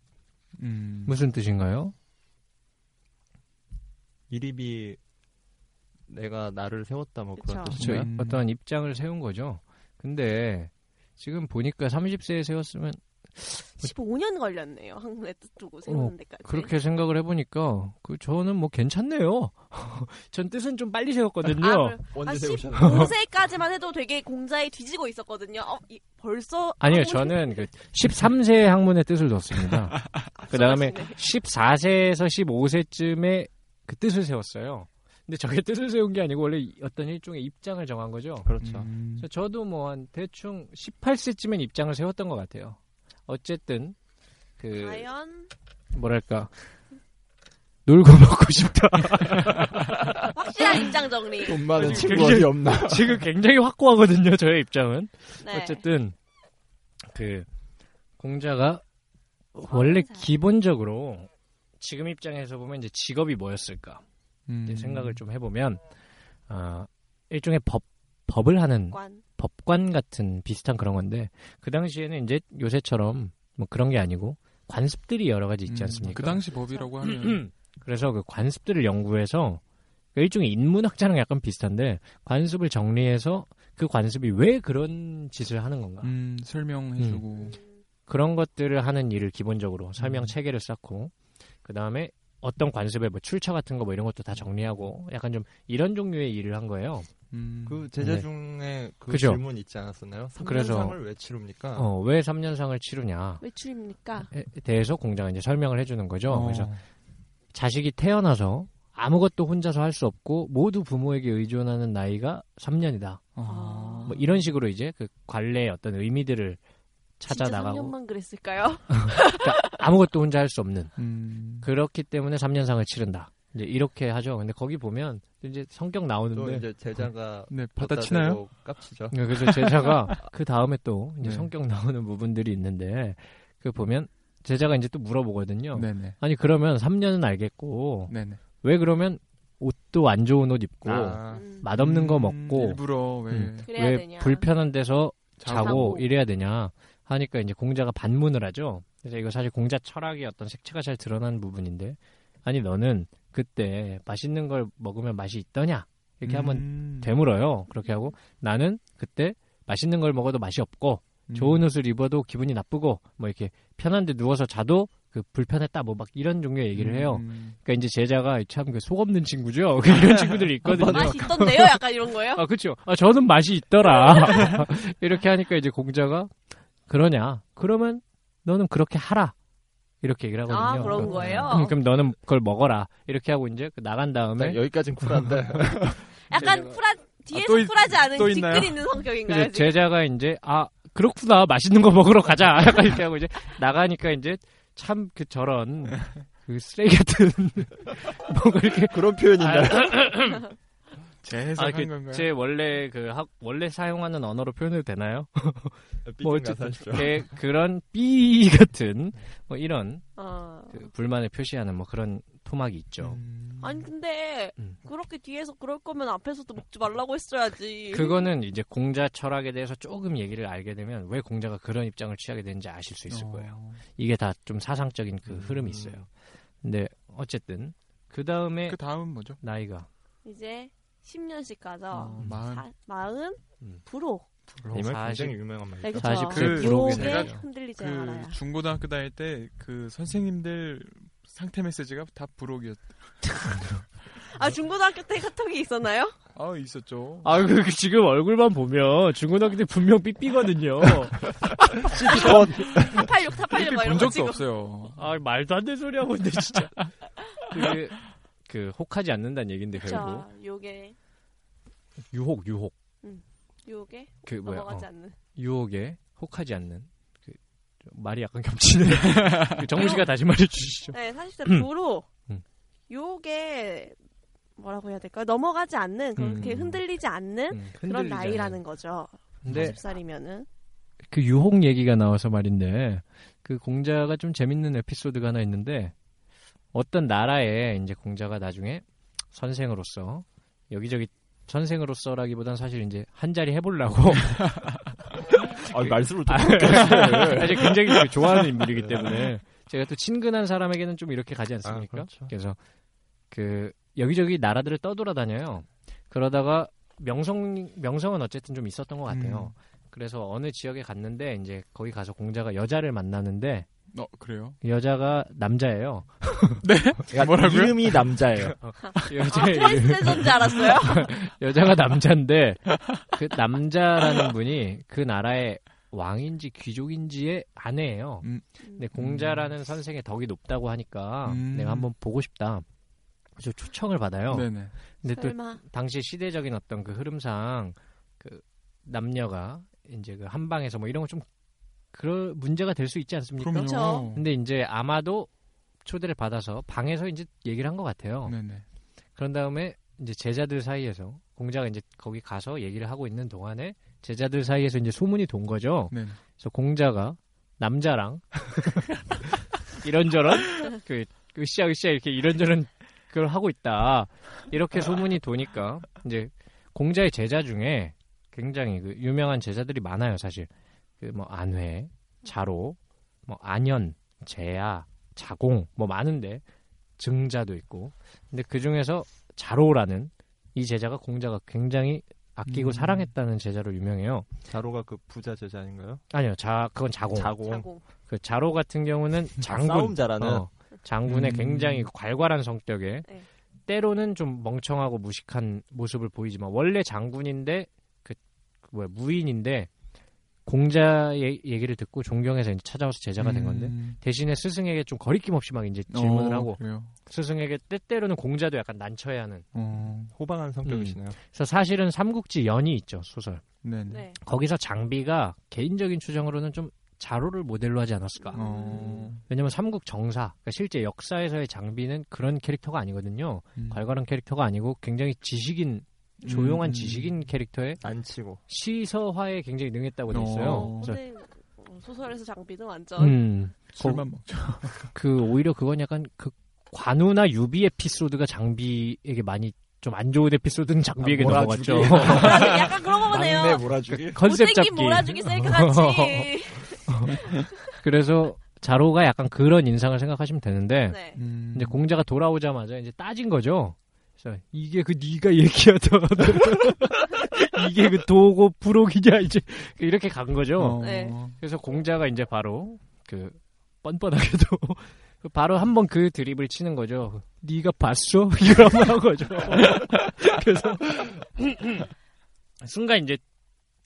Speaker 2: 음.
Speaker 3: 무슨 뜻인가요?
Speaker 4: 이립이 내가 나를 세웠다 뭐
Speaker 5: 그쵸.
Speaker 4: 그런
Speaker 3: 그렇죠.
Speaker 4: 뜻인가요?
Speaker 2: 음.
Speaker 3: 어떠한 입장을 세운 거죠. 근데 지금 보니까 30세에 세웠으면
Speaker 5: 15년 걸렸네요. 한국에 두고 세우는 데까지.
Speaker 3: 어, 그렇게 생각을 해보니까 그 저는 뭐 괜찮네요. 전 뜻은 좀 빨리 세웠거든요.
Speaker 5: 아, 그래요? 아,
Speaker 4: 언제 세우셨나요?
Speaker 5: 15세까지만 해도 되게 공자에 뒤지고 있었거든요. 어, 이- 벌써
Speaker 3: 아니요,
Speaker 5: 한국에
Speaker 3: 저는 그 13세 학문의 뜻을 뒀습니다. 그 다음에
Speaker 5: 앞서가시네.
Speaker 3: 14세에서 15세쯤에 그 뜻을 세웠어요. 근데 저게 뜻을 세운 게 아니고 원래 어떤 일종의 입장을 정한 거죠.
Speaker 4: 그렇죠.
Speaker 2: 음.
Speaker 3: 그래서 저도 뭐 한 대충 18세쯤엔 입장을 세웠던 것 같아요. 어쨌든 그
Speaker 5: 과연
Speaker 3: 뭐랄까 놀고 먹고 싶다.
Speaker 5: 확실한 입장 정리.
Speaker 7: 돈 많은
Speaker 3: 아니,
Speaker 7: 친구
Speaker 3: 굉장히-
Speaker 7: 어디 없나?
Speaker 3: 지금 굉장히 확고하거든요, 저의 입장은.
Speaker 5: 네.
Speaker 3: 어쨌든 그 공자가 원래 기본적으로 지금 입장에서 보면 이제 직업이 뭐였을까
Speaker 2: 음.
Speaker 3: 이제 생각을 좀 해보면 아, 일종의 법 법을 하는
Speaker 5: 관.
Speaker 3: 법관 같은 비슷한 그런 건데 그 당시에는 이제 요새처럼 뭐 그런 게 아니고 관습들이 여러 가지 있지
Speaker 2: 음,
Speaker 3: 않습니까?
Speaker 2: 그 당시 음. 법이라고 하면
Speaker 3: 그래서 그 관습들을 연구해서 그 일종의 인문학자랑 약간 비슷한데 관습을 정리해서 그 관습이 왜 그런 짓을 하는 건가?
Speaker 2: 음, 설명해주고
Speaker 3: 그런 것들을 하는 일을 기본적으로 설명 체계를 쌓고 그 다음에 어떤 관습의 뭐 출처 같은 거 뭐 이런 것도 다 정리하고 약간 좀 이런 종류의 일을 한 거예요.
Speaker 2: 음.
Speaker 4: 그 제자
Speaker 3: 네.
Speaker 4: 중에 그
Speaker 3: 그죠.
Speaker 4: 질문 있지 않았었나요?
Speaker 3: 그래서-
Speaker 4: 3년상을 왜 치릅니까?
Speaker 3: 어, 왜 3년상을 치르냐?
Speaker 5: 외출입니까?
Speaker 3: 에 대해서 공자가 이제 설명을 해주는 거죠.
Speaker 2: 어.
Speaker 3: 그래서 자식이 태어나서 아무것도 혼자서 할 수 없고 모두 부모에게 의존하는 나이가 3년이다.
Speaker 5: 어,
Speaker 2: 아.
Speaker 3: 뭐 이런 식으로 이제 그 관례의 어떤 의미들을 찾아
Speaker 5: 진짜
Speaker 3: 나가고
Speaker 5: 3년만 그랬을까요?
Speaker 3: 아무것도 혼자 할 수 없는
Speaker 2: 음.
Speaker 3: 그렇기 때문에 3년상을 치른다. 이제 이렇게 하죠. 근데 거기 보면 이제 성격
Speaker 4: 또
Speaker 3: 나오는데
Speaker 4: 이제 제자가
Speaker 2: 네
Speaker 4: 걷다
Speaker 2: 받아치나요?
Speaker 4: 대고 깝치죠.
Speaker 3: 네, 그래서 제자가 그 다음에 또 이제
Speaker 2: 네.
Speaker 3: 성격 나오는 부분들이 있는데 그 보면 제자가 이제 또 물어보거든요.
Speaker 2: 네네
Speaker 3: 아니 그러면 3년은 알겠고
Speaker 2: 네네.
Speaker 3: 왜 그러면 옷도 안 좋은 옷 입고
Speaker 4: 아,
Speaker 5: 음.
Speaker 3: 맛없는 거
Speaker 2: 음,
Speaker 3: 먹고
Speaker 2: 일부러 왜
Speaker 3: 음.
Speaker 5: 그래야
Speaker 3: 왜
Speaker 5: 되냐.
Speaker 3: 불편한 데서
Speaker 2: 자고.
Speaker 3: 자고,
Speaker 5: 자고.
Speaker 3: 이래야 되냐 하니까 이제 공자가 반문을 하죠. 그래서 이거 사실 공자 철학의 어떤 색채가 잘 드러난 부분인데 아니 너는 그때 맛있는 걸 먹으면 맛이 있더냐 이렇게 한번
Speaker 2: 음.
Speaker 3: 되물어요. 그렇게 하고 나는 그때 맛있는 걸 먹어도 맛이 없고
Speaker 2: 음.
Speaker 3: 좋은 옷을 입어도 기분이 나쁘고 뭐 이렇게 편한데 누워서 자도 그 불편했다 뭐 막 이런 종류의 얘기를 해요.
Speaker 2: 음.
Speaker 3: 그러니까 이제 제자가 참 그 속 없는 친구죠. 이런 친구들이 있거든요.
Speaker 5: 아, 맛이 있던데요? 약간 이런 거예요?
Speaker 3: 아, 그쵸. 아, 저는 맛이 있더라. 이렇게 하니까 이제 공자가, 그러냐. 그러면 너는 그렇게 하라. 이렇게 얘기를 하거든요.
Speaker 5: 아, 그런
Speaker 3: 그러니까,
Speaker 5: 거예요?
Speaker 3: 음, 그럼 너는 그걸 먹어라. 이렇게 하고 이제 그 나간
Speaker 4: 네.
Speaker 3: 다음에.
Speaker 7: 여기까진 쿨한데.
Speaker 4: 아,
Speaker 5: 약간 풀하 뒤에서
Speaker 2: 아, 또 있-
Speaker 5: 쿨하지 않은
Speaker 2: 또 있나요?
Speaker 5: 뒤끝 있는
Speaker 3: 이제
Speaker 5: 성격인가요? 지금?
Speaker 3: 제자가 이제, 아, 그렇구나. 맛있는 거 먹으러 가자. 약간 이렇게 하고 이제 나가니까 이제 참 그 저런 그 쓰레기 같은 뭔가 이렇게 아,
Speaker 7: 그런 표현인가요?
Speaker 4: 아,
Speaker 2: 재해석한
Speaker 3: 그
Speaker 2: 건가요?
Speaker 3: 제 원래 그 학- 원래 사용하는 언어로 표현해도 되나요? 뭐
Speaker 4: 삐진
Speaker 3: 어쨌든.
Speaker 4: 가사시죠.
Speaker 3: 예, 그런 삐 같은 뭐 이런
Speaker 5: 어.
Speaker 3: 그 불만을 표시하는 뭐 그런 토막이 있죠.
Speaker 2: 음.
Speaker 5: 아니 근데
Speaker 3: 음.
Speaker 5: 그렇게 뒤에서 그럴 거면 앞에서도 먹지 말라고 했어야지.
Speaker 3: 그거는 이제 공자 철학에 대해서 조금 얘기를 알게 되면 왜 공자가 그런 입장을 취하게 되는지 아실 수 있을 거예요.
Speaker 2: 어.
Speaker 3: 이게 다 좀 사상적인 그 흐름이 있어요. 근데 어쨌든 그 다음에
Speaker 2: 그 다음 뭐죠?
Speaker 3: 나이가
Speaker 5: 이제 10년씩 가서
Speaker 2: 어, 마흔.
Speaker 5: 사- 마흔
Speaker 3: 음.
Speaker 5: 불호.
Speaker 4: 이 말
Speaker 3: 사실-
Speaker 4: 굉장히 유명한 말이죠.
Speaker 5: 네, 그쵸.
Speaker 3: 49세
Speaker 2: 그
Speaker 3: 부록이
Speaker 5: 유혹에
Speaker 2: 제가
Speaker 5: 흔들리지
Speaker 2: 그
Speaker 5: 않아야.
Speaker 2: 중고등학교 다닐 때 그 선생님들 상태 메시지가 다 부록이었.
Speaker 5: 아 중고등학교 때 카톡이 있었나요?
Speaker 2: 아 있었죠.
Speaker 3: 아, 그, 그 지금 얼굴만 보면 중고등학교 때 분명 삐삐거든요.
Speaker 5: 486, 486
Speaker 2: 이렇게
Speaker 5: 막
Speaker 2: 본
Speaker 5: 이런 거
Speaker 2: 적도
Speaker 5: 지금.
Speaker 2: 없어요.
Speaker 3: 아, 말도 안 되는 소리 하고 있네, 진짜. 그게 그 혹하지 않는다는 얘긴데 결국
Speaker 5: 자, 요게
Speaker 3: 유혹, 유혹.
Speaker 5: 요게
Speaker 3: 그 뭐야? 어.
Speaker 5: 넘어가지 않는.
Speaker 3: 유혹에 혹하지 않는 그좀 말이 약간 겹치는 그 정우 씨가 다시 말해 주시죠.
Speaker 5: 네, 40대 불호.
Speaker 3: 음.
Speaker 5: 요게 뭐라고 해야 될까요? 넘어가지 않는 그렇게
Speaker 3: 음.
Speaker 5: 흔들리지 않는
Speaker 3: 음,
Speaker 5: 그런
Speaker 3: 흔들리지 않아요.
Speaker 5: 나이라는 거죠.
Speaker 3: 근데
Speaker 5: 10살이면은
Speaker 3: 그 유혹 얘기가 나와서 말인데 그 공자가 좀 재밌는 에피소드가 하나 있는데 어떤 나라에 이제 공자가 나중에 선생으로서 여기저기 선생으로서라기보단 사실 이제 한 자리 해보려고
Speaker 4: 아, 말씀을 좀.
Speaker 3: 아, 사실 굉장히 그 좋아하는 인물이기 때문에 제가 또 친근한 사람에게는 좀 이렇게 가지
Speaker 4: 아,
Speaker 3: 않습니까?
Speaker 4: 그렇죠.
Speaker 3: 그래서 그 여기저기 나라들을
Speaker 5: 음.
Speaker 3: 떠돌아다녀요. 그러다가 명성 명성은 어쨌든 좀 있었던 것 같아요. 그래서 어느 지역에 갔는데 이제 거기 가서 공자가 여자를 만나는데
Speaker 2: 어 그래요?
Speaker 3: 여자가 남자예요.
Speaker 2: 뭐라고요?
Speaker 4: 이름이 남자예요.
Speaker 3: 여자
Speaker 5: 아, 트랜스젠더인 줄 알았어요.
Speaker 3: 여자가 남자인데 그 남자라는 분이 그 나라의 왕인지 귀족인지의 아내예요.
Speaker 2: 음.
Speaker 3: 근데
Speaker 5: 음.
Speaker 3: 공자라는 선생의 덕이 높다고 하니까
Speaker 2: 음.
Speaker 3: 내가 한번 보고 싶다. 그래서 초청을 받아요.
Speaker 2: 네네.
Speaker 3: 근데 또
Speaker 5: 설마.
Speaker 3: 당시 시대적인 어떤 그 흐름상 그 남녀가 이제 그 한방에서 뭐 이런 거 좀 그런 문제가 될 수 있지 않습니까?
Speaker 2: 그럼요.
Speaker 5: 그쵸.
Speaker 3: 근데 이제 아마도 초대를 받아서 방에서 이제 얘기를 한 것 같아요.
Speaker 2: 네네.
Speaker 3: 그런 다음에 이제 제자들 사이에서 공자가 이제 거기 가서 얘기를 하고 있는 동안에 제자들 사이에서 이제 소문이 돈 거죠.
Speaker 2: 네네.
Speaker 3: 그래서 공자가 남자랑 이런저런 그 으쌰 으쌰 이렇게 이런저런 그걸 하고 있다 이렇게 소문이 도니까 이제 공자의 제자 중에 굉장히 그 유명한 제자들이 많아요 사실 그 뭐 안회 자로 뭐 안현 재야 자공 뭐 많은데 증자도 있고 근데 그 중에서 자로라는 이 제자가 공자가 굉장히 아끼고
Speaker 2: 음.
Speaker 3: 사랑했다는 제자로 유명해요
Speaker 4: 자로가 그 부자 제자 아닌가요?
Speaker 3: 아니요 자 그건 자공
Speaker 4: 어, 자공.
Speaker 5: 자고.
Speaker 3: 그 자로 같은 경우는 장군
Speaker 4: 싸움 잘하는
Speaker 3: 어, 장군의
Speaker 2: 음.
Speaker 3: 굉장히 괄괄한 성격에
Speaker 5: 네.
Speaker 3: 때로는 좀 멍청하고 무식한 모습을 보이지만 원래 장군인데 그, 그 뭐야 무인인데 공자의 얘기를 듣고 존경해서 이제 찾아와서 제자가 된 건데
Speaker 2: 음.
Speaker 3: 대신에 스승에게 좀 거리낌 없이 막 이제 질문을
Speaker 2: 어,
Speaker 3: 하고
Speaker 2: 그래요.
Speaker 3: 스승에게 때때로는 공자도 약간 난처해하는
Speaker 2: 어.
Speaker 4: 호방한 성격이시네요.
Speaker 3: 그래서 사실은 삼국지 연이 있죠 소설
Speaker 2: 네네.
Speaker 5: 네.
Speaker 3: 거기서 장비가 개인적인 추정으로는 좀 자로를 모델로 하지 않았을까
Speaker 2: 어.
Speaker 3: 왜냐면 삼국 정사, 그러니까 실제 역사에서의 장비는 그런 캐릭터가 아니거든요.
Speaker 2: 음.
Speaker 3: 발갈한 캐릭터가 아니고 굉장히 지식인, 조용한
Speaker 2: 음.
Speaker 3: 지식인 캐릭터에
Speaker 4: 안 치고.
Speaker 3: 시서화에 굉장히 능했다고 돼 있어요.
Speaker 2: 어.
Speaker 3: 그래서
Speaker 5: 근데 어, 소설에서 장비는 완전
Speaker 3: 음,
Speaker 2: 술만 먹죠.
Speaker 3: 그 오히려 그건 약간 그 관우나 유비 에피소드가 장비에게 많이 좀 안 좋은 에피소드는 장비에게
Speaker 4: 아, 몰아주기.
Speaker 3: 넘어갔죠.
Speaker 5: 약간 그런 거 보네요.
Speaker 4: 몰아주기.
Speaker 3: 컨셉 잡기.
Speaker 5: 못생긴 몰아주기 셀카 같이.
Speaker 3: 그래서 자로가 약간 그런 인상을 생각하시면 되는데
Speaker 5: 네.
Speaker 2: 음.
Speaker 3: 이제 공자가 돌아오자마자 이제 따진 거죠. 그래서 이게 그 네가 얘기하던 이게 그 도고 부록이냐 이제 그 이렇게 간 거죠.
Speaker 2: 어.
Speaker 5: 네.
Speaker 3: 그래서 공자가 이제 바로 그 뻔뻔하게도 바로 한번 그 드립을 치는 거죠. 네가 봤어? 이러는 거죠. 그래서 순간 이제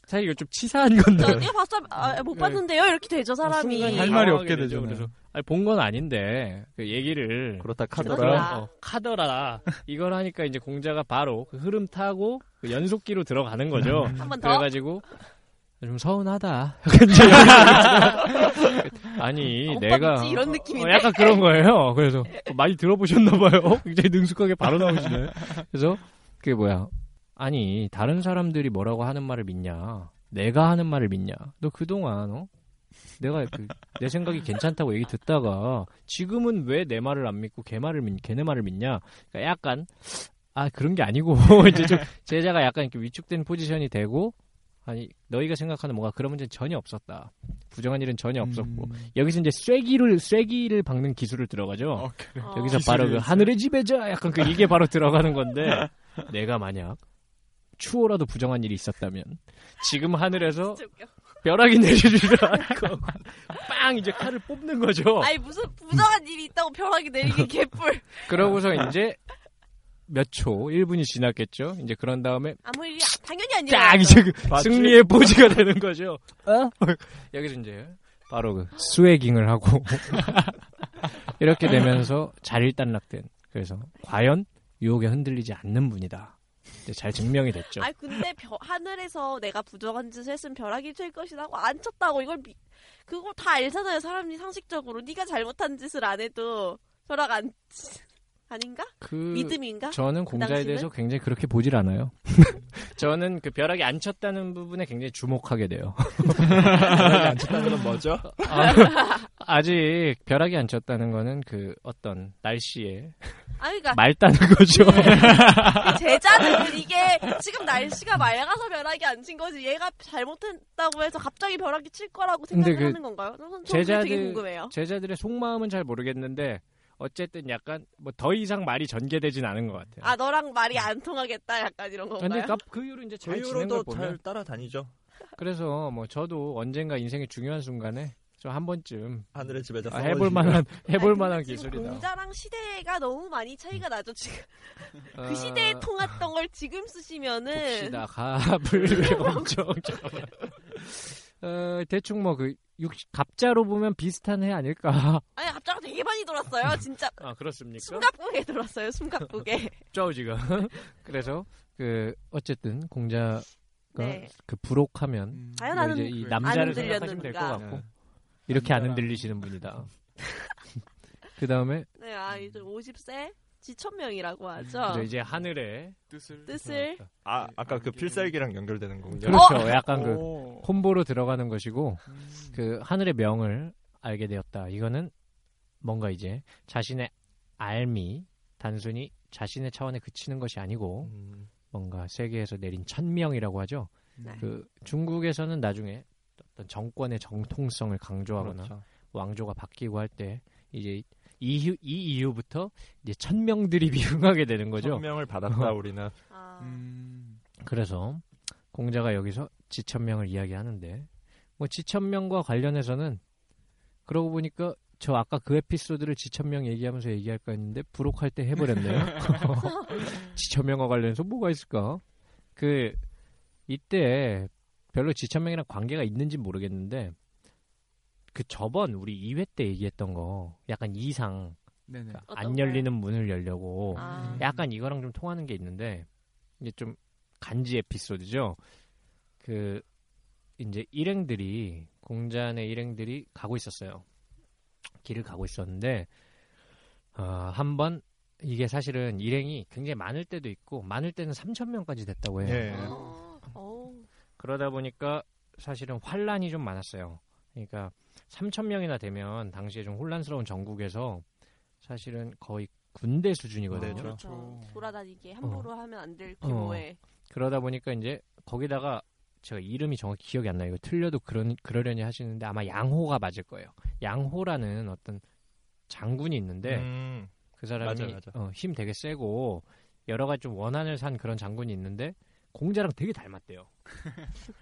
Speaker 3: 사실 이거 좀 치사한 건데
Speaker 5: 저 이거 봤어? 아, 못 봤는데요. 이렇게 되죠 사람이.
Speaker 3: 네. 어, 순간
Speaker 2: 할 말이
Speaker 3: 당황하게
Speaker 2: 없게
Speaker 3: 되죠.
Speaker 2: 되잖아요.
Speaker 3: 그래서 본 건 아닌데 그 얘기를
Speaker 4: 그렇다 카더라.
Speaker 5: 그렇더라.
Speaker 3: 어, 카더라 이걸 하니까 이제 공자가 바로 그 흐름 타고 그 연속기로 들어가는 거죠.
Speaker 5: 한 번 더.
Speaker 3: 그래가지고 음. 좀 서운하다. 아니
Speaker 5: 오빠
Speaker 3: 내가
Speaker 5: 믿지? 이런 느낌인데.
Speaker 3: 어, 약간 그런 거예요. 그래서 어, 많이 들어보셨나봐요. 굉장히 능숙하게 바로 나오시네. 그래서 그게 뭐야? 아니 다른 사람들이 뭐라고 하는 말을 믿냐? 내가 하는 말을 믿냐? 너 그동안 어? 내가 그, 내 생각이 괜찮다고 얘기 듣다가 지금은 왜 내 말을 안 믿고 걔 말을 믿 걔네 말을 믿냐? 그러니까 약간 아 그런 게 아니고 이제 좀 제자가 약간 이렇게 위축된 포지션이 되고 아니 너희가 생각하는 뭔가 그런 문제는 전혀 없었다. 부정한 일은 전혀 없었고
Speaker 2: 음.
Speaker 3: 여기서 이제 쐐기를 쐐기를 박는 기술을 들어가죠.
Speaker 2: 어, 그래.
Speaker 5: 어.
Speaker 3: 여기서 바로 그
Speaker 2: 기술이
Speaker 3: 하늘의 지배자 약간 그 이게 바로 들어가는 건데 내가 만약 추호라도 부정한 일이 있었다면 지금 하늘에서
Speaker 5: 진짜 웃겨.
Speaker 3: 벼락이 내리리라 하고 빵 이제 칼을 뽑는 거죠.
Speaker 5: 아니 무슨 부정한 일이 있다고 편하게 내리기 개뿔.
Speaker 3: 그러고서 이제 몇 초, 1분이 지났겠죠. 이제 그런 다음에
Speaker 5: 아무 일이 당연히 안 일어나.
Speaker 3: 딱 이제 그
Speaker 4: 맞지?
Speaker 3: 승리의 보지가 되는 거죠. 어? 여기서 이제 바로 그 스웨깅을 하고 이렇게 되면서 자릴단락된 그래서 과연 유혹에 흔들리지 않는 분이다. 이제 잘 증명이 됐죠.
Speaker 5: 아니 근데 벼- 하늘에서 내가 부정한 짓을 했으면 벼락이 칠 것이라고 안 쳤다고 이걸 미- 그걸 다 알잖아요 사람이 상식적으로 네가 잘못한 짓을 안 해도 벼락 안 치- 아닌가
Speaker 3: 그
Speaker 5: 믿음인가
Speaker 3: 저는 공자에
Speaker 5: 당시는?
Speaker 3: 대해서 굉장히 그렇게 보질 않아요. 저는 그 벼락이 안 쳤다는 부분에 굉장히 주목하게 돼요.
Speaker 4: 안 친다는 건 뭐죠?
Speaker 3: 아, 직 벼락이 안 쳤다는 거는 그 어떤 날씨에
Speaker 5: 아 그러니까
Speaker 3: 맑다는 거죠.
Speaker 5: 제자는 이게 지금 날씨가 맑아서 벼락이 안 친 거지 얘가 잘못했다고 해서 갑자기 벼락이 칠 거라고
Speaker 3: 근데
Speaker 5: 생각을
Speaker 3: 그
Speaker 5: 하는 건가요? 저는 제 되게
Speaker 3: 제자들-
Speaker 5: 궁금해요.
Speaker 3: 제자들의 속마음은 잘 모르겠는데 어쨌든 약간 뭐 더 이상 말이 전개되진 않은 것 같아요.
Speaker 5: 아 너랑 말이 안 통하겠다 약간 이런 건가요?
Speaker 3: 근데 깝- 그 이후로 이제 잘 진행을
Speaker 4: 제휴로도
Speaker 3: 보면
Speaker 4: 잘 따라다니죠.
Speaker 3: 그래서 뭐 저도 언젠가 인생의 중요한 순간에 저 한 번쯤
Speaker 4: 하늘의 집에서
Speaker 3: 아, 해볼 만한
Speaker 5: 네,
Speaker 3: 해볼 만한 기술이다.
Speaker 5: 공자랑 시대가 너무 많이 차이가 나죠 지금.
Speaker 3: 아,
Speaker 5: 그 시대에 통했던 걸 지금 쓰시면은
Speaker 3: 봅시다 갑을 엄청 잡아. 어, 대충 뭐 그 갑자로 보면 비슷한 해 아닐까.
Speaker 5: 아니 갑자기 되게 많이 돌았어요
Speaker 3: 음.
Speaker 5: 진짜.
Speaker 6: 아 그렇습니까?
Speaker 5: 숨가쁘게 돌았어요 숨가쁘게.
Speaker 3: 쩌우 지금. 그래서 그 어쨌든 공자가
Speaker 5: 네.
Speaker 3: 그 부록하면
Speaker 2: 음.
Speaker 5: 아유,
Speaker 3: 뭐
Speaker 5: 나는
Speaker 3: 이제 이
Speaker 2: 안
Speaker 3: 남자를
Speaker 5: 흔들렸는가.
Speaker 3: 생각하시면 될 것 같고 이렇게 안 흔들리시는 분이다. 그 다음에
Speaker 5: 네, 아 이제 50세 지천명이라고 하죠.
Speaker 3: 이제 하늘에
Speaker 2: 뜻을
Speaker 5: 뜻을
Speaker 4: 아 아까 그 필살기랑 연결되는 거군요.
Speaker 3: 그렇죠.
Speaker 5: 어!
Speaker 3: 약간 그
Speaker 2: 오.
Speaker 3: 콤보로 들어가는 것이고
Speaker 2: 음.
Speaker 3: 그 하늘의 명을 알게 되었다. 이거는 뭔가 이제 자신의 알미 단순히 자신의 차원에 그치는 것이 아니고
Speaker 4: 음,
Speaker 3: 뭔가 세계에서 내린 천명이라고 하죠.
Speaker 5: 네.
Speaker 3: 그 중국에서는 나중에 어떤 정권의 정통성을 강조하거나
Speaker 4: 그렇죠.
Speaker 3: 왕조가 바뀌고 할 때 이제 이후 이 이후부터 이제 천명들이 비응하게 되는 거죠.
Speaker 4: 천명을 받았다 우리는.
Speaker 5: 아,
Speaker 2: 음.
Speaker 3: 그래서 공자가 여기서 지천명을 이야기하는데 뭐 지천명과 관련해서는 그러고 보니까 저 아까 그 에피소드를 지천명 얘기하면서 얘기할까 했는데 부록할 때 해버렸네요. 지천명과 관련해서 뭐가 있을까? 그 이때 별로 지천명이랑 관계가 있는지 모르겠는데 그 저번 우리 2회 때 얘기했던 거 약간 이상
Speaker 2: 네네.
Speaker 3: 그러니까
Speaker 5: 어떤
Speaker 3: 안
Speaker 5: 거요?
Speaker 3: 열리는 문을 열려고
Speaker 5: 아.
Speaker 3: 약간 이거랑 좀 통하는 게 있는데 이게 좀 간지 에피소드죠. 그 이제 일행들이 공자의 일행들이 가고 있었어요. 길을 가고 있었는데 어, 한번 이게 사실은 일행이 굉장히 많을 때도 있고 많을 때는 3천 명까지 됐다고 해요.
Speaker 4: 예.
Speaker 5: 어, 어우,
Speaker 3: 그러다 보니까 사실은 환란이 좀 많았어요. 그러니까 3천 명이나 되면 당시에 좀 혼란스러운 전국에서 사실은 거의 군대 수준이거든요.
Speaker 4: 네,
Speaker 5: 그렇죠.
Speaker 2: 그렇죠.
Speaker 5: 돌아다니게 함부로 하면 안 될 규모의
Speaker 3: 그러다 보니까 이제 거기다가 제가 이름이 정확히 기억이 안 나요. 이거 틀려도 그런 그러려니 하시는데 아마 양호가 맞을 거예요. 양호라는 어떤 장군이 있는데
Speaker 4: 음,
Speaker 3: 그 사람이
Speaker 4: 맞아요, 맞아요.
Speaker 3: 어, 힘 되게 세고 여러 가지 좀 원한을 산 그런 장군이 있는데 공자랑 되게 닮았대요.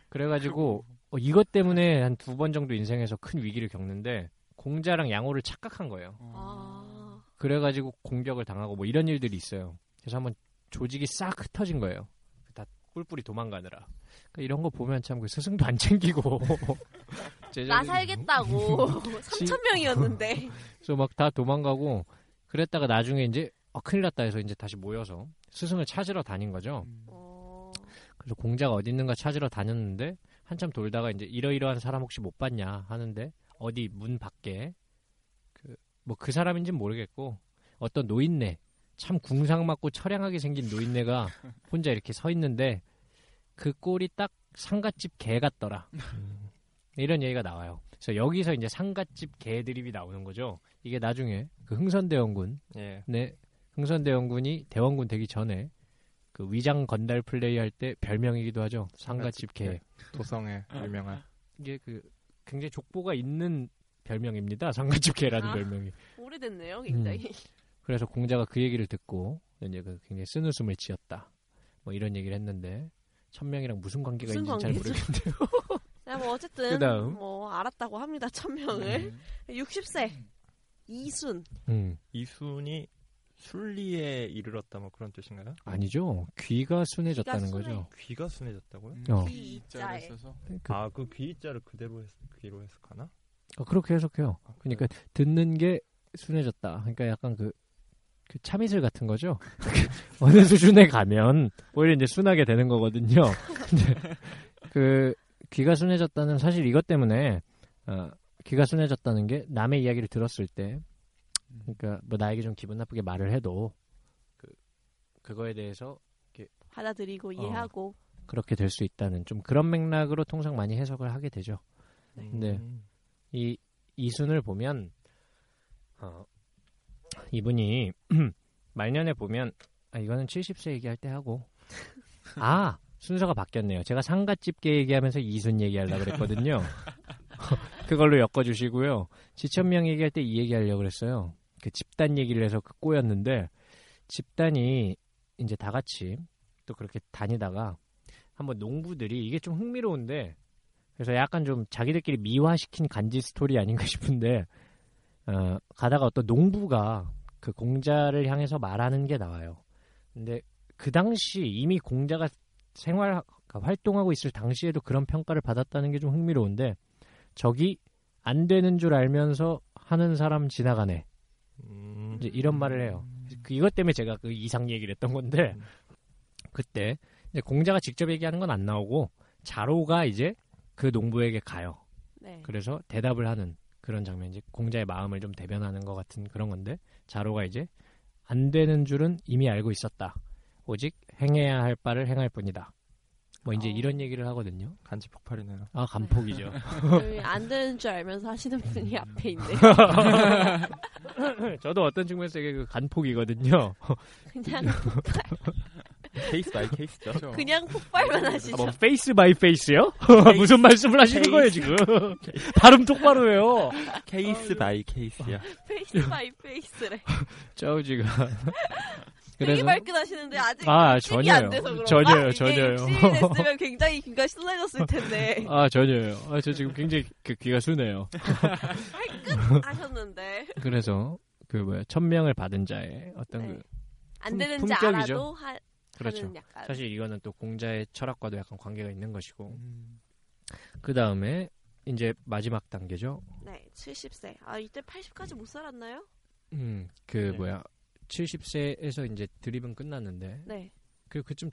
Speaker 3: 그래가지고 어, 이것 때문에 한 두 번 정도 인생에서 큰 위기를 겪는데 공자랑 양호를 착각한 거예요.
Speaker 4: 어.
Speaker 5: 아,
Speaker 3: 그래가지고 공격을 당하고 뭐 이런 일들이 있어요. 그래서 한번 조직이 싹 흩어진 거예요. 다 뿔뿔이 도망가느라. 그러니까 이런 거 보면 참 그 스승도 안 챙기고
Speaker 5: 나
Speaker 3: 제자들이
Speaker 5: 살겠다고 3천 명이었는데
Speaker 3: 그래서 막 다 도망가고 그랬다가 나중에 이제 아, 큰일 났다 해서 이제 다시 모여서 스승을 찾으러 다닌 거죠.
Speaker 5: 어,
Speaker 3: 그래서 공자가 어디 있는가 찾으러 다녔는데 한참 돌다가 이제 이러이러한 사람 혹시 못 봤냐 하는데 어디 문 밖에 그 뭐 그 사람인지는 모르겠고 어떤 노인네 참 궁상맞고 처량하게 생긴 노인네가 혼자 이렇게 서 있는데 그 꼴이 딱 상갓집 개 같더라 이런 얘기가 나와요. 그래서 여기서 이제 상갓집 개 드립이 나오는 거죠. 이게 나중에 그 흥선대원군
Speaker 4: 예.
Speaker 3: 네. 흥선대원군이 대원군 되기 전에 그 위장 건달 플레이 할 때 별명이기도 하죠. 상가집 개.
Speaker 4: 도성의 유명한.
Speaker 3: 이게 그 굉장히 족보가 있는 별명입니다. 상가집 개라는
Speaker 5: 아.
Speaker 3: 별명이.
Speaker 5: 오래됐네요 굉장히.
Speaker 3: 그래서 공자가 그 얘기를 듣고 이제 그 굉장히 쓴웃음을 지었다. 뭐 이런 얘기를 했는데 천명이랑 무슨 관계가
Speaker 5: 무슨
Speaker 3: 있는지 잘
Speaker 5: 관계죠?
Speaker 3: 모르겠는데요.
Speaker 5: 네, 뭐 어쨌든
Speaker 3: 그다음.
Speaker 5: 뭐 알았다고 합니다 천 명을.
Speaker 2: 음.
Speaker 5: 60세 이순
Speaker 3: 음.
Speaker 4: 이순이 순리에 이르렀다 뭐 그런 뜻인가요?
Speaker 3: 아니죠. 귀가 순해졌다는
Speaker 5: 귀가 순해.
Speaker 3: 거죠.
Speaker 4: 귀가 순해졌다고요?
Speaker 2: 음.
Speaker 3: 어.
Speaker 5: 이자에.
Speaker 2: 써서
Speaker 3: 그-
Speaker 4: 아 그 귀자를 그대로 했, 귀로 했을까나?
Speaker 3: 어, 그렇게 해석해요.
Speaker 4: 아, 그래요?
Speaker 3: 그러니까 듣는 게 순해졌다. 그러니까 약간 그, 그 참이슬 같은 거죠. 그 어느 수준에 가면 오히려 이제 순하게 되는 거거든요. 근데 그 귀가 순해졌다는 사실 이것 때문에 어, 귀가 순해졌다는 게 남의 이야기를 들었을 때, 그러니까 뭐 나에게 좀 기분 나쁘게 말을 해도 그 그거에 대해서
Speaker 5: 받아들이고 이해하고
Speaker 3: 그렇게 될 수 있다는 좀 그런 맥락으로 통상 많이 해석을 하게 되죠.
Speaker 4: 음.
Speaker 3: 네. 이 이순을 보면 어, 이분이 말년에 보면 아, 이거는 70세 얘기할 때 하고 아 순서가 바뀌었네요. 제가 상가집게 얘기하면서 이순 얘기하려고 그랬거든요. 그걸로 엮어주시고요. 지천명 얘기할 때 이 얘기하려고 그랬어요. 그 집단 얘기를 해서 그 꼬였는데 집단이 이제 다 같이 또 그렇게 다니다가 한번 농부들이 이게 좀 흥미로운데 그래서 약간 좀 자기들끼리 미화시킨 간지 스토리 아닌가 싶은데 어, 가다가 어떤 농부가 그 공자를 향해서 말하는 게 나와요. 근데 그 당시 이미 공자가 생활 그러니까 활동하고 있을 당시에도 그런 평가를 받았다는 게 좀 흥미로운데 저기 안 되는 줄 알면서 하는 사람 지나가네.
Speaker 4: 음,
Speaker 3: 이제 이런 말을 해요. 그 이것 때문에 제가 그 이상 얘기를 했던 건데
Speaker 4: 음.
Speaker 3: 그때 이제 공자가 직접 얘기하는 건 안 나오고 자로가 이제 그 농부에게 가요.
Speaker 6: 네.
Speaker 3: 그래서 대답을 하는 그런 장면 이제 공자의 마음을 좀 대변하는 것 같은 그런 건데 자로가 이제 안 되는 줄은 이미 알고 있었다. 오직 행해야 할 바를 행할 뿐이다. 뭐 이제
Speaker 6: 어.
Speaker 3: 이런 얘기를 하거든요.
Speaker 4: 간지 폭발이네요.
Speaker 3: 아 간폭이죠.
Speaker 6: 음, 안 되는 줄 알면서 하시는 분이 앞에 있네.
Speaker 3: 저도 어떤 측면에서 이게 그 간폭이거든요.
Speaker 6: 그냥
Speaker 4: 케이스 바이 케이스죠.
Speaker 2: 그렇죠.
Speaker 6: 그냥 폭발만 하시죠.
Speaker 3: 뭐 페이스 바이 페이스요? 무슨 말씀을 하시는 거예요 지금? 발음 똑바로 해요.
Speaker 4: 케이스 바이
Speaker 3: 아,
Speaker 4: 케이스야.
Speaker 3: 예.
Speaker 6: 페이스 바이 페이스래.
Speaker 3: 짜우지가.
Speaker 6: 되게 발끈하시는데 아직
Speaker 3: 아
Speaker 6: 이
Speaker 3: 전혀요.
Speaker 6: 안 돼서 그런가?
Speaker 3: 전혀요.
Speaker 6: 이게
Speaker 3: 전혀요.
Speaker 6: 입신이 됐으면 굉장히 귀가 신나졌을 텐데
Speaker 3: 아 전혀요. 아, 저 지금 굉장히 그 귀가 순해요.
Speaker 6: 하셨는데
Speaker 3: 그래서 그 뭐야 천명을 받은 자의 어떤
Speaker 6: 네.
Speaker 3: 그
Speaker 6: 안
Speaker 3: 품-
Speaker 6: 되는지
Speaker 3: 품격이죠.
Speaker 6: 알아도 하,
Speaker 3: 그렇죠.
Speaker 6: 하는 약간
Speaker 3: 사실 이거는 또 공자의 철학과도 약간 관계가 있는 것이고
Speaker 2: 음,
Speaker 3: 그 다음에 이제 마지막 단계죠.
Speaker 6: 네 70세. 아 이때 80까지 못 살았나요?
Speaker 3: 음 그
Speaker 2: 네.
Speaker 3: 뭐야 70세에서 이제 드립은 끝났는데
Speaker 6: 네.
Speaker 3: 그 그쯤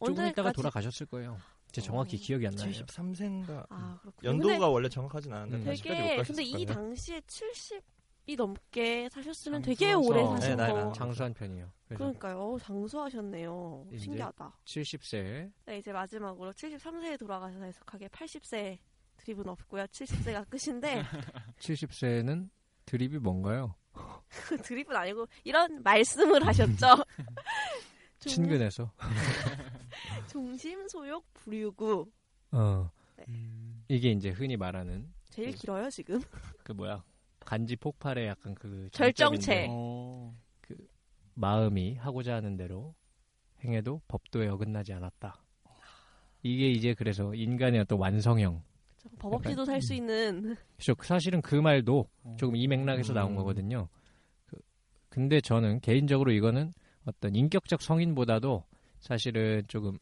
Speaker 3: 조금 있다가
Speaker 6: 언제까지?
Speaker 3: 돌아가셨을 거예요. 제 정확히
Speaker 6: 어.
Speaker 3: 기억이 안 나요.
Speaker 4: 73세인가.
Speaker 6: 아 그렇군요.
Speaker 4: 네. 연도가
Speaker 6: 근데
Speaker 4: 원래 정확하진 않은데
Speaker 3: 음.
Speaker 4: 80까지 못
Speaker 6: 되게
Speaker 4: 가셨을
Speaker 6: 근데 이
Speaker 4: 거예요.
Speaker 6: 당시에 70이 넘게 사셨으면
Speaker 2: 장수하셔서-
Speaker 6: 되게 오래
Speaker 3: 그래서
Speaker 6: 사신
Speaker 4: 네, 나이
Speaker 6: 거.
Speaker 4: 많아.
Speaker 3: 장수한 편이에요. 그래서
Speaker 6: 어. 그러니까요. 어우, 장수하셨네요.
Speaker 3: 이제-
Speaker 6: 신기하다.
Speaker 3: 70세
Speaker 6: 네, 이제 마지막으로 73세에 돌아가셔서 해석하게 80세 드립은 없고요. 70세가 끝인데
Speaker 3: 70세는 드립이 뭔가요?
Speaker 6: 그 드립은 아니고 이런 말씀을 하셨죠. 종-
Speaker 3: 친근해서. 그
Speaker 6: 종심소욕 부류구
Speaker 3: 어
Speaker 2: 음.
Speaker 3: 이게 이제 흔히 말하는
Speaker 6: 제일 길어요 지금.
Speaker 3: 그 뭐야 간지 폭발의 약간 그 정점인데
Speaker 6: 절정체.
Speaker 2: 어,
Speaker 3: 마음이 하고자 하는 대로 행해도 법도에 어긋나지 않았다. 이게 이제 그래서 인간의 어떤 완성형.
Speaker 6: 저 법없이도 살 수
Speaker 3: 음.
Speaker 6: 있는
Speaker 3: 그래서 사실은 그 말도
Speaker 2: 어.
Speaker 3: 조금 이 맥락에서 나온
Speaker 4: 음.
Speaker 3: 거거든요. 그- 근데 저는 개인적으로 이거는 어떤 인격적 성인보다도 사실은 조금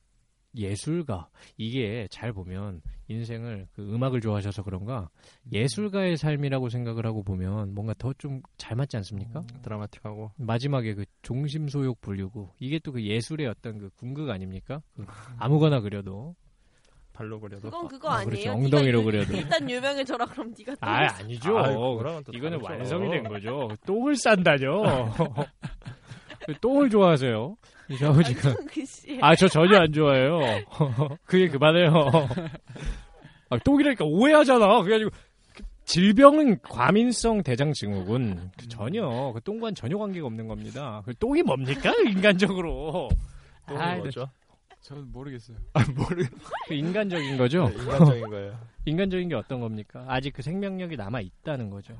Speaker 3: 예술가 이게 잘 보면 인생을 그 음악을 좋아하셔서 그런가 예술가의 삶이라고 생각을 하고 보면 뭔가 더 좀 잘 맞지 않습니까?
Speaker 4: 음. 드라마틱하고
Speaker 3: 마지막에 그 종심소욕 불리고 이게 또 그 예술의 어떤 그 궁극 아닙니까? 그 아무거나 그려도
Speaker 4: 발로 그려도.
Speaker 6: 그건 그거
Speaker 3: 아, 그렇죠.
Speaker 6: 아니에요.
Speaker 3: 엉덩이로
Speaker 6: 네가
Speaker 3: 그려도.
Speaker 6: 일단 유명해져라 그럼 네가 또
Speaker 3: 아 아니죠.
Speaker 4: 아이, 그거랑은 또
Speaker 3: 이거는
Speaker 4: 다르죠.
Speaker 3: 완성이 된 거죠. 똥을 싼다죠. 똥을 좋아하세요? 이 아버지가.
Speaker 6: 글씨.
Speaker 3: 아, 저 전혀 안 좋아해요. 그게 그만해요. 아, 똥이라니까 오해하잖아. 그래가지고. 그 질병은 과민성 대장 증후군 그 전혀 그 똥과는 전혀 관계가 없는 겁니다. 그 똥이 뭡니까 인간적으로
Speaker 4: 또
Speaker 3: 아이, 네. 어.
Speaker 4: 뭐죠?
Speaker 2: 저는 모르겠어요.
Speaker 3: 음. 그 인간적인 거죠.
Speaker 4: 네, 인간적인 거예요.
Speaker 3: 인간적인 게 어떤 겁니까? 아직 그 생명력이 남아 있다는 거죠.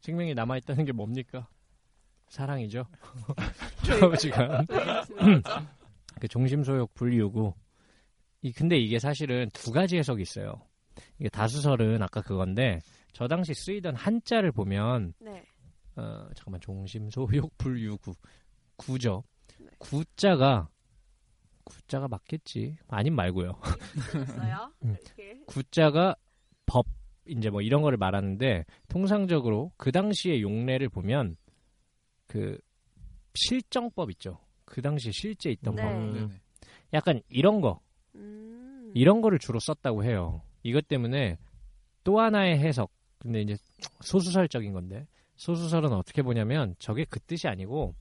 Speaker 3: 생명이 남아 있다는 게 뭡니까? 사랑이죠. 아버지가 그 종심소욕 불리우고 이 근데 이게 사실은 두 가지 해석이 있어요. 이게 다수설은 아까 그건데 저 당시 쓰이던 한자를 보면
Speaker 6: 네.
Speaker 3: 어, 잠깐만 종심소욕 불유구 구죠.
Speaker 6: 네.
Speaker 3: 구자가 구자가 맞겠지. 아님 말고요.
Speaker 6: 있어요.
Speaker 3: 음.
Speaker 6: 이렇게.
Speaker 3: 구자가 법 이제 뭐 이런 거를 말하는데 통상적으로 그 당시의 용례를 보면 그 실정법 있죠. 그 당시에 실제 있던
Speaker 6: 네.
Speaker 3: 법.
Speaker 2: 네네.
Speaker 3: 약간 이런 거
Speaker 6: 음.
Speaker 3: 이런 거를 주로 썼다고 해요. 이것 때문에 또 하나의 해석. 근데 이제 소수설적인 건데 소수설은 어떻게 보냐면 저게 그 뜻이 아니고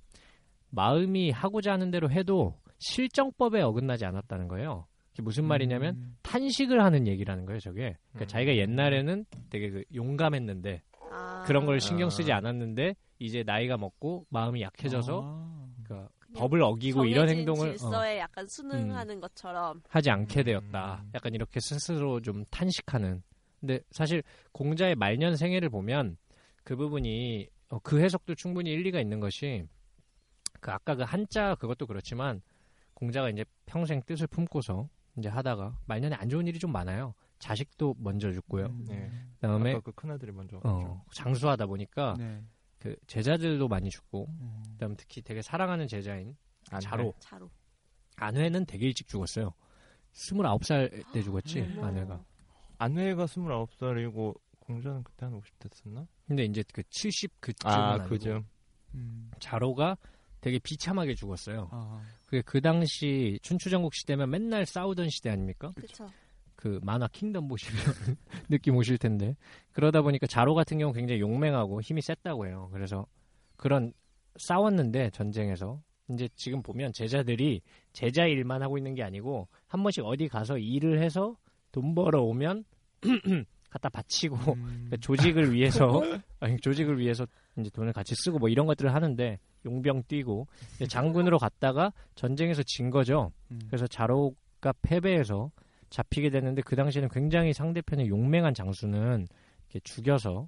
Speaker 3: 마음이 하고자 하는 대로 해도 실정법에 어긋나지 않았다는 거예요. 이게 무슨 말이냐면
Speaker 2: 음.
Speaker 3: 탄식을 하는 얘기라는 거예요, 저게. 그러니까
Speaker 4: 음.
Speaker 3: 자기가 옛날에는 되게 그 용감했는데
Speaker 6: 아.
Speaker 3: 그런 걸 신경 쓰지
Speaker 4: 아.
Speaker 3: 않았는데 이제 나이가 먹고 마음이 약해져서
Speaker 2: 아.
Speaker 3: 그러니까
Speaker 6: 그냥
Speaker 3: 법을 어기고 이런
Speaker 6: 정해진
Speaker 3: 행동을 어, 음.
Speaker 6: 질서에 약간 순응하는 것처럼
Speaker 3: 하지 않게
Speaker 4: 음.
Speaker 3: 되었다. 약간 이렇게 스스로 좀 탄식하는. 근데 사실 공자의 말년 생애를 보면 그 부분이 어, 그 해석도 충분히 일리가 있는 것이 그 아까 그 한자 그것도 그렇지만 공자가 이제 평생 뜻을 품고서 이제 하다가 말년에 안 좋은 일이 좀 많아요. 자식도 먼저 죽고요.
Speaker 2: 음.
Speaker 4: 네.
Speaker 3: 그다음에
Speaker 4: 아까 그렇죠. 그 큰아들이 먼저
Speaker 3: 어,
Speaker 4: 왔죠.
Speaker 3: 장수하다 보니까
Speaker 2: 네.
Speaker 3: 그 제자들도 많이 죽고
Speaker 2: 음.
Speaker 3: 그다음 특히 되게 사랑하는 제자인
Speaker 4: 안회.
Speaker 3: 자로
Speaker 5: 자로.
Speaker 3: 안회는 되게 일찍 죽었어요. 29살 때 죽었지
Speaker 4: 음.
Speaker 5: 어머.
Speaker 3: 아내가.
Speaker 4: 안회가 29살이고 공자는 그때 한 50대 됐나?
Speaker 3: 근데 이제 그 70 그쯤
Speaker 4: 아,
Speaker 3: 아,
Speaker 4: 그죠.
Speaker 2: 음.
Speaker 3: 자로가 되게 비참하게 죽었어요.
Speaker 2: 아,
Speaker 3: 그게 그 당시 춘추전국 시대면 맨날 싸우던 시대 아닙니까?
Speaker 5: 그쵸.
Speaker 3: 그 만화 킹덤 보시면 느낌 오실 텐데 그러다 보니까 자로 같은 경우 굉장히 용맹하고 힘이 셌다고 해요. 그래서 그런 싸웠는데 전쟁에서 이제 지금 보면 제자들이 제자 일만 하고 있는 게 아니고 한 번씩 어디 가서 일을 해서 돈 벌어 오면 갖다 바치고
Speaker 2: 음.
Speaker 3: 그러니까 조직을 위해서 아니, 조직을 위해서 이제 돈을 같이 쓰고 뭐 이런 것들을 하는데 용병 뛰고 이제 장군으로 갔다가 전쟁에서 진 거죠.
Speaker 2: 음.
Speaker 3: 그래서 자로가 패배해서 잡히게 됐는데 그 당시에는 굉장히 상대편의 용맹한 장수는 이렇게 죽여서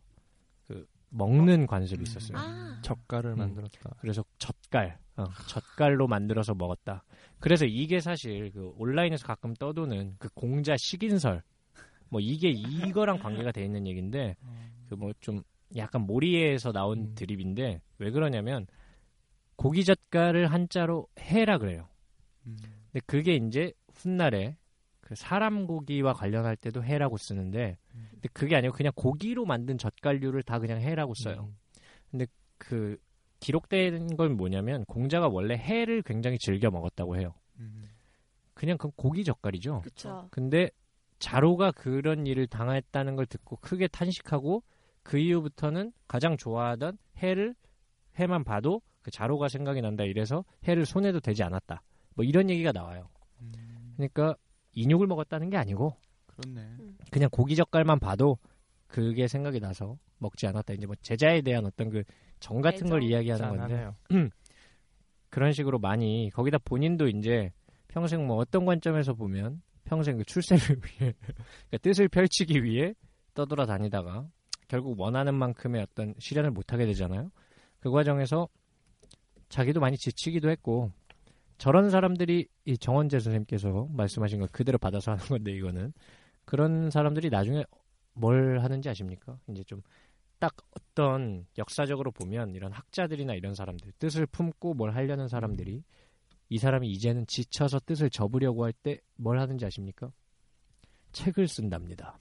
Speaker 3: 그 먹는
Speaker 2: 음.
Speaker 3: 관습이 있었어요.
Speaker 5: 아,
Speaker 4: 젓갈을
Speaker 3: 음.
Speaker 4: 만들었다.
Speaker 3: 그래서 젓갈, 어, 젓갈로 만들어서 먹었다. 그래서 이게 사실 그 온라인에서 가끔 떠도는 그 공자 식인설, 뭐 이게 이거랑 관계가 돼 있는 얘기인데 그 뭐 좀 약간 모리에서 나온
Speaker 2: 음.
Speaker 3: 드립인데 왜 그러냐면 고기 젓갈을 한자로 해라 그래요.
Speaker 2: 음.
Speaker 3: 근데 그게 이제 훗날에 그 사람 고기와 관련할 때도 해라고 쓰는데
Speaker 2: 음.
Speaker 3: 근데 그게 아니고 그냥 고기로 만든 젓갈류를 다 그냥 해라고 써요.
Speaker 4: 음.
Speaker 3: 그 기록된 건 뭐냐면 공자가 원래 해를 굉장히 즐겨 먹었다고 해요.
Speaker 2: 음.
Speaker 3: 그냥 그 고기 젓갈이죠.
Speaker 5: 그쵸.
Speaker 3: 근데 자로가 그런 일을 당했다는 걸 듣고 크게 탄식하고 그 이후부터는 가장 좋아하던 해를 해만 봐도 그 자로가 생각이 난다 이래서 해를 손해도 되지 않았다. 뭐 이런 얘기가 나와요.
Speaker 2: 음.
Speaker 3: 그러니까 인육을 먹었다는 게 아니고
Speaker 2: 그렇네.
Speaker 3: 그냥 고기 젓갈만 봐도 그게 생각이 나서 먹지 않았다. 이제 뭐 제자에 대한 어떤 그 정 같은 걸
Speaker 5: 애정.
Speaker 3: 이야기하는 건데
Speaker 4: 짠하네요.
Speaker 3: 그런 식으로 많이 거기다 본인도 이제 평생 뭐 어떤 관점에서 보면 평생 그 출세를 위해 그러니까 뜻을 펼치기 위해 떠돌아 다니다가 결국 원하는 만큼의 어떤 실현을 못하게 되잖아요. 그 과정에서 자기도 많이 지치기도 했고 저런 사람들이 이 정원재 선생님께서 말씀하신 걸 그대로 받아서 하는 건데 이거는 그런 사람들이 나중에 뭘 하는지 아십니까? 이제 좀 딱 어떤 역사적으로 보면 이런 학자들이나 이런 사람들 뜻을 품고 뭘 하려는 사람들이 이 사람이 이제는 지쳐서 뜻을 접으려고 할 때 뭘 하는지 아십니까? 책을 쓴답니다.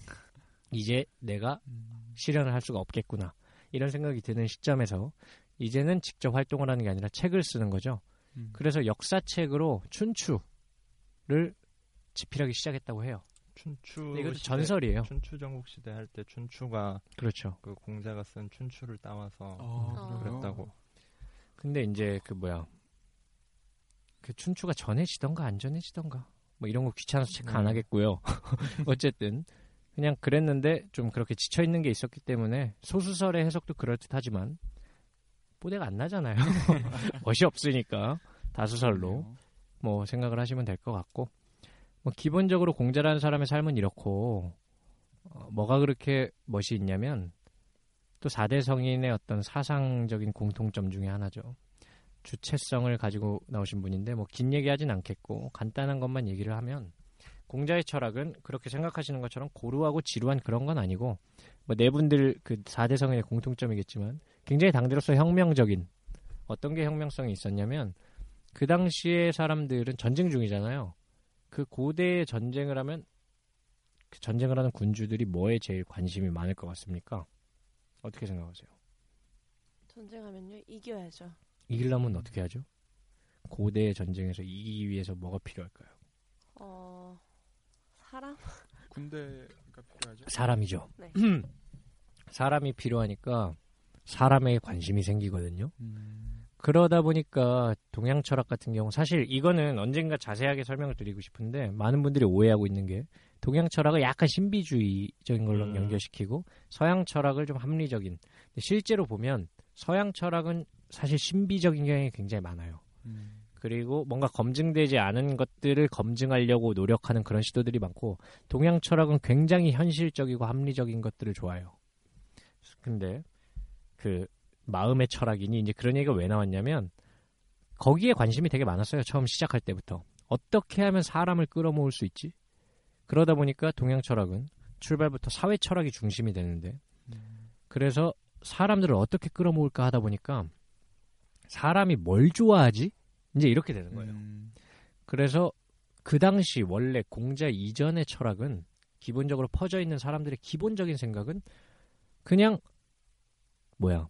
Speaker 3: 이제 내가
Speaker 2: 음.
Speaker 3: 실현을 할 수가 없겠구나 이런 생각이 드는 시점에서 이제는 직접 활동을 하는 게 아니라 책을 쓰는 거죠.
Speaker 2: 음.
Speaker 3: 그래서 역사책으로 춘추를 집필하기 시작했다고 해요.
Speaker 4: 춘추
Speaker 3: 근데 이것도
Speaker 4: 시대-
Speaker 3: 전설이에요.
Speaker 4: 춘추 전국 시대 할 때 춘추가
Speaker 3: 그렇죠.
Speaker 4: 그 공자가 쓴 춘추를 따와서
Speaker 3: 음.
Speaker 2: 어, 그래요?
Speaker 4: 그랬다고.
Speaker 3: 근데 이제 그 뭐야 그 춘추가 전해지던가 안 전해지던가 뭐 이런 거 귀찮아서 체크 안
Speaker 4: 음.
Speaker 3: 하겠고요. 어쨌든 그냥 그랬는데 좀 그렇게 지쳐 있는 게 있었기 때문에 소수설의 해석도 그럴 듯하지만 뽀대가 안 나잖아요. 멋이 없으니까 다수설로
Speaker 2: 그러네요.
Speaker 3: 뭐 생각을 하시면 될 것 같고 뭐 기본적으로 공자라는 사람의 삶은 이렇고 어, 뭐가 그렇게 멋이 있냐면 또 4대 성인의 어떤 사상적인 공통점 중에 하나죠. 주체성을 가지고 나오신 분인데 뭐 긴 얘기하진 않겠고 간단한 것만 얘기를 하면 공자의 철학은 그렇게 생각하시는 것처럼 고루하고 지루한 그런 건 아니고 뭐 네 분들 그 4대 성인의 공통점이겠지만 굉장히 당대로서 혁명적인 어떤 게 혁명성이 있었냐면 그 당시에 사람들은 전쟁 중이잖아요. 그 고대의 전쟁을 하면 그 전쟁을 하는 군주들이 뭐에 제일 관심이 많을 것 같습니까? 어떻게 생각하세요?
Speaker 5: 전쟁하면요 이겨야죠.
Speaker 3: 이기려면 어떻게 하죠? 고대의 전쟁에서 이기기 위해서 뭐가 필요할까요?
Speaker 5: 어 사람
Speaker 2: 군대가 필요하죠.
Speaker 3: 사람이죠.
Speaker 5: 네.
Speaker 3: 사람이 필요하니까 사람에게 관심이 생기거든요.
Speaker 2: 음.
Speaker 3: 그러다 보니까 동양 철학 같은 경우 사실 이거는 언젠가 자세하게 설명을 드리고 싶은데 많은 분들이 오해하고 있는 게 동양 철학을 약간 신비주의적인 걸로
Speaker 4: 음.
Speaker 3: 연결시키고 서양 철학을 좀 합리적인 근데 실제로 보면 서양 철학은 사실 신비적인 경향이 굉장히 많아요.
Speaker 2: 음.
Speaker 3: 그리고 뭔가 검증되지 않은 것들을 검증하려고 노력하는 그런 시도들이 많고 동양 철학은 굉장히 현실적이고 합리적인 것들을 좋아해요. 근데 그 마음의 철학이니 이제 그런 얘기가 왜 나왔냐면 거기에 관심이 되게 많았어요. 처음 시작할 때부터. 어떻게 하면 사람을 끌어모을 수 있지? 그러다 보니까 동양 철학은 출발부터 사회 철학이 중심이 되는데 그래서 사람들을 어떻게 끌어모을까 하다 보니까 사람이 뭘 좋아하지? 이제 이렇게 되는 거예요.
Speaker 2: 음,
Speaker 3: 그래서 그 당시 원래 공자 이전의 철학은 기본적으로 퍼져 있는 사람들의 기본적인 생각은 그냥 뭐야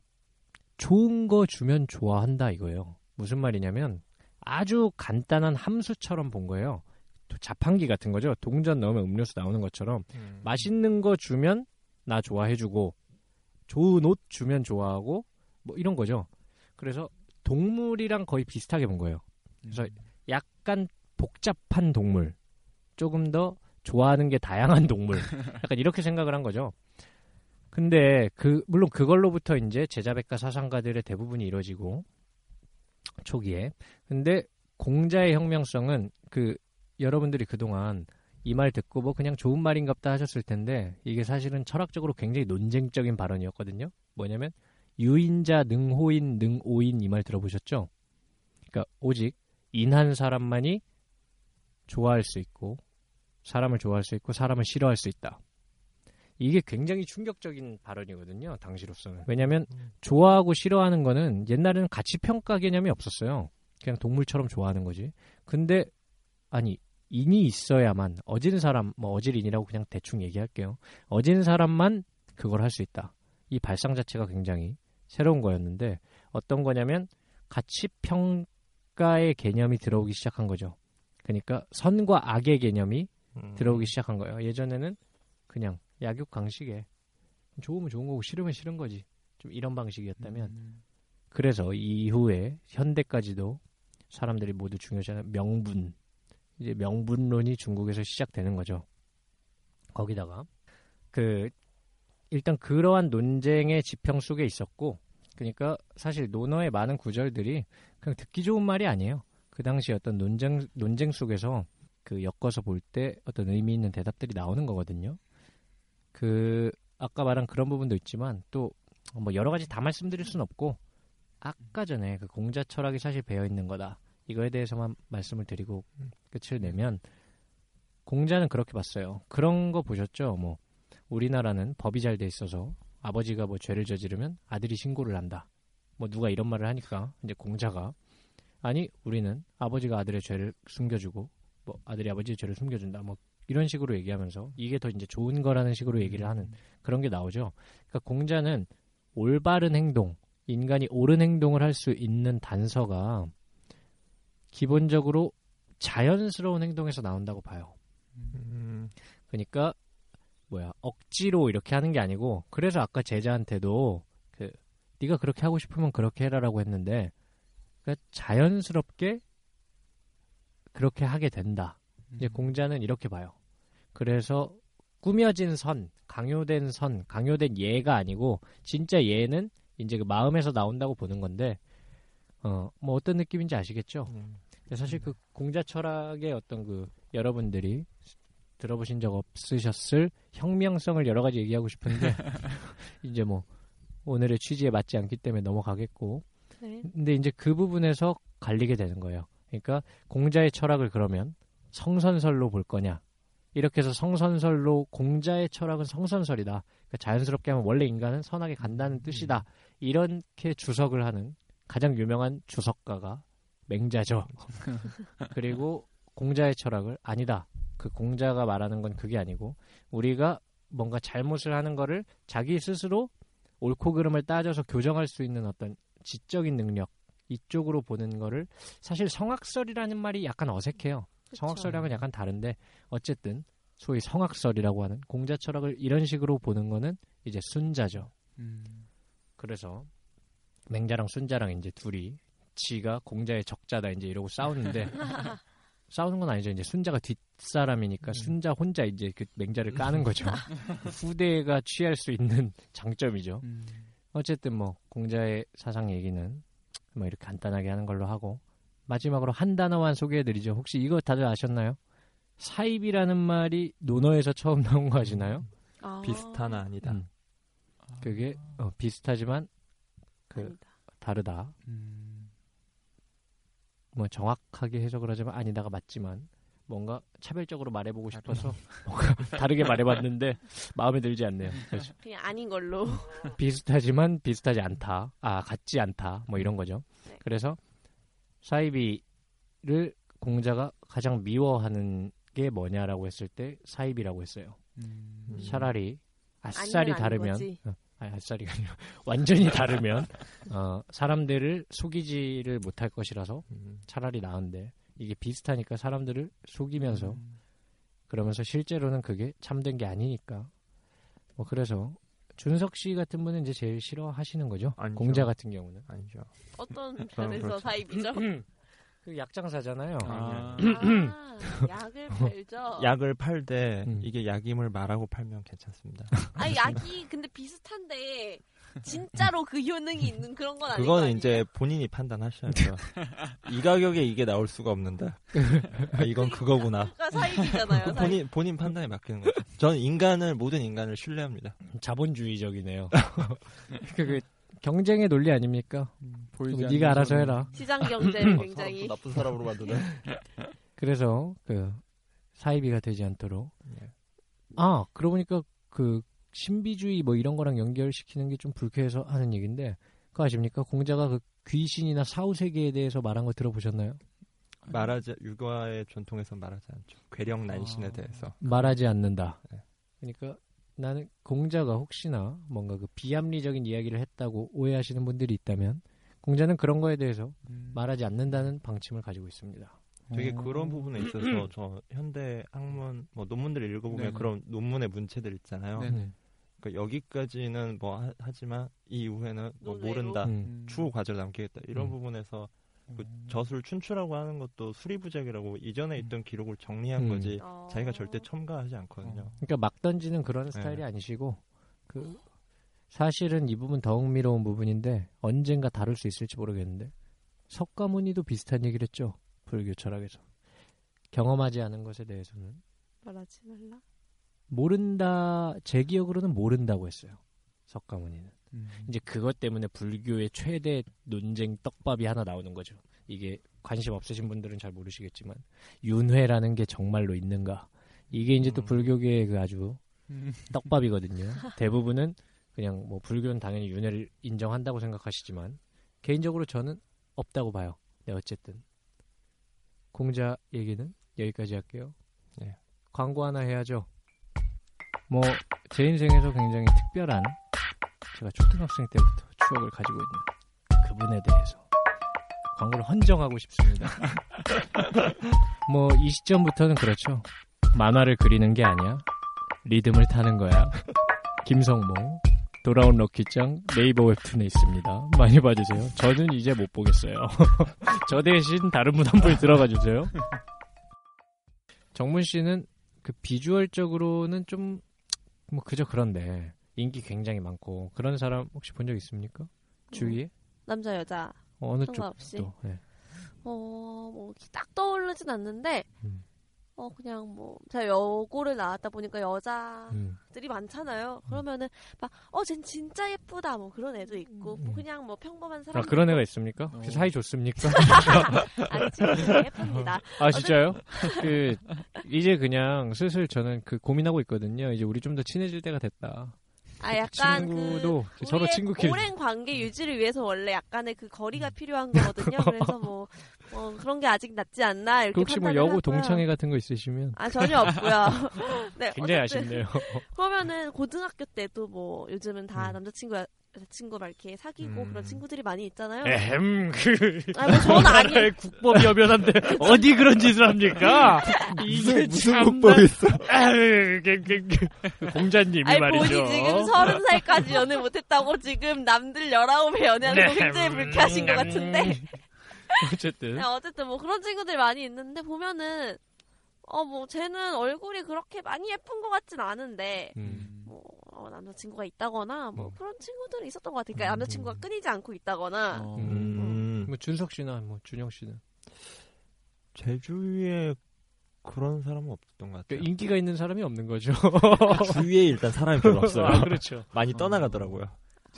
Speaker 3: 좋은 거 주면 좋아한다 이거예요. 무슨 말이냐면 아주 간단한 함수처럼 본 거예요. 또 자판기 같은 거죠. 동전 넣으면 음료수 나오는 것처럼 맛있는 거 주면 나 좋아해주고 좋은 옷 주면 좋아하고 뭐 이런 거죠. 그래서 동물이랑 거의 비슷하게 본 거예요. 그래서 약간 복잡한 동물, 조금 더 좋아하는 게 다양한 동물, 약간 이렇게 생각을 한 거죠. 근데 그 물론 그걸로부터 이제 제자백과 사상가들의 대부분이 이루어지고 초기에 근데 공자의 혁명성은 그 여러분들이 그동안 이 말 듣고 뭐 그냥 좋은 말인갑다 하셨을 텐데 이게 사실은 철학적으로 굉장히 논쟁적인 발언이었거든요. 뭐냐면 유인자 능호인 능오인 이 말 들어보셨죠? 그러니까 오직 인한 사람만이 좋아할 수 있고 사람을 좋아할 수 있고 사람을 싫어할 수 있다. 이게 굉장히 충격적인 발언이거든요. 당시로서는. 왜냐하면 좋아하고 싫어하는 거는 옛날에는 가치 평가 개념이 없었어요. 그냥 동물처럼 좋아하는 거지. 근데 아니 인이 있어야만 어진 사람 뭐 어질인이라고 그냥 대충 얘기할게요. 어진 사람만 그걸 할 수 있다. 이 발상 자체가 굉장히 새로운 거였는데 어떤 거냐면 가치 평 평가의 개념이 들어오기 시작한 거죠. 그러니까 선과 악의 개념이
Speaker 4: 음.
Speaker 3: 들어오기 시작한 거예요. 예전에는 그냥 약육 강식에 좋으면 좋은 거고 싫으면 싫은 거지. 좀 이런 방식이었다면 그래서 이후에 현대까지도 사람들이 모두 중요시하는 명분 이제 명분론이 중국에서 시작되는 거죠. 거기다가 그 일단 그러한 논쟁의 지평 속에 있었고 그러니까 사실 논어의 많은 구절들이 그냥 듣기 좋은 말이 아니에요. 그 당시 어떤 논쟁 논쟁 속에서 그 엮어서 볼 때 어떤 의미 있는 대답들이 나오는 거거든요. 그 아까 말한 그런 부분도 있지만 또 뭐 여러 가지 다 말씀드릴 순 없고 아까 전에 그 공자 철학이 사실 배어 있는 거다 이거에 대해서만 말씀을 드리고 끝을 내면 공자는 그렇게 봤어요. 그런 거 보셨죠? 뭐 우리나라는 법이 잘 돼 있어서 아버지가 뭐 죄를 저지르면 아들이 신고를 한다. 뭐 누가 이런 말을 하니까 이제 공자가 아니 우리는 아버지가 아들의 죄를 숨겨주고 뭐 아들이 아버지의 죄를 숨겨준다 뭐 이런 식으로 얘기하면서 이게 더 이제 좋은 거라는 식으로 얘기를 하는 그런 게 나오죠. 그러니까 공자는 올바른 행동, 인간이 옳은 행동을 할 수 있는 단서가 기본적으로 자연스러운 행동에서 나온다고 봐요.
Speaker 4: 음.
Speaker 3: 그러니까 뭐야 억지로 이렇게 하는 게 아니고 그래서 아까 제자한테도 그 네가 그렇게 하고 싶으면 그렇게 해라라고 했는데 그러니까 자연스럽게 그렇게 하게 된다. 이제
Speaker 4: 음.
Speaker 3: 공자는 이렇게 봐요. 그래서 꾸며진 선, 강요된 선, 강요된 예가 아니고 진짜 예는 이제 그 마음에서 나온다고 보는 건데 어 뭐 어떤 느낌인지 아시겠죠?
Speaker 4: 음.
Speaker 3: 근데 사실 그 공자 철학의 어떤 그 여러분들이 들어보신 적 없으셨을 혁명성을 여러 가지 얘기하고 싶은데 이제 뭐 오늘의 취지에 맞지 않기 때문에 넘어가겠고
Speaker 5: 네.
Speaker 3: 근데 이제 그 부분에서 갈리게 되는 거예요. 그러니까 공자의 철학을 그러면 성선설로 볼 거냐 이렇게 해서 성선설로 공자의 철학은 성선설이다. 그러니까 자연스럽게 하면 원래 인간은 선하게 간다는 뜻이다. 이렇게 주석을 하는 가장 유명한 주석가가 맹자죠. 그리고 공자의 철학을 아니다. 그 공자가 말하는 건 그게 아니고 우리가 뭔가 잘못을 하는 거를 자기 스스로 옳고 그름을 따져서 교정할 수 있는 어떤 지적인 능력 이쪽으로 보는 거를 사실 성악설이라는 말이 약간 어색해요. 성악설이랑은 약간 다른데 어쨌든 소위 성악설이라고 하는 공자 철학을 이런 식으로 보는 거는 이제 순자죠.
Speaker 2: 음,
Speaker 3: 그래서 맹자랑 순자랑 이제 둘이 지가 공자의 적자다 이제 이러고 싸우는데 싸우는 건 아니죠. 이제 순자가 뒷사람이니까 순자 혼자 이제 그 맹자를 까는 거죠. 그 후대가 취할 수 있는 장점이죠.
Speaker 2: 음.
Speaker 3: 어쨌든 뭐 공자의 사상 얘기는 뭐 이렇게 간단하게 하는 걸로 하고 마지막으로 한 단어만 소개해드리죠. 혹시 이거 다들 아셨나요? 사입이라는 말이 논어에서 처음 나온 거 아시나요?
Speaker 5: 아.
Speaker 4: 비슷하나 아니다.
Speaker 3: 음. 그게 어, 비슷하지만 그
Speaker 5: 아니다.
Speaker 3: 다르다.
Speaker 2: 음,
Speaker 3: 뭐 정확하게 해석을 하자면 아니다가 맞지만 뭔가 차별적으로 말해보고 싶어서 뭔가 다르게 말해봤는데 마음에 들지 않네요. 그래서
Speaker 6: 그냥 아닌 걸로.
Speaker 3: 비슷하지만 비슷하지 않다. 아 같지 않다. 뭐 이런 거죠.
Speaker 6: 네.
Speaker 3: 그래서 사이비를 공자가 가장 미워하는 게 뭐냐라고 했을 때 사이비라고 했어요.
Speaker 2: 음.
Speaker 3: 차라리 아싸리
Speaker 6: 아니면 아닌
Speaker 3: 다르면
Speaker 6: 거지.
Speaker 3: 어, 아니 아싸리가 아니라 완전히 다르면 어, 사람들을 속이지를 못할 것이라서
Speaker 4: 음.
Speaker 3: 차라리 나은데 이게 비슷하니까 사람들을 속이면서
Speaker 2: 음.
Speaker 3: 그러면서 실제로는 그게 참된 게 아니니까 뭐 그래서 준석 씨 같은 분은 이제 제일 싫어하시는 거죠
Speaker 4: 아니죠.
Speaker 3: 공자 같은 경우는
Speaker 4: 아니죠.
Speaker 6: 어떤
Speaker 4: 그렇죠.
Speaker 6: 면에서 사입이죠?
Speaker 3: 그 약장사잖아요
Speaker 4: 예.
Speaker 2: 아,
Speaker 4: 음,
Speaker 6: 아, 약을 팔죠.
Speaker 4: 어. 약을 팔 때
Speaker 3: 음.
Speaker 4: 이게 약임을 말하고 팔면 괜찮습니다.
Speaker 6: 아 약이 근데 비슷한데 진짜로 그 효능이 있는 그런 건 아니고.
Speaker 4: 그거는 이제 본인이 판단하셔야죠. 이 가격에 이게 나올 수가 없는다. 아, 이건 그거구나.
Speaker 6: 그러니까 사입이잖아요. 사입.
Speaker 4: 본인 본인 판단에 맡기는 거죠. 저는 인간을 모든 인간을 신뢰합니다.
Speaker 8: 어,
Speaker 3: 자본주의적이네요 그, 그 경쟁의 논리 아닙니까 그
Speaker 2: 보이지 않는
Speaker 3: 네가 알아서
Speaker 2: 사람.
Speaker 3: 해라
Speaker 6: 시장
Speaker 4: 음,
Speaker 6: 경제를 굉장히
Speaker 8: 사람 또 나쁜 사람으로 만드네.
Speaker 3: 그래서 그 사이비가 되지 않도록
Speaker 4: 예.
Speaker 3: 아 그러고 보니까 그 신비주의 뭐 이런 거랑 연결시키는 게 좀 불쾌해서 하는 얘기인데 그거 아십니까 공자가 그 귀신이나 사후 세계에 대해서 말한 거 들어보셨나요?
Speaker 4: 말하지 육아의 전통에서 말하지 않죠. 괴력 난신에
Speaker 2: 아.
Speaker 4: 대해서.
Speaker 3: 말하지 않는다.
Speaker 4: 네.
Speaker 3: 그러니까 나는 공자가 혹시나 뭔가 그 비합리적인 이야기를 했다고 오해하시는 분들이 있다면 공자는 그런 거에 대해서
Speaker 2: 음.
Speaker 3: 말하지 않는다는 방침을 가지고 있습니다.
Speaker 4: 되게
Speaker 2: 어.
Speaker 4: 그런 부분에
Speaker 6: 음,
Speaker 4: 있어서 저 현대 학문 뭐 문문들을 읽어보면
Speaker 2: 네네.
Speaker 4: 그런 논문의 문체들 있잖아요.
Speaker 2: 네네.
Speaker 4: 그러니까 여기까지는 뭐 하, 하지만 이 이후에는 뭐
Speaker 6: 논외로.
Speaker 4: 모른다.
Speaker 3: 음.
Speaker 2: 음.
Speaker 4: 추후 과제를 남기겠다. 이런
Speaker 3: 음.
Speaker 4: 부분에서 그 젖을 춘추라고 하는 것도 수리부작이라고 이전에 있던 기록을 정리한
Speaker 3: 음.
Speaker 4: 거지
Speaker 6: 어.
Speaker 4: 자기가 절대 첨가하지 않거든요.
Speaker 3: 그러니까 막 던지는 그런 스타일이 아니시고 그 사실은 이 부분 더 흥미로운 부분인데 언젠가 다룰 수 있을지 모르겠는데 석가모니도 비슷한 얘기를 했죠 불교 철학에서 경험하지 않은 것에 대해서는
Speaker 6: 말하지 말라.
Speaker 3: 모른다 제 기억으로는 모른다고 했어요 석가모니는
Speaker 2: 음.
Speaker 3: 이제 그것 때문에 불교의 최대 논쟁 떡밥이 하나 나오는 거죠 이게 관심 없으신 분들은 잘 모르시겠지만 윤회라는 게 정말로 있는가 이게 이제 또
Speaker 4: 음.
Speaker 3: 불교계의 그 아주
Speaker 2: 음.
Speaker 3: 떡밥이거든요. 대부분은 그냥 뭐 불교는 당연히 윤회를 인정한다고 생각하시지만 개인적으로 저는 없다고 봐요. 네, 어쨌든 공자 얘기는 여기까지 할게요.
Speaker 4: 네.
Speaker 3: 광고 하나 해야죠. 뭐 제 인생에서 굉장히 특별한 제가 초등학생 때부터 추억을 가지고 있는 그분에 대해서 광고를 헌정하고 싶습니다. 뭐 이 시점부터는 그렇죠. 만화를 그리는 게 아니야. 리듬을 타는 거야. 김성모 돌아온 럭키짱 네이버 웹툰에 있습니다. 많이 봐주세요. 저는 이제 못 보겠어요. 저 대신 다른 분 한 분이 들어가 주세요. 정문 씨는 그 비주얼적으로는 좀 뭐 그저 그런데 인기 굉장히 많고 그런 사람 혹시 본 적 있습니까? 주위에
Speaker 6: 남자 여자
Speaker 3: 어느
Speaker 6: 상관없이.
Speaker 3: 쪽도 네.
Speaker 6: 어뭐딱 떠오르진 않는데
Speaker 3: 음.
Speaker 6: 어 그냥 뭐 제가 여고를 나왔다 보니까 여자
Speaker 3: 음.
Speaker 6: 들이 많잖아요.
Speaker 4: 음.
Speaker 6: 그러면은 막 어 쟨 진짜 예쁘다 뭐 그런 애도 있고
Speaker 3: 음.
Speaker 6: 그냥 뭐 평범한
Speaker 3: 아,
Speaker 6: 사람
Speaker 3: 그런 애가 있습니까? 혹시
Speaker 2: 어.
Speaker 3: 사이 좋습니까?
Speaker 6: 아니 진짜 예쁩니다.
Speaker 3: 아 진짜요? 그 이제 그냥 슬슬 저는 그 고민하고 있거든요. 이제 우리 좀 더 친해질 때가 됐다. 그
Speaker 6: 아 약간 그
Speaker 3: 친구도 서로
Speaker 6: 우리의
Speaker 3: 친구 길.
Speaker 6: 오랜 관계 유지를 위해서 원래 약간의 그
Speaker 3: 음.
Speaker 6: 거리가 필요한 거거든요. 그래서 뭐 어, 그런 게 아직 낫지 않나 이렇게
Speaker 3: 그 혹시 뭐
Speaker 6: 판단을
Speaker 3: 여고
Speaker 6: 하고요.
Speaker 3: 동창회 같은 거 있으시면
Speaker 6: 아 전혀 없고요. 네,
Speaker 3: 굉장히
Speaker 6: 어쨌든
Speaker 3: 아쉽네요.
Speaker 6: 그러면은 고등학교 때도 뭐 요즘은 다
Speaker 3: 음.
Speaker 6: 남자친구 여자친구 막 이렇게 사귀고
Speaker 4: 음.
Speaker 6: 그런 친구들이 많이 있잖아요.
Speaker 3: 네.
Speaker 9: 에헴 그
Speaker 6: 아, 뭐 저는 아니
Speaker 9: 나라의 국법이 여변한데 어디 그런 짓을 합니까? 이게
Speaker 8: 무슨
Speaker 9: 참나-
Speaker 8: 국법이 있어?
Speaker 9: 아유, 그, 그, 그, 공자님이
Speaker 6: 아니
Speaker 9: 말이죠.
Speaker 6: 본인 지금 서른 살까지 연애 못했다고 지금 남들 열아홉에 연애하는 거
Speaker 9: 네.
Speaker 6: 굉장히 불쾌하신
Speaker 3: 음.
Speaker 6: 것 같은데
Speaker 3: 어쨌든
Speaker 6: 네, 어쨌든 뭐 그런 친구들 많이 있는데 보면은 어 뭐 쟤는 얼굴이 그렇게 많이 예쁜 것 같진 않은데
Speaker 4: 음.
Speaker 6: 뭐 어, 남자친구가 있다거나 뭐
Speaker 4: 음.
Speaker 6: 그런 친구들이 있었던 것 같아요. 그러니까
Speaker 3: 음.
Speaker 6: 남자친구가 끊이지 않고 있다거나
Speaker 2: 어.
Speaker 4: 음.
Speaker 3: 뭐 준석 씨나 뭐 준영 씨는
Speaker 4: 제주에 그런 사람은 없었던 것 같아요.
Speaker 3: 그러니까 인기가 있는 사람이 없는 거죠.
Speaker 4: 주위에 일단 사람이 별로 없어요.
Speaker 9: 아, 그렇죠.
Speaker 4: 많이
Speaker 2: 어.
Speaker 4: 떠나가더라고요.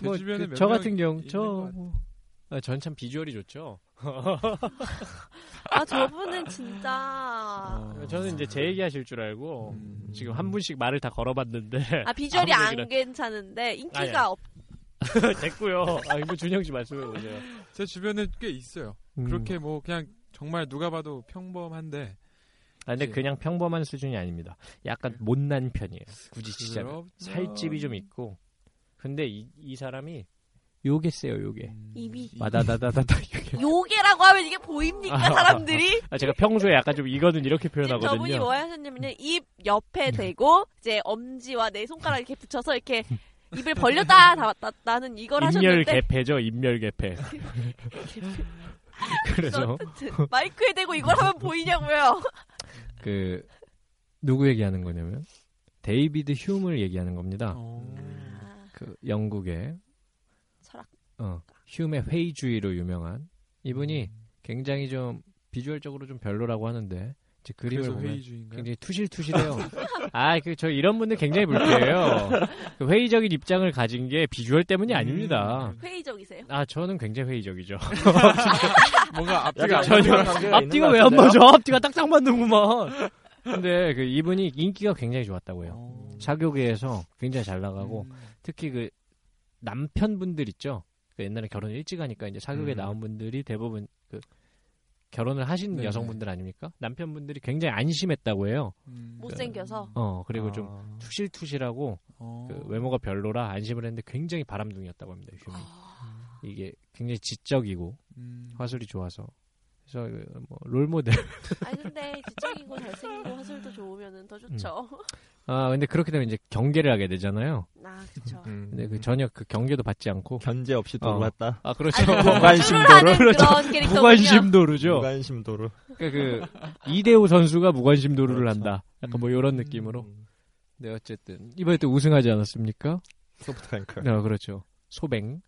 Speaker 6: 뭐
Speaker 2: 제 주변에
Speaker 3: 그
Speaker 2: 몇
Speaker 3: 저
Speaker 2: 명
Speaker 3: 같은 경우
Speaker 2: 있는 것
Speaker 3: 저
Speaker 2: 같아요.
Speaker 3: 전 참 비주얼이 좋죠.
Speaker 6: 아 저분은 진짜
Speaker 2: 어.
Speaker 10: 저는 이제 제 얘기하실 줄 알고
Speaker 2: 음.
Speaker 10: 지금 한 분씩 말을 다 걸어봤는데
Speaker 6: 아 비주얼이
Speaker 10: 아무
Speaker 6: 안
Speaker 10: 얘기를-
Speaker 6: 괜찮은데 인기가
Speaker 10: 아니야.
Speaker 6: 없.
Speaker 10: 됐고요. 아 이거 준영 씨 말씀해 보세요.
Speaker 2: 제 주변에 꽤 있어요.
Speaker 3: 음.
Speaker 2: 그렇게 뭐 그냥 정말 누가 봐도 평범한데
Speaker 3: 아, 근데
Speaker 2: 그치.
Speaker 3: 그냥 평범한 수준이 아닙니다.
Speaker 2: 네.
Speaker 3: 약간 못난 편이에요. 굳이 진짜
Speaker 2: 부드럽죠.
Speaker 3: 살집이 좀 있고. 근데 이, 이 사람이 요게 세요, 요게.
Speaker 2: 음,
Speaker 6: 입이.
Speaker 3: 마다다다다다 요게.
Speaker 6: 요괴라고 하면 이게 보입니까
Speaker 10: 아,
Speaker 6: 사람들이?
Speaker 3: 아, 제가 평소에 약간 좀 이거는 이렇게
Speaker 6: 지금 저분이
Speaker 3: 표현하거든요.
Speaker 6: 뭐 하셨냐면요 입 옆에 대고 이제 엄지와 내 손가락 이렇게 붙여서 이렇게 입을 벌렸다 닫았다 나는 이걸
Speaker 3: 인멸
Speaker 6: 하셨는데
Speaker 3: 개패죠, 인멸 개패. 그래서
Speaker 6: 어쨌든 마이크에 대고 이걸 하면 보이냐고요.
Speaker 3: 그 누구 얘기하는 거냐면 데이비드 휴물 얘기하는 겁니다.
Speaker 2: 어.
Speaker 3: 그 영국의
Speaker 6: 철학.
Speaker 3: 어, 휴메 회의주의로 유명한 이분이
Speaker 2: 음.
Speaker 3: 굉장히 좀 비주얼적으로 좀 별로라고 하는데 이제 그림을
Speaker 2: 그래서
Speaker 3: 보면
Speaker 2: 회의주의인가요?
Speaker 3: 굉장히 투실투실해요. 아, 그 저 이런 분들 굉장히 불쾌해요. 그 회의적인 입장을 가진 게 비주얼 때문이 아닙니다.
Speaker 6: 회의적이세요.
Speaker 3: 아, 저는 굉장히 회의적이죠.
Speaker 2: 뭔가 앞뒤가 안
Speaker 3: 전혀
Speaker 2: 맞는
Speaker 3: 앞뒤가 왜 안 맞아? 앞뒤가 딱딱 맞는구만. 근데 그 이분이 인기가 굉장히 좋았다고 해요.
Speaker 2: 어.
Speaker 3: 사교계에서 굉장히 잘 나가고
Speaker 2: 음.
Speaker 3: 특히 그 남편분들 있죠. 그 옛날에 결혼 일찍 하니까 이제 사극에
Speaker 2: 음.
Speaker 3: 나온 분들이 대부분 그 결혼을 하신
Speaker 2: 네네.
Speaker 3: 여성분들 아닙니까? 남편분들이 굉장히 안심했다고 해요.
Speaker 2: 음.
Speaker 6: 못생겨서.
Speaker 3: 어 그리고 좀 투실투실하고
Speaker 2: 아. 어.
Speaker 3: 그 외모가 별로라 안심을 했는데 굉장히 바람둥이였다고 합니다. 휴미.
Speaker 2: 아.
Speaker 3: 이게 굉장히 지적이고
Speaker 2: 음.
Speaker 3: 화술이 좋아서 그래서 그 뭐 롤모델.
Speaker 6: 아니 근데 지적이고 잘생기고 화술도 좋으면은 더 좋죠.
Speaker 3: 아 근데 그렇게 되면 이제 경계를 하게 되잖아요.
Speaker 6: 아
Speaker 4: 음.
Speaker 6: 그쵸.
Speaker 3: 근데 그 전혀 그 경계도 받지 않고
Speaker 4: 견제 없이
Speaker 3: 어.
Speaker 4: 돌아왔다.
Speaker 3: 아 그렇죠.
Speaker 6: 아니,
Speaker 4: 어.
Speaker 3: 무관심도로
Speaker 6: 하는
Speaker 3: 그렇죠.
Speaker 6: 그런 캐릭터군요.
Speaker 3: 무관심도루죠.
Speaker 4: 음. 무관심도로.
Speaker 3: 그러니까 그 이대호 선수가 무관심도루를
Speaker 4: 그렇죠.
Speaker 3: 한다. 약간
Speaker 2: 음.
Speaker 3: 뭐 이런 느낌으로. 네 어쨌든 이번에 또 우승하지 않았습니까?
Speaker 4: 소프트뱅크.
Speaker 3: 네 그렇죠. 소뱅.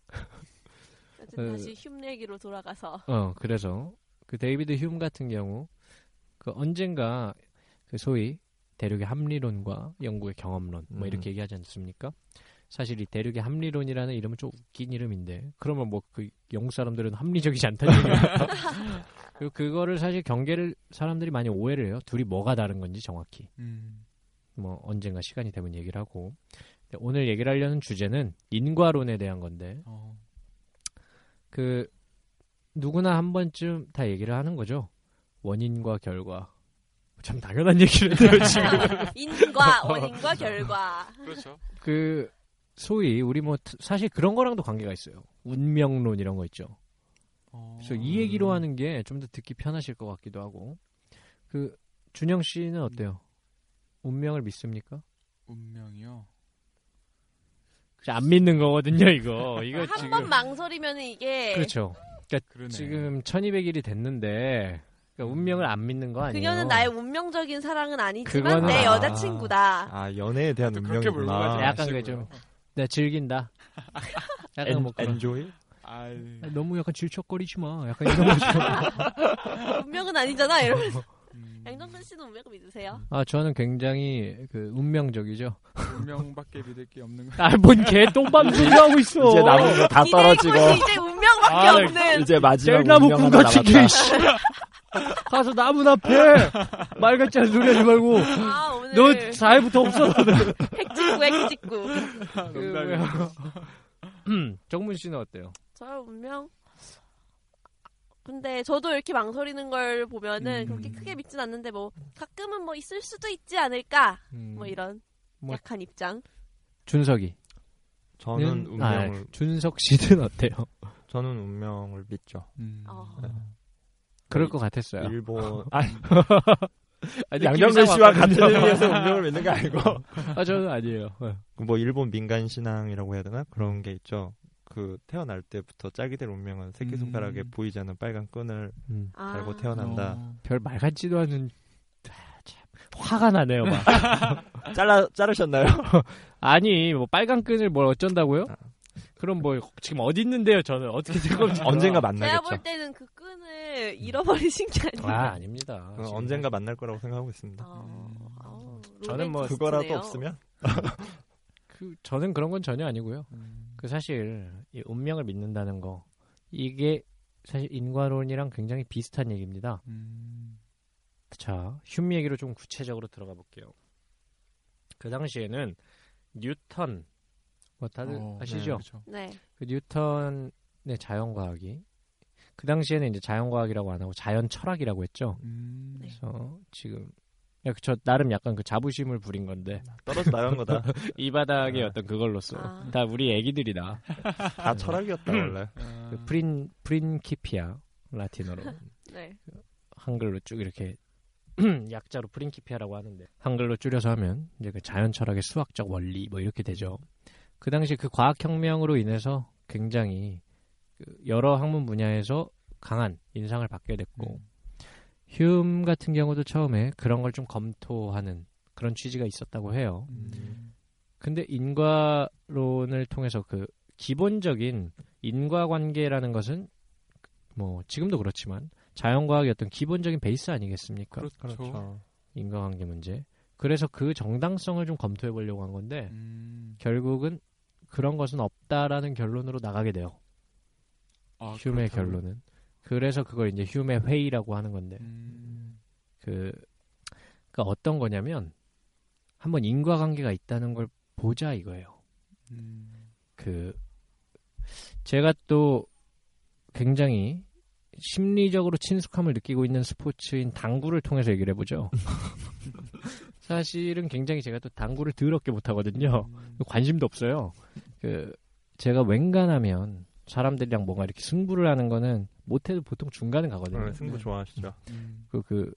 Speaker 6: 어쨌든 다시 흉 얘기로 돌아가서
Speaker 3: 어 그래서 그 데이비드 휴움 같은 경우 그 언젠가 그 소위 대륙의 합리론과 영국의 경험론 뭐
Speaker 4: 음.
Speaker 3: 이렇게 얘기하지 않습니까? 사실 이 대륙의 합리론이라는 이름은 좀 웃긴 이름인데 그러면 뭐 그 영국 사람들은 합리적이지 않다는 얘기예요. 그리고 그거를 사실 경계를 사람들이 많이 오해를 해요. 둘이 뭐가 다른 건지 정확히.
Speaker 2: 음.
Speaker 3: 뭐 언젠가 시간이 되면 얘기를 하고 근데 오늘 얘기를 하려는 주제는 인과론에 대한 건데
Speaker 2: 어.
Speaker 3: 그 누구나 한 번쯤 다 얘기를 하는 거죠 원인과 결과 참 당연한 얘기를 해요 지금
Speaker 6: 인과 원인과 결과.
Speaker 2: 그렇죠.
Speaker 3: 그 소위 우리 뭐 트- 사실 그런 거랑도 관계가 있어요 운명론 이런 거 있죠
Speaker 2: 어.
Speaker 3: 그래서 이 얘기로 하는 게 좀 더 듣기 편하실 것 같기도 하고 그 준영 씨는 어때요 운명을 믿습니까?
Speaker 2: 운명이요.
Speaker 3: 안 믿는 거거든요 이거 이거
Speaker 6: 한
Speaker 3: 지금
Speaker 6: 번 망설이면 이게
Speaker 3: 그렇죠
Speaker 2: 그러네.
Speaker 3: 지금 1200일이 됐는데 그러니까 운명을 안 믿는 거 아니에요?
Speaker 6: 그녀는 나의 운명적인 사랑은 아니지만
Speaker 3: 그거는-
Speaker 6: 내
Speaker 3: 아.
Speaker 6: 여자친구다.
Speaker 4: 아 연애에 대한
Speaker 2: 또 그렇게 몰고
Speaker 4: 운명이구나.
Speaker 2: 가지
Speaker 3: 약간 그게 좀- 내가 즐긴다. 약간 뭐 그런.
Speaker 4: 엔조이?
Speaker 2: 아, 네.
Speaker 3: 아, 너무 약간 질척거리지 마. 약간 이런 거죠.
Speaker 6: 운명은 아니잖아. 이러면서
Speaker 2: 음.
Speaker 6: 양정근 씨는 운명을 믿으세요?
Speaker 3: 아 저는 굉장히 그 운명적이죠.
Speaker 2: 운명밖에 믿을 게 없는 거.
Speaker 3: 아뭔 개똥 방송을 하고 있어.
Speaker 4: 이제 남은 거 다 떨어지고
Speaker 6: 기대해 볼 이제 운명밖에
Speaker 3: 아, 네.
Speaker 6: 없는.
Speaker 4: 이제 마지막
Speaker 3: 젤나무
Speaker 4: 운명
Speaker 3: 꿈
Speaker 4: 하나
Speaker 3: 같은 게.
Speaker 4: 남았다.
Speaker 3: 씨. 가서 나무 앞에 말 같지 않은 소리 하지 말고
Speaker 6: 아 오늘
Speaker 3: 너 사회부터 없어.
Speaker 6: 핵직구 핵직구.
Speaker 3: 음, 정문 씨는 어때요?
Speaker 6: 저요 운명. 근데 저도 이렇게 망설이는 걸 보면은
Speaker 2: 음.
Speaker 6: 그렇게 크게 믿진 않는데 뭐 가끔은 뭐 있을 수도 있지 않을까
Speaker 3: 음,
Speaker 6: 뭐 이런
Speaker 3: 뭐-
Speaker 6: 약한 입장.
Speaker 3: 준석이. 네? 아,
Speaker 4: 저는
Speaker 3: 음?
Speaker 4: 운명을
Speaker 3: 준석 씨는 어때요?
Speaker 4: 저는 운명을 믿죠.
Speaker 2: 음.
Speaker 6: 어.
Speaker 3: 그럴 것 같았어요.
Speaker 4: 일본 아,
Speaker 3: 아니,
Speaker 4: 양정근 씨와 같은
Speaker 3: 느낌상
Speaker 4: 의미에서 운명을 믿는 거 아니고
Speaker 3: 아 저는 아니에요.
Speaker 4: 뭐 일본 민간 신앙이라고 해야 되나 그런 게 있죠. 그 태어날 때부터 짝이될 운명은 새끼 손가락에
Speaker 2: 음.
Speaker 4: 보이지 않는 빨간 끈을
Speaker 6: 아.
Speaker 4: 달고 태어난다.
Speaker 3: 음. 별말 같지도 않은 아, 참, 화가 나네요. 막.
Speaker 4: 잘라 자르셨나요?
Speaker 3: 아니 뭐 빨간 끈을 뭘 어쩐다고요?
Speaker 4: 아.
Speaker 3: 그럼 뭐 지금 어디 있는데요? 저는 어떻게 된 겁니까?
Speaker 4: 언젠가
Speaker 6: 제가 볼
Speaker 4: 만나겠죠.
Speaker 6: 때는 그
Speaker 3: 음.
Speaker 6: 끈을 잃어버리신 게
Speaker 3: 아
Speaker 6: 아니에요.
Speaker 3: 아닙니다.
Speaker 4: 그건
Speaker 3: 지금.
Speaker 4: 어, 언젠가 만날 거라고 생각하고 있습니다.
Speaker 2: 음.
Speaker 6: 어,
Speaker 3: 아.
Speaker 6: 아우,
Speaker 3: 저는 뭐
Speaker 6: 로맨티스트네요.
Speaker 4: 그거라도 없으면
Speaker 3: 그, 저는 그런 건 전혀 아니고요. 그 사실 이 운명을 믿는다는 거 이게 사실 인과론이랑 굉장히 비슷한 얘기입니다.
Speaker 2: 음,
Speaker 3: 자, 흉미 얘기로 좀 구체적으로 들어가 볼게요. 그 당시에는 뉴턴, 뭐 다들
Speaker 2: 어,
Speaker 3: 아시죠?
Speaker 2: 네, 그쵸.
Speaker 5: 네.
Speaker 3: 그 뉴턴의 자연과학이 그 당시에는 이제 자연과학이라고 안 하고 자연철학이라고 했죠.
Speaker 2: 음,
Speaker 5: 네.
Speaker 3: 그래서 지금 야, 저 나름 약간 그 자부심을 부린 건데
Speaker 4: 떨어져 나간 거다.
Speaker 3: 이 바닥의 어떤 그걸로써
Speaker 5: 아.
Speaker 3: 다 우리 애기들이다.
Speaker 4: 다 철학이었다 원래.
Speaker 2: 아,
Speaker 3: 그 프린 프린키피아 라틴어로
Speaker 5: 네.
Speaker 3: 한글로 쭉 이렇게 약자로 프린키피아라고 하는데 한글로 줄여서 하면 이제 그 자연철학의 수학적 원리 뭐 이렇게 되죠. 그 당시 그 과학혁명으로 인해서 굉장히 그 여러 학문 분야에서 강한 인상을 받게 됐고
Speaker 2: 음.
Speaker 3: 휴음 같은 경우도 처음에 그런 걸 좀 검토하는 그런 취지가 있었다고 해요. 네.
Speaker 2: 음,
Speaker 3: 근데 인과론을 통해서 그 기본적인 인과관계라는 것은 뭐 지금도 그렇지만 자연과학의 어떤 기본적인 베이스 아니겠습니까?
Speaker 2: 그렇죠.
Speaker 3: 인과관계 문제. 그래서 그 정당성을 좀 검토해 보려고 한 건데
Speaker 2: 음,
Speaker 3: 결국은 그런 것은 없다라는 결론으로 나가게 돼요.
Speaker 2: 아,
Speaker 3: 휴메의
Speaker 2: 그렇다고.
Speaker 3: 결론은. 그래서 그걸 이제 휴메 회의라고 하는 건데
Speaker 2: 음,
Speaker 3: 그 그러니까 어떤 거냐면 한번 인과관계가 있다는 걸 보자 이거예요.
Speaker 2: 음,
Speaker 3: 그 제가 또 굉장히 심리적으로 친숙함을 느끼고 있는 스포츠인 당구를 통해서 얘기를 해보죠. 사실은 굉장히 제가 또 당구를 더럽게 못하거든요.
Speaker 4: 음.
Speaker 3: 관심도 없어요. 그 제가 웬간하면 사람들이랑 뭔가 이렇게 승부를 하는 거는 못해도 보통 중간은 가거든요.
Speaker 4: 네, 승부 좋아하시죠.
Speaker 2: 음.
Speaker 3: 그, 그,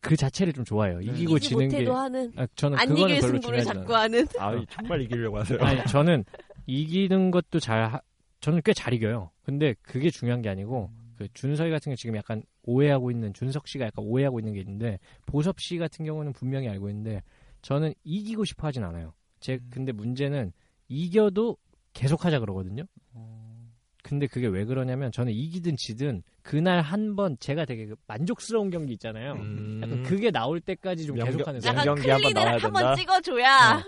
Speaker 3: 그 자체를 좀 좋아해요.
Speaker 2: 네.
Speaker 3: 이기고
Speaker 5: 이기지
Speaker 3: 지는 게.
Speaker 5: 못해도 하는
Speaker 3: 아, 저는
Speaker 5: 안
Speaker 3: 그거는
Speaker 5: 이길
Speaker 3: 별로
Speaker 5: 승부를
Speaker 3: 중요하지 않아요.
Speaker 5: 자꾸 하는
Speaker 4: 아, 이 정말 이기려고 하세요.
Speaker 3: 아니 저는 이기는 것도 잘 하- 저는 꽤 잘 이겨요. 근데 그게 중요한 게 아니고 그 준석이 같은 경우 지금 약간 오해하고 있는 준석 씨가 약간 오해하고 있는 게 있는데 보섭 씨 같은 경우는 분명히 알고 있는데 저는 이기고 싶어 하진 않아요. 제
Speaker 2: 음.
Speaker 3: 근데 문제는 이겨도 계속 하자 그러거든요.
Speaker 2: 어,
Speaker 3: 근데 그게 왜 그러냐면 저는 이기든 지든 그날 한 번 제가 되게 그 만족스러운 경기 있잖아요.
Speaker 4: 음.
Speaker 3: 약간 그게 나올 때까지 좀
Speaker 4: 명경-
Speaker 3: 계속하는 사람.
Speaker 4: 약간
Speaker 5: 약간
Speaker 4: 연기 한번 나와야
Speaker 5: 클린을 한번
Speaker 4: 된다?
Speaker 5: 찍어줘야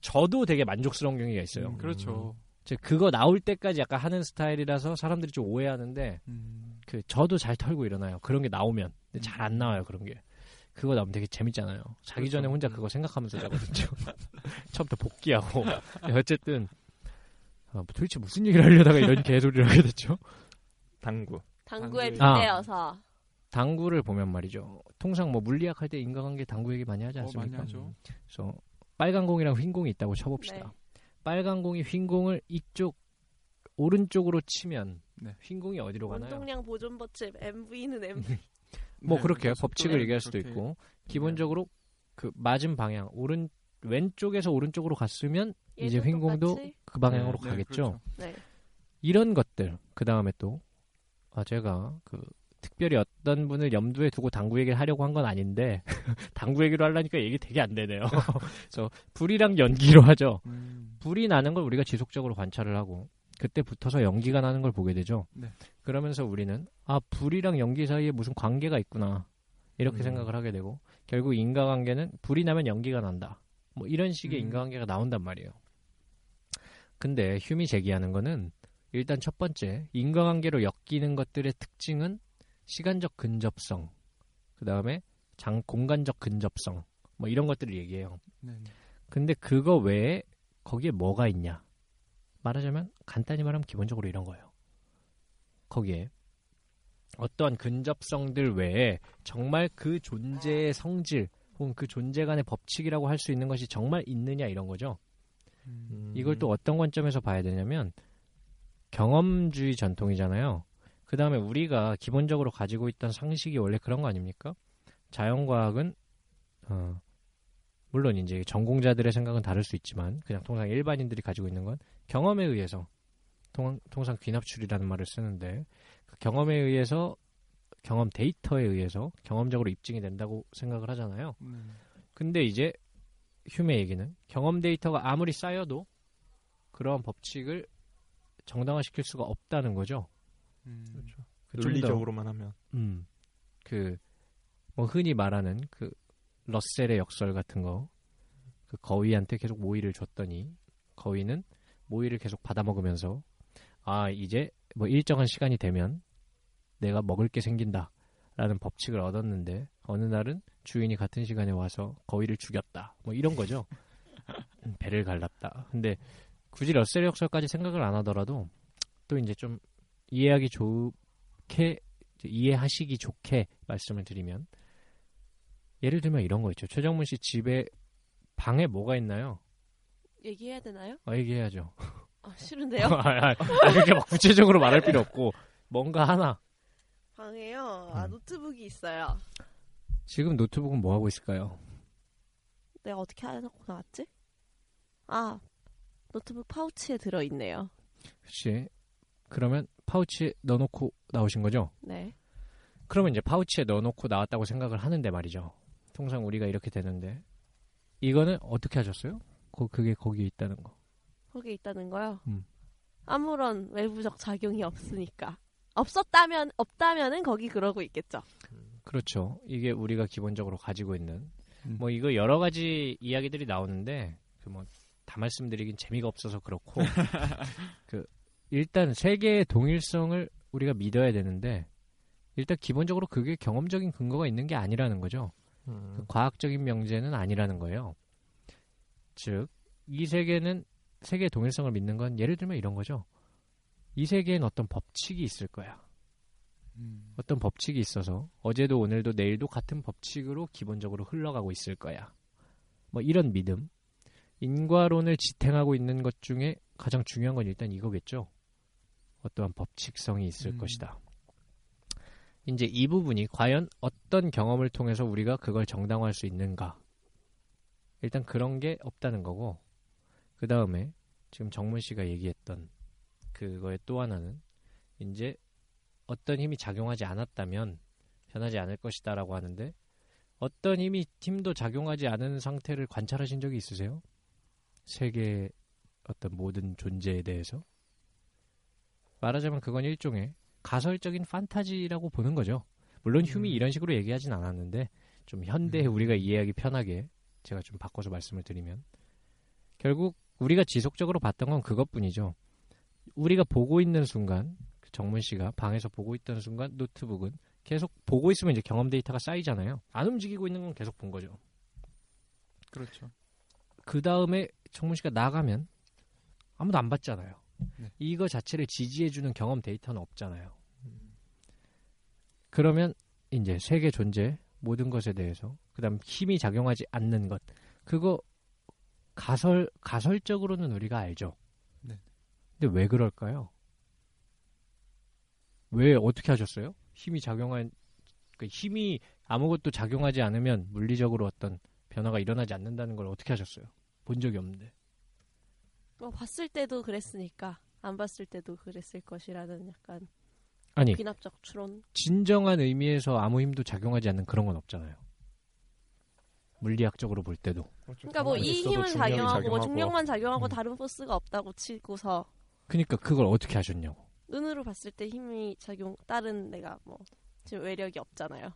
Speaker 3: 저도 되게 만족스러운 경기가 있어요.
Speaker 2: 음, 그렇죠.
Speaker 3: 제 그거 나올 때까지 약간 하는 스타일이라서 사람들이 좀 오해하는데
Speaker 2: 음,
Speaker 3: 그 저도 잘 털고 일어나요. 그런 게 나오면 근데 잘 안 나와요 그런 게. 그거 나오면 되게 재밌잖아요. 자기 전에 혼자 그거 생각하면서 자거든요. 처음부터 복귀하고 어쨌든 아, 뭐 도대체 무슨 얘기를 하려다가 이런 개소리를 하게 됐죠.
Speaker 4: 당구.
Speaker 3: 아.
Speaker 5: 당구에
Speaker 2: 당구에-
Speaker 5: 빗대어서
Speaker 3: 당구를 보면 말이죠. 통상 뭐 물리학 할 때 인과관계 당구 얘기 많이 하지
Speaker 2: 어,
Speaker 3: 않습니까?
Speaker 2: 많이 하죠.
Speaker 3: 그래서 빨간 공이랑 흰 공이 있다고 쳐봅시다.
Speaker 5: 네.
Speaker 3: 빨간 공이 흰 공을 이쪽 오른쪽으로 치면
Speaker 2: 네.
Speaker 3: 흰 공이 어디로 가나요?
Speaker 5: 운동량 보존 법칙 MV는 MV
Speaker 3: 뭐
Speaker 2: 네,
Speaker 3: 그렇게
Speaker 2: 그렇죠.
Speaker 3: 법칙을
Speaker 2: 네,
Speaker 3: 얘기할 수도
Speaker 2: 그렇게.
Speaker 3: 있고 기본적으로 그 맞은 방향 오른 왼쪽에서 오른쪽으로 갔으면 이제
Speaker 5: 얘도
Speaker 3: 횡공도
Speaker 5: 똑같이?
Speaker 3: 그 방향으로
Speaker 2: 네,
Speaker 3: 가겠죠.
Speaker 2: 그렇죠.
Speaker 5: 네.
Speaker 3: 이런 것들 그 다음에 또 아, 제가 그 특별히 어떤 분을 염두에 두고 당구 얘기를 하려고 한 건 아닌데 당구 얘기로 하려니까 얘기 되게 안 되네요. 그래서 불이랑 연기로 하죠.
Speaker 2: 음,
Speaker 3: 불이 나는 걸 우리가 지속적으로 관찰을 하고 그때 붙어서 연기가 나는 걸 보게 되죠.
Speaker 2: 네.
Speaker 3: 그러면서 우리는 아 불이랑 연기 사이에 무슨 관계가 있구나 이렇게
Speaker 4: 음.
Speaker 3: 생각을 하게 되고 결국 인과관계는 불이 나면 연기가 난다. 뭐 이런 식의
Speaker 2: 음.
Speaker 3: 인과관계가 나온단 말이에요. 근데 휴미 제기하는 거는 일단 첫 번째 인과관계로 엮이는 것들의 특징은 시간적 근접성, 그 다음에 장 공간적 근접성 뭐 이런 것들을 얘기해요.
Speaker 2: 네, 네.
Speaker 3: 근데 그거 외에 거기에 뭐가 있냐? 말하자면 간단히 말하면 기본적으로 이런 거예요. 거기에 어떠한 근접성들 외에 정말 그 존재의 성질 혹은 그 존재 간의 법칙이라고 할 수 있는 것이 정말 있느냐 이런 거죠.
Speaker 2: 음,
Speaker 3: 이걸 또 어떤 관점에서 봐야 되냐면 경험주의 전통이잖아요. 그 다음에 우리가 기본적으로 가지고 있던 상식이 원래 그런 거 아닙니까? 자연과학은 어, 물론 이제 전공자들의 생각은 다를 수 있지만 그냥 통상 일반인들이 가지고 있는 건 경험에 의해서 통, 통상 귀납출이라는 말을 쓰는데 그 경험에 의해서 경험 데이터에 의해서 경험적으로 입증이 된다고 생각을 하잖아요.
Speaker 2: 네.
Speaker 3: 근데 이제 휴메 얘기는 경험 데이터가 아무리 쌓여도 그러한 법칙을 정당화시킬 수가 없다는 거죠.
Speaker 2: 음,
Speaker 4: 그렇죠.
Speaker 3: 그좀 더,
Speaker 4: 논리적으로만 하면.
Speaker 3: 음, 그, 뭐 흔히 말하는 그 러셀의 역설 같은 거, 그 거위한테 계속 모이를 줬더니 거위는 모이를 계속 받아먹으면서 아 이제 뭐 일정한 시간이 되면 내가 먹을 게 생긴다라는 법칙을 얻었는데 어느 날은 주인이 같은 시간에 와서 거위를 죽였다 뭐 이런 거죠 음, 배를 갈랐다 근데 굳이 러셀 역설까지 생각을 안 하더라도 또 이제 좀 이해하기 좋게 이제 이해하시기 좋게 말씀을 드리면 예를 들면 이런 거 있죠 최정문 씨 집에 방에 뭐가 있나요?
Speaker 5: 얘기해야 되나요?
Speaker 3: 아 얘기해야죠
Speaker 5: 아, 싫은데요?
Speaker 3: 아, 아, 아, 이렇게 막 구체적으로 말할 필요 없고 뭔가 하나.
Speaker 5: 방에요. 아,
Speaker 3: 음.
Speaker 5: 노트북이 있어요.
Speaker 3: 지금 노트북은 뭐 하고 있을까요?
Speaker 5: 내가 어떻게 해놓고 나왔지? 아, 노트북 파우치에 들어있네요.
Speaker 3: 그치? 그러면 파우치에 넣어놓고 나오신 거죠?
Speaker 5: 네.
Speaker 3: 그러면 이제 파우치에 넣어놓고 나왔다고 생각을 하는데 말이죠. 통상 우리가 이렇게 되는데 이거는 어떻게 하셨어요? 그, 그게 거기에 있다는 거.
Speaker 5: 거기 있다는 거요.
Speaker 3: 음.
Speaker 5: 아무런 외부적 작용이 없으니까. 없었다면, 없다면은 거기 그러고 있겠죠.
Speaker 3: 그렇죠. 이게 우리가 기본적으로 가지고 있는
Speaker 2: 음.
Speaker 3: 뭐 이거 여러 가지 이야기들이 나오는데 그 뭐 다 말씀드리긴 재미가 없어서 그렇고 그 일단 세계의 동일성을 우리가 믿어야 되는데 일단 기본적으로 그게 경험적인 근거가 있는 게 아니라는 거죠. 그 과학적인 명제는 아니라는 거예요. 즉, 이 세계는 세계의 동일성을 믿는 건 예를 들면 이런 거죠. 이 세계엔 어떤 법칙이 있을 거야.
Speaker 2: 음.
Speaker 3: 어떤 법칙이 있어서 어제도 오늘도 내일도 같은 법칙으로 기본적으로 흘러가고 있을 거야. 뭐 이런 믿음. 인과론을 지탱하고 있는 것 중에 가장 중요한 건 일단 이거겠죠. 어떠한 법칙성이 있을
Speaker 2: 음.
Speaker 3: 것이다. 이제 이 부분이 과연 어떤 경험을 통해서 우리가 그걸 정당화할 수 있는가. 일단 그런 게 없다는 거고. 그 다음에 지금 정문 씨가 얘기했던 그거의 또 하나는 이제 어떤 힘이 작용하지 않았다면 변하지 않을 것이다라고 하는데 어떤 힘이 힘도 작용하지 않은 상태를 관찰하신 적이 있으세요? 세계의 어떤 모든 존재에 대해서 말하자면 그건 일종의 가설적인 판타지라고 보는 거죠. 물론 흉이 이런 식으로 얘기하진 않았는데 좀 현대에 우리가 이해하기 편하게 제가 좀 바꿔서 말씀을 드리면 결국 우리가 지속적으로 봤던 건 그것뿐이죠. 우리가 보고 있는 순간 그 정문 씨가 방에서 보고 있던 순간 노트북은 계속 보고 있으면 이제 경험 데이터가 쌓이잖아요. 안 움직이고 있는 건 계속 본 거죠.
Speaker 2: 그렇죠.
Speaker 3: 그 다음에 정문 씨가 나가면 아무도 안 봤잖아요.
Speaker 2: 네.
Speaker 3: 이거 자체를 지지해주는 경험 데이터는 없잖아요. 그러면 이제 세계 존재 모든 것에 대해서 그다음 힘이 작용하지 않는 것 그거 가설 가설적으로는 우리가 알죠.
Speaker 2: 네.
Speaker 3: 근데 왜 그럴까요? 왜 어떻게 하셨어요? 힘이 작용한 그 힘이 아무것도 작용하지 않으면 물리적으로 어떤 변화가 일어나지 않는다는 걸 어떻게 하셨어요? 본 적이 없는데.
Speaker 5: 뭐, 봤을 때도 그랬으니까. 안 봤을 때도 그랬을 것이라는 약간
Speaker 3: 아니
Speaker 5: 귀납적 추론.
Speaker 3: 진정한 의미에서 아무 힘도 작용하지 않는 그런 건 없잖아요. 물리학적으로 볼 때도.
Speaker 5: 그러니까 뭐 이
Speaker 4: 있어도
Speaker 5: 힘을
Speaker 4: 중력이
Speaker 5: 작용하고 뭐
Speaker 4: 작용하고.
Speaker 5: 중력만 작용하고
Speaker 3: 음.
Speaker 5: 다른 포스가 없다고 치고서
Speaker 3: 그러니까 그걸 어떻게 하셨냐고.
Speaker 5: 눈으로 봤을 때 힘이 작용 다른 내가 뭐 지금 외력이 없잖아요.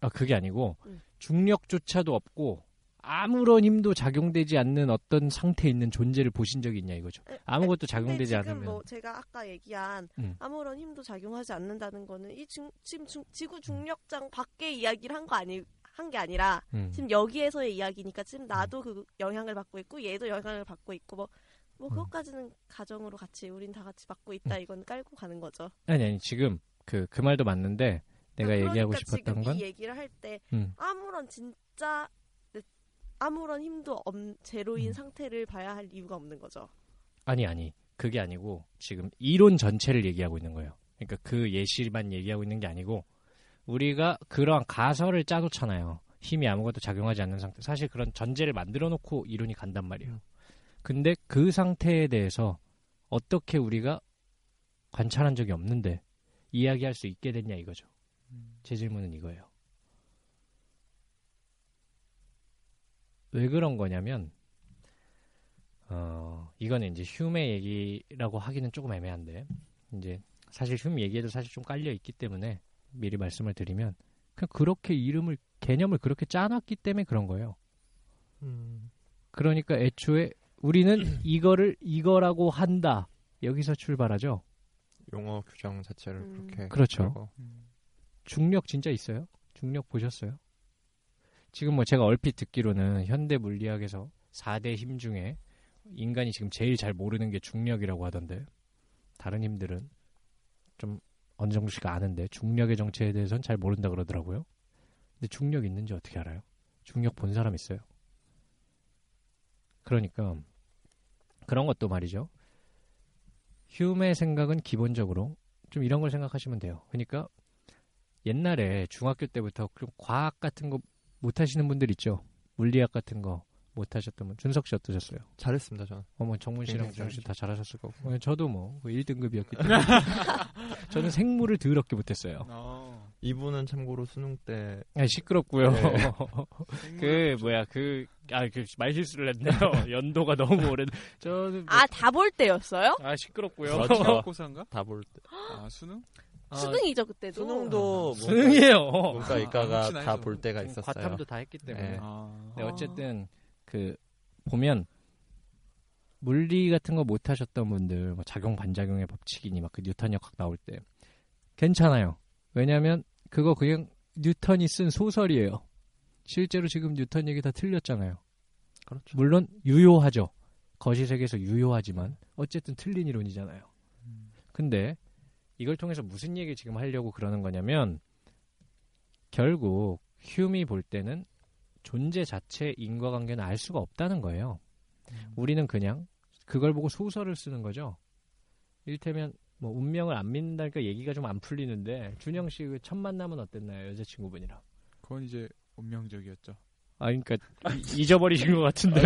Speaker 3: 아 그게 아니고
Speaker 5: 음.
Speaker 3: 중력조차도 없고 아무런 힘도 작용되지 않는 어떤 상태에 있는 존재를 보신 적이 있냐 이거죠. 아무것도 작용되지
Speaker 5: 근데 지금
Speaker 4: 네.
Speaker 3: 않으면
Speaker 5: 뭐 제가 아까 얘기한
Speaker 3: 음.
Speaker 5: 아무런 힘도 작용하지 않는다는 거는 이 중, 지금 중- 지구 중력장 밖에 이야기를 한 거 아니 한 게 아니라
Speaker 3: 음.
Speaker 5: 지금 여기에서의 이야기니까 지금 나도 그 영향을 받고 있고 얘도 영향을 받고 있고 뭐. 뭐
Speaker 3: 음.
Speaker 5: 그것까지는 가정으로 같이 우린 다 같이 받고 있다 이건 깔고 가는 거죠.
Speaker 3: 아니 아니 지금 그 그 말도 맞는데 내가
Speaker 5: 그러니까
Speaker 3: 얘기하고
Speaker 5: 지금
Speaker 3: 싶었던 건
Speaker 5: 이 얘기를 할때
Speaker 3: 음.
Speaker 5: 아무런 진짜 내- 아무런 힘도 없 제로인
Speaker 3: 음.
Speaker 5: 상태를 봐야 할 이유가 없는 거죠.
Speaker 3: 아니 아니 그게 아니고 지금 이론 전체를 얘기하고 있는 거예요. 그러니까 그 예시만 얘기하고 있는 게 아니고 우리가 그러한 가설을 짜놓잖아요. 힘이 아무것도 작용하지 않는 상태. 사실 그런 전제를 만들어 놓고 이론이 간단 말이에요. 근데 그 상태에 대해서 어떻게 우리가 관찰한 적이 없는데 이야기할 수 있게 됐냐 이거죠. 제 질문은 이거예요. 왜 그런 거냐면 어, 이거는 이제 휴메 얘기라고 하기는 조금 애매한데 이제 사실 휴메 얘기에도 사실 좀 깔려 있기 때문에 미리 말씀을 드리면 그냥 그렇게 이름을 개념을 그렇게 짜놨기 때문에 그런 거예요.
Speaker 4: 음.
Speaker 3: 그러니까 애초에 우리는 이거를 이거라고 한다. 여기서 출발하죠.
Speaker 4: 용어 규정 자체를
Speaker 5: 음.
Speaker 4: 그렇게
Speaker 3: 그렇죠.
Speaker 4: 하고.
Speaker 3: 중력 진짜 있어요? 중력 보셨어요? 지금 뭐 제가 얼핏 듣기로는 현대 물리학에서 4대 힘 중에 인간이 지금 제일 잘 모르는 게 중력이라고 하던데 다른 힘들은 좀 어느 정도씩 아는데 중력의 정체에 대해서는 잘 모른다 그러더라고요. 근데 중력 있는지 어떻게 알아요? 중력 본 사람 있어요? 그러니까 그런 것도 말이죠. 휴메의 생각은 기본적으로 좀 이런 걸 생각하시면 돼요. 그러니까 옛날에 중학교 때부터 좀 과학 같은 거 못하시는 분들 있죠. 물리학 같은 거 못하셨던 분. 준석 씨 어떠셨어요?
Speaker 4: 잘했습니다 저는.
Speaker 3: 어머 정문 씨랑
Speaker 4: 굉장히
Speaker 3: 정 씨
Speaker 4: 잘하셨죠.
Speaker 3: 다 잘하셨을 거고. 어, 저도 뭐 1등급이었기 때문에. 저는 생물을 더럽게 못했어요.
Speaker 2: 어,
Speaker 4: 이분은 참고로 수능 때
Speaker 3: 아, 시끄럽고요.
Speaker 4: 네.
Speaker 6: 그 뭐야 그아그 말실수를 했네요. 연도가 너무 오래. 저는 뭐-
Speaker 5: 아, 다 볼 때였어요?
Speaker 6: 아 시끄럽고요.
Speaker 4: 그렇죠.
Speaker 2: 고사인가?
Speaker 4: 다 볼 때. 아,
Speaker 2: 아 수능?
Speaker 3: 아,
Speaker 5: 수능이죠, 그때도.
Speaker 4: 수능도
Speaker 6: 뭐,
Speaker 3: 수능이에요.
Speaker 4: 문과 이과가
Speaker 2: 혹시나
Speaker 4: 다
Speaker 2: 해서.
Speaker 4: 볼 때가 있었어요.
Speaker 3: 과탐도 다 했기 때문에.
Speaker 4: 네.
Speaker 2: 아,
Speaker 3: 네, 어쨌든 그 보면 물리 같은 거 못 하셨던 분들 뭐 작용 반작용의 법칙이니 막 그 뉴턴 역학 나올 때 괜찮아요. 왜냐면 그거 그냥 뉴턴이 쓴 소설이에요. 실제로 지금 뉴턴 얘기 다 틀렸잖아요.
Speaker 4: 그렇죠.
Speaker 3: 물론 유효하죠. 거시 세계에서 유효하지만 어쨌든 틀린 이론이잖아요. 근데 이걸 통해서 무슨 얘기 지금 하려고 그러는 거냐면 결국 휴미 볼 때는 존재 자체 의 인과관계는 알 수가 없다는 거예요. 우리는 그냥 그걸 보고 소설을 쓰는 거죠. 이를테면 뭐 운명을 안 믿는다니까 얘기가 좀 안 풀리는데 준영 씨 그 첫 만남은 어땠나요 여자친구분이랑?
Speaker 2: 그건 이제 운명적이었죠.
Speaker 3: 아 그러니까
Speaker 6: 잊어버리신 것 같은데.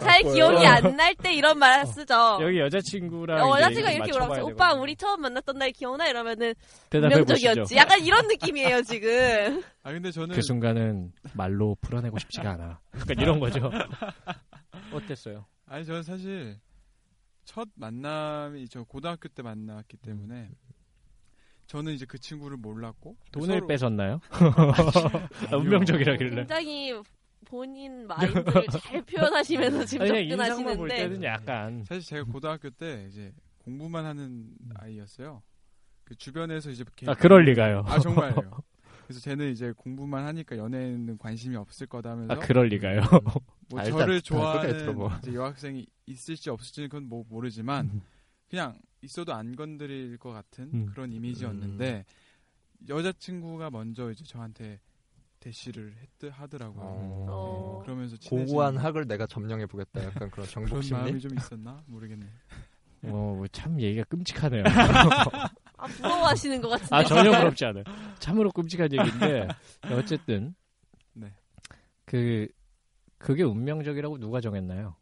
Speaker 5: 잘 기억이 안 날 때 이런 말 쓰죠.
Speaker 6: 어. 여기 여자친구랑
Speaker 5: 어,
Speaker 6: 이제
Speaker 5: 여자친구가
Speaker 6: 이거
Speaker 5: 이렇게 물어봤어.
Speaker 6: 맞춰봐야
Speaker 5: 오빠,
Speaker 6: 되거든요.
Speaker 5: 우리 처음 만났던 날 기억나? 이러면은,
Speaker 3: 대답해 보시죠.
Speaker 5: 운명적이었지. 약간 이런 느낌이에요, 지금.
Speaker 2: 아 근데 저는
Speaker 3: 그 순간은 말로 풀어내고 싶지가 않아.
Speaker 6: 약간 이런 거죠.
Speaker 3: 어땠어요?
Speaker 2: 아니 저는 사실 첫 만남이 저 고등학교 때 만났기 때문에 저는 이제 그 친구를 몰랐고
Speaker 3: 돈을
Speaker 2: 서로-
Speaker 3: 뺏었나요?
Speaker 2: 아니요.
Speaker 6: 운명적이라길래.
Speaker 5: 굉장히 본인 마인드를 잘 표현하시면서 지금
Speaker 3: 아니, 그냥 인상만 볼
Speaker 5: 접근하시는데.
Speaker 3: 때는 약간
Speaker 2: 사실 제가 고등학교 때 이제 공부만 하는 아이였어요. 그 주변에서 이제 이렇게
Speaker 3: 아 그럴 리가요.
Speaker 2: 아, 정말요. 그래서 쟤는 이제 공부만 하니까 연애에는 관심이 없을 거다면서
Speaker 3: 아 그럴 리가요.
Speaker 2: 뭐
Speaker 4: 아, 일단
Speaker 2: 저를
Speaker 4: 다 끝까지
Speaker 2: 좋아하는
Speaker 4: 들어봐.
Speaker 2: 이제 여학생이 있을지 없을지는 그건 뭐 모르지만 그냥 있어도 안 건드릴 것 같은
Speaker 3: 음.
Speaker 2: 그런 이미지였는데 여자친구가 먼저 이제 저한테 대시를 했, 하더라고요. 네,
Speaker 5: 어.
Speaker 2: 그러면서 친해진
Speaker 4: 고고한 학을 내가 점령해 보겠다. 약간 그런 정복
Speaker 2: 그런 마음이
Speaker 4: 심리.
Speaker 2: 좀 있었나 모르겠네.
Speaker 3: 어참 얘기가 끔찍하네요.
Speaker 5: 아, 부러워하시는 것 같은데.
Speaker 3: 아 전혀 부럽지 않아요. 참으로 끔찍한 얘기인데 어쨌든
Speaker 2: 네.
Speaker 3: 그 그게 운명적이라고 누가 정했나요?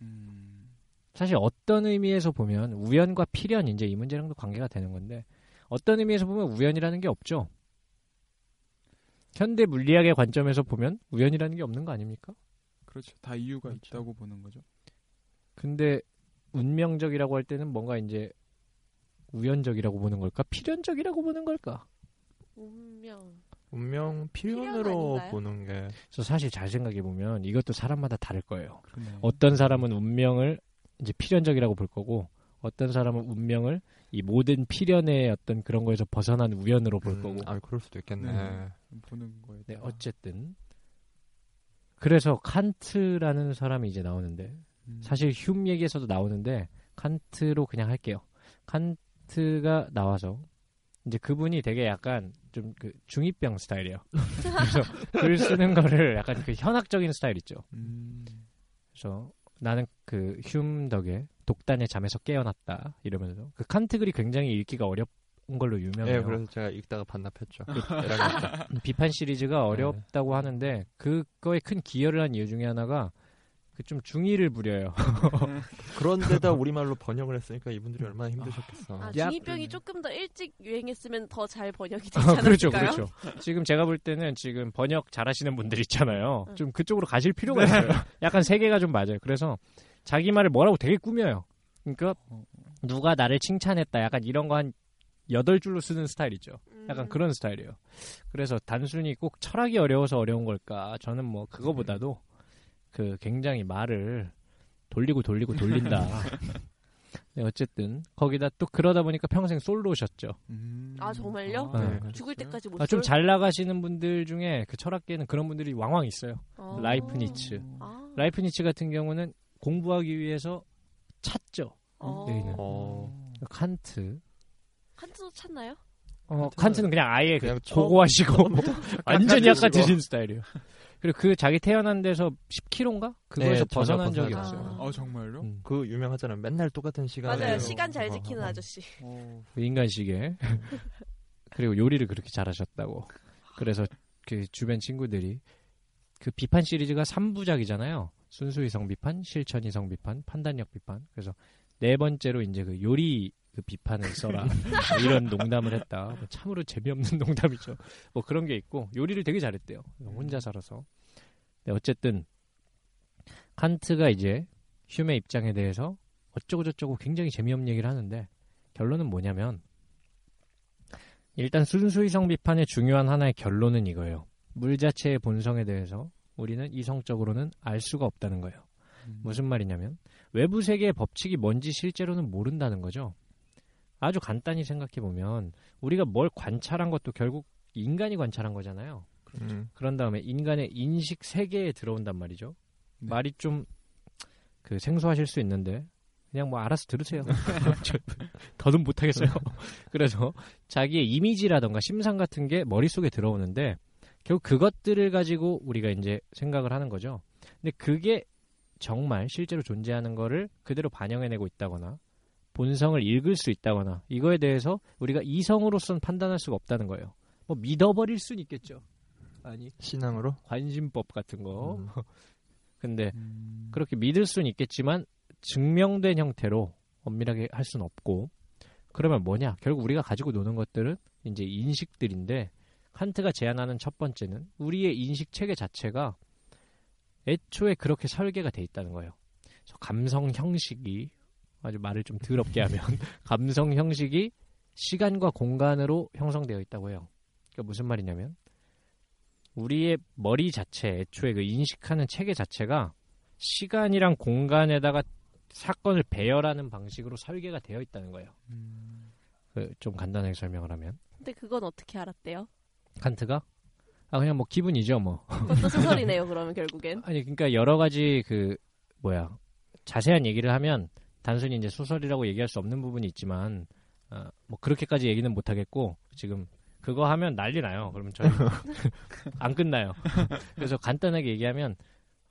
Speaker 2: 음,
Speaker 3: 사실 어떤 의미에서 보면 우연과 필연 이제 이 문제랑도 관계가 되는 건데 어떤 의미에서 보면 우연이라는 게 없죠. 현대 물리학의 관점에서 보면 우연이라는 게 없는 거 아닙니까?
Speaker 2: 그렇죠. 다 이유가 있다고 보는 거죠.
Speaker 3: 근데 운명적이라고 할 때는 뭔가 이제 우연적이라고 보는 걸까? 필연적이라고 보는 걸까?
Speaker 5: 운명.
Speaker 4: 운명
Speaker 5: 필연
Speaker 4: 필연으로
Speaker 5: 아닌가요?
Speaker 4: 보는 게
Speaker 3: 그래서 사실 잘 생각해 보면 이것도 사람마다 다를 거예요.
Speaker 2: 그러네.
Speaker 3: 어떤 사람은 운명을 이제 필연적이라고 볼 거고 어떤 사람은 운명을 이 모든 필연의 어떤 그런 거에서 벗어난 우연으로 볼
Speaker 4: 음,
Speaker 3: 거고
Speaker 4: 아 그럴 수도 있겠네. 예,
Speaker 2: 네. 보는 거에
Speaker 3: 네,
Speaker 2: 따라.
Speaker 3: 어쨌든 그래서 칸트라는 사람이 이제 나오는데
Speaker 2: 음.
Speaker 3: 사실 흉 얘기에서도 나오는데 칸트로 그냥 할게요. 칸트가 나와서 이제 그분이 되게 약간 좀 그 중이병 스타일이에요. 그래서 글 쓰는 거를 약간 그 현학적인 스타일 있죠.
Speaker 2: 음.
Speaker 3: 그래서 나는 그 흉 덕에 독단의 잠에서 깨어났다 이러면서 그 칸트 글이 굉장히 읽기가 어려운 걸로
Speaker 4: 예,
Speaker 3: 유명해요. 아.
Speaker 4: 그래서 제가 읽다가 반납했죠. 애랑했죠.
Speaker 3: 비판 시리즈가 어렵다고 하는데 그거에 큰 기여를 한 이유 중에 하나가 그 좀 중의를 부려요.
Speaker 4: 그런데다 우리말로 번역을 했으니까 이분들이 얼마나 힘드셨겠어.
Speaker 5: 아,
Speaker 3: 야, 음.
Speaker 5: 중2병이
Speaker 2: 그러네.
Speaker 5: 조금 더 일찍 유행했으면 더 잘 번역이 되지 않았을까요?
Speaker 3: 그렇죠, 그렇죠. 지금 제가 볼 때는 지금 번역 잘하시는 분들 있잖아요.
Speaker 5: 응.
Speaker 3: 좀 그쪽으로 가실 필요가 있어요. 약간 세계가 좀 맞아요. 그래서 자기 말을 뭐라고 되게 꾸며요. 그러니까 누가 나를 칭찬했다. 약간 이런 거 한 여덟 줄로 쓰는 스타일이죠. 약간
Speaker 5: 음.
Speaker 3: 그런 스타일이에요. 그래서 단순히 꼭 철학이 어려워서 어려운 걸까? 저는 뭐 그거보다도 그 굉장히 말을 돌리고 돌리고 돌린다. 네, 어쨌든 거기다 또 그러다 보니까 평생 솔로셨죠.
Speaker 2: 음.
Speaker 5: 아, 뭐 정말요?
Speaker 3: 네.
Speaker 5: 죽을 때까지 못.
Speaker 3: 아,
Speaker 5: 쏠-
Speaker 3: 좀잘 나가시는 분들 중에 그 철학계는 그런 분들이 왕왕 있어요.
Speaker 5: 아.
Speaker 3: 라이프니츠. 음,
Speaker 5: 아.
Speaker 3: 라이프니츠 같은 경우는 공부하기 위해서 찾죠.
Speaker 5: 어.
Speaker 3: 여인은.
Speaker 4: 어.
Speaker 3: 칸트.
Speaker 5: 칸트도 찾나요?
Speaker 3: 어, 칸트는 그냥 아예
Speaker 4: 그냥
Speaker 3: 그냥
Speaker 4: 처음-
Speaker 3: 고고하시고 완전히
Speaker 4: 깎아주시고.
Speaker 3: 약간 지신 스타일이에요. 그리고 그 자기 태어난 데서 10km인가? 그거에서
Speaker 4: 네, 전혀
Speaker 3: 벗어난 적이
Speaker 4: 벗어나지
Speaker 3: 없어요.
Speaker 5: 않아요.
Speaker 2: 어 정말요?
Speaker 3: 음,
Speaker 4: 그 유명하잖아요. 맨날 똑같은 시간에
Speaker 5: 맞아요.
Speaker 4: 어,
Speaker 5: 시간 잘
Speaker 4: 어,
Speaker 5: 지키는 아저씨.
Speaker 2: 어.
Speaker 3: 그 인간시계. 그리고 요리를 그렇게 잘하셨다고. 그래서 그 주변 친구들이 그 비판 시리즈가 3부작이잖아요. 순수이성 비판, 실천이성 비판, 판단력 비판. 그래서 네 번째로 이제 그 요리 그 비판을 써라. 뭐 이런 농담을 했다. 뭐 참으로 재미없는 농담이죠. 뭐 그런 게 있고 요리를 되게 잘했대요. 혼자 살아서. 근데 어쨌든 칸트가 이제 흄의 입장에 대해서 어쩌고저쩌고 굉장히 재미없는 얘기를 하는데 결론은 뭐냐면 일단 순수이성 비판의 중요한 하나의 결론은 이거예요. 물 자체의 본성에 대해서 우리는 이성적으로는 알 수가 없다는 거예요.
Speaker 2: 음.
Speaker 3: 무슨 말이냐면 외부 세계의 법칙이 뭔지 실제로는 모른다는 거죠. 아주 간단히 생각해 보면 우리가 뭘 관찰한 것도 결국 인간이 관찰한 거잖아요.
Speaker 2: 그렇죠.
Speaker 4: 음.
Speaker 3: 그런 다음에 인간의 인식 세계에 들어온단 말이죠.
Speaker 2: 네.
Speaker 3: 말이 좀 그 생소하실 수 있는데 그냥 뭐 알아서 들으세요. 저 더듬 못하겠어요. 그래서 자기의 이미지라던가 심상 같은 게 머릿속에 들어오는데 결국 그것들을 가지고 우리가 이제 생각을 하는 거죠. 근데 그게 정말 실제로 존재하는 거를 그대로 반영해내고 있다거나 본성을 읽을 수 있다거나 이거에 대해서 우리가 이성으로선 판단할 수가 없다는 거예요. 뭐 믿어버릴 순 있겠죠. 아니
Speaker 4: 어, 신앙으로
Speaker 3: 관심법 같은 거.
Speaker 4: 음.
Speaker 3: 근데
Speaker 2: 음.
Speaker 3: 그렇게 믿을 수는 있겠지만 증명된 형태로 엄밀하게 할 수는 없고 그러면 뭐냐? 결국 우리가 가지고 노는 것들은 이제 인식들인데 칸트가 제안하는 첫 번째는 우리의 인식 체계 자체가 애초에 그렇게 설계가 돼 있다는 거예요. 그래서 감성 형식이 아주 말을 좀 더럽게 하면 감성 형식이 시간과 공간으로 형성되어 있다고 해요. 그러니까 무슨 말이냐면 우리의 머리 자체, 애초에 그 인식하는 체계 자체가 시간이랑 공간에다가 사건을 배열하는 방식으로 설계가 되어 있다는 거예요.
Speaker 2: 음.
Speaker 3: 그 좀 간단하게 설명을 하면
Speaker 5: 근데 그건 어떻게 알았대요?
Speaker 3: 칸트가 아 그냥 뭐 기분이죠 뭐
Speaker 5: 그것도 소설이네요. 그러면 결국엔.
Speaker 3: 아니 그러니까 여러 가지 그 뭐야 자세한 얘기를 하면 단순히 이제 소설이라고 얘기할 수 없는 부분이 있지만 아, 뭐 그렇게까지 얘기는 못 하겠고 지금 그거 하면 난리 나요. 그러면 저희 안 끝나요. 그래서 간단하게 얘기하면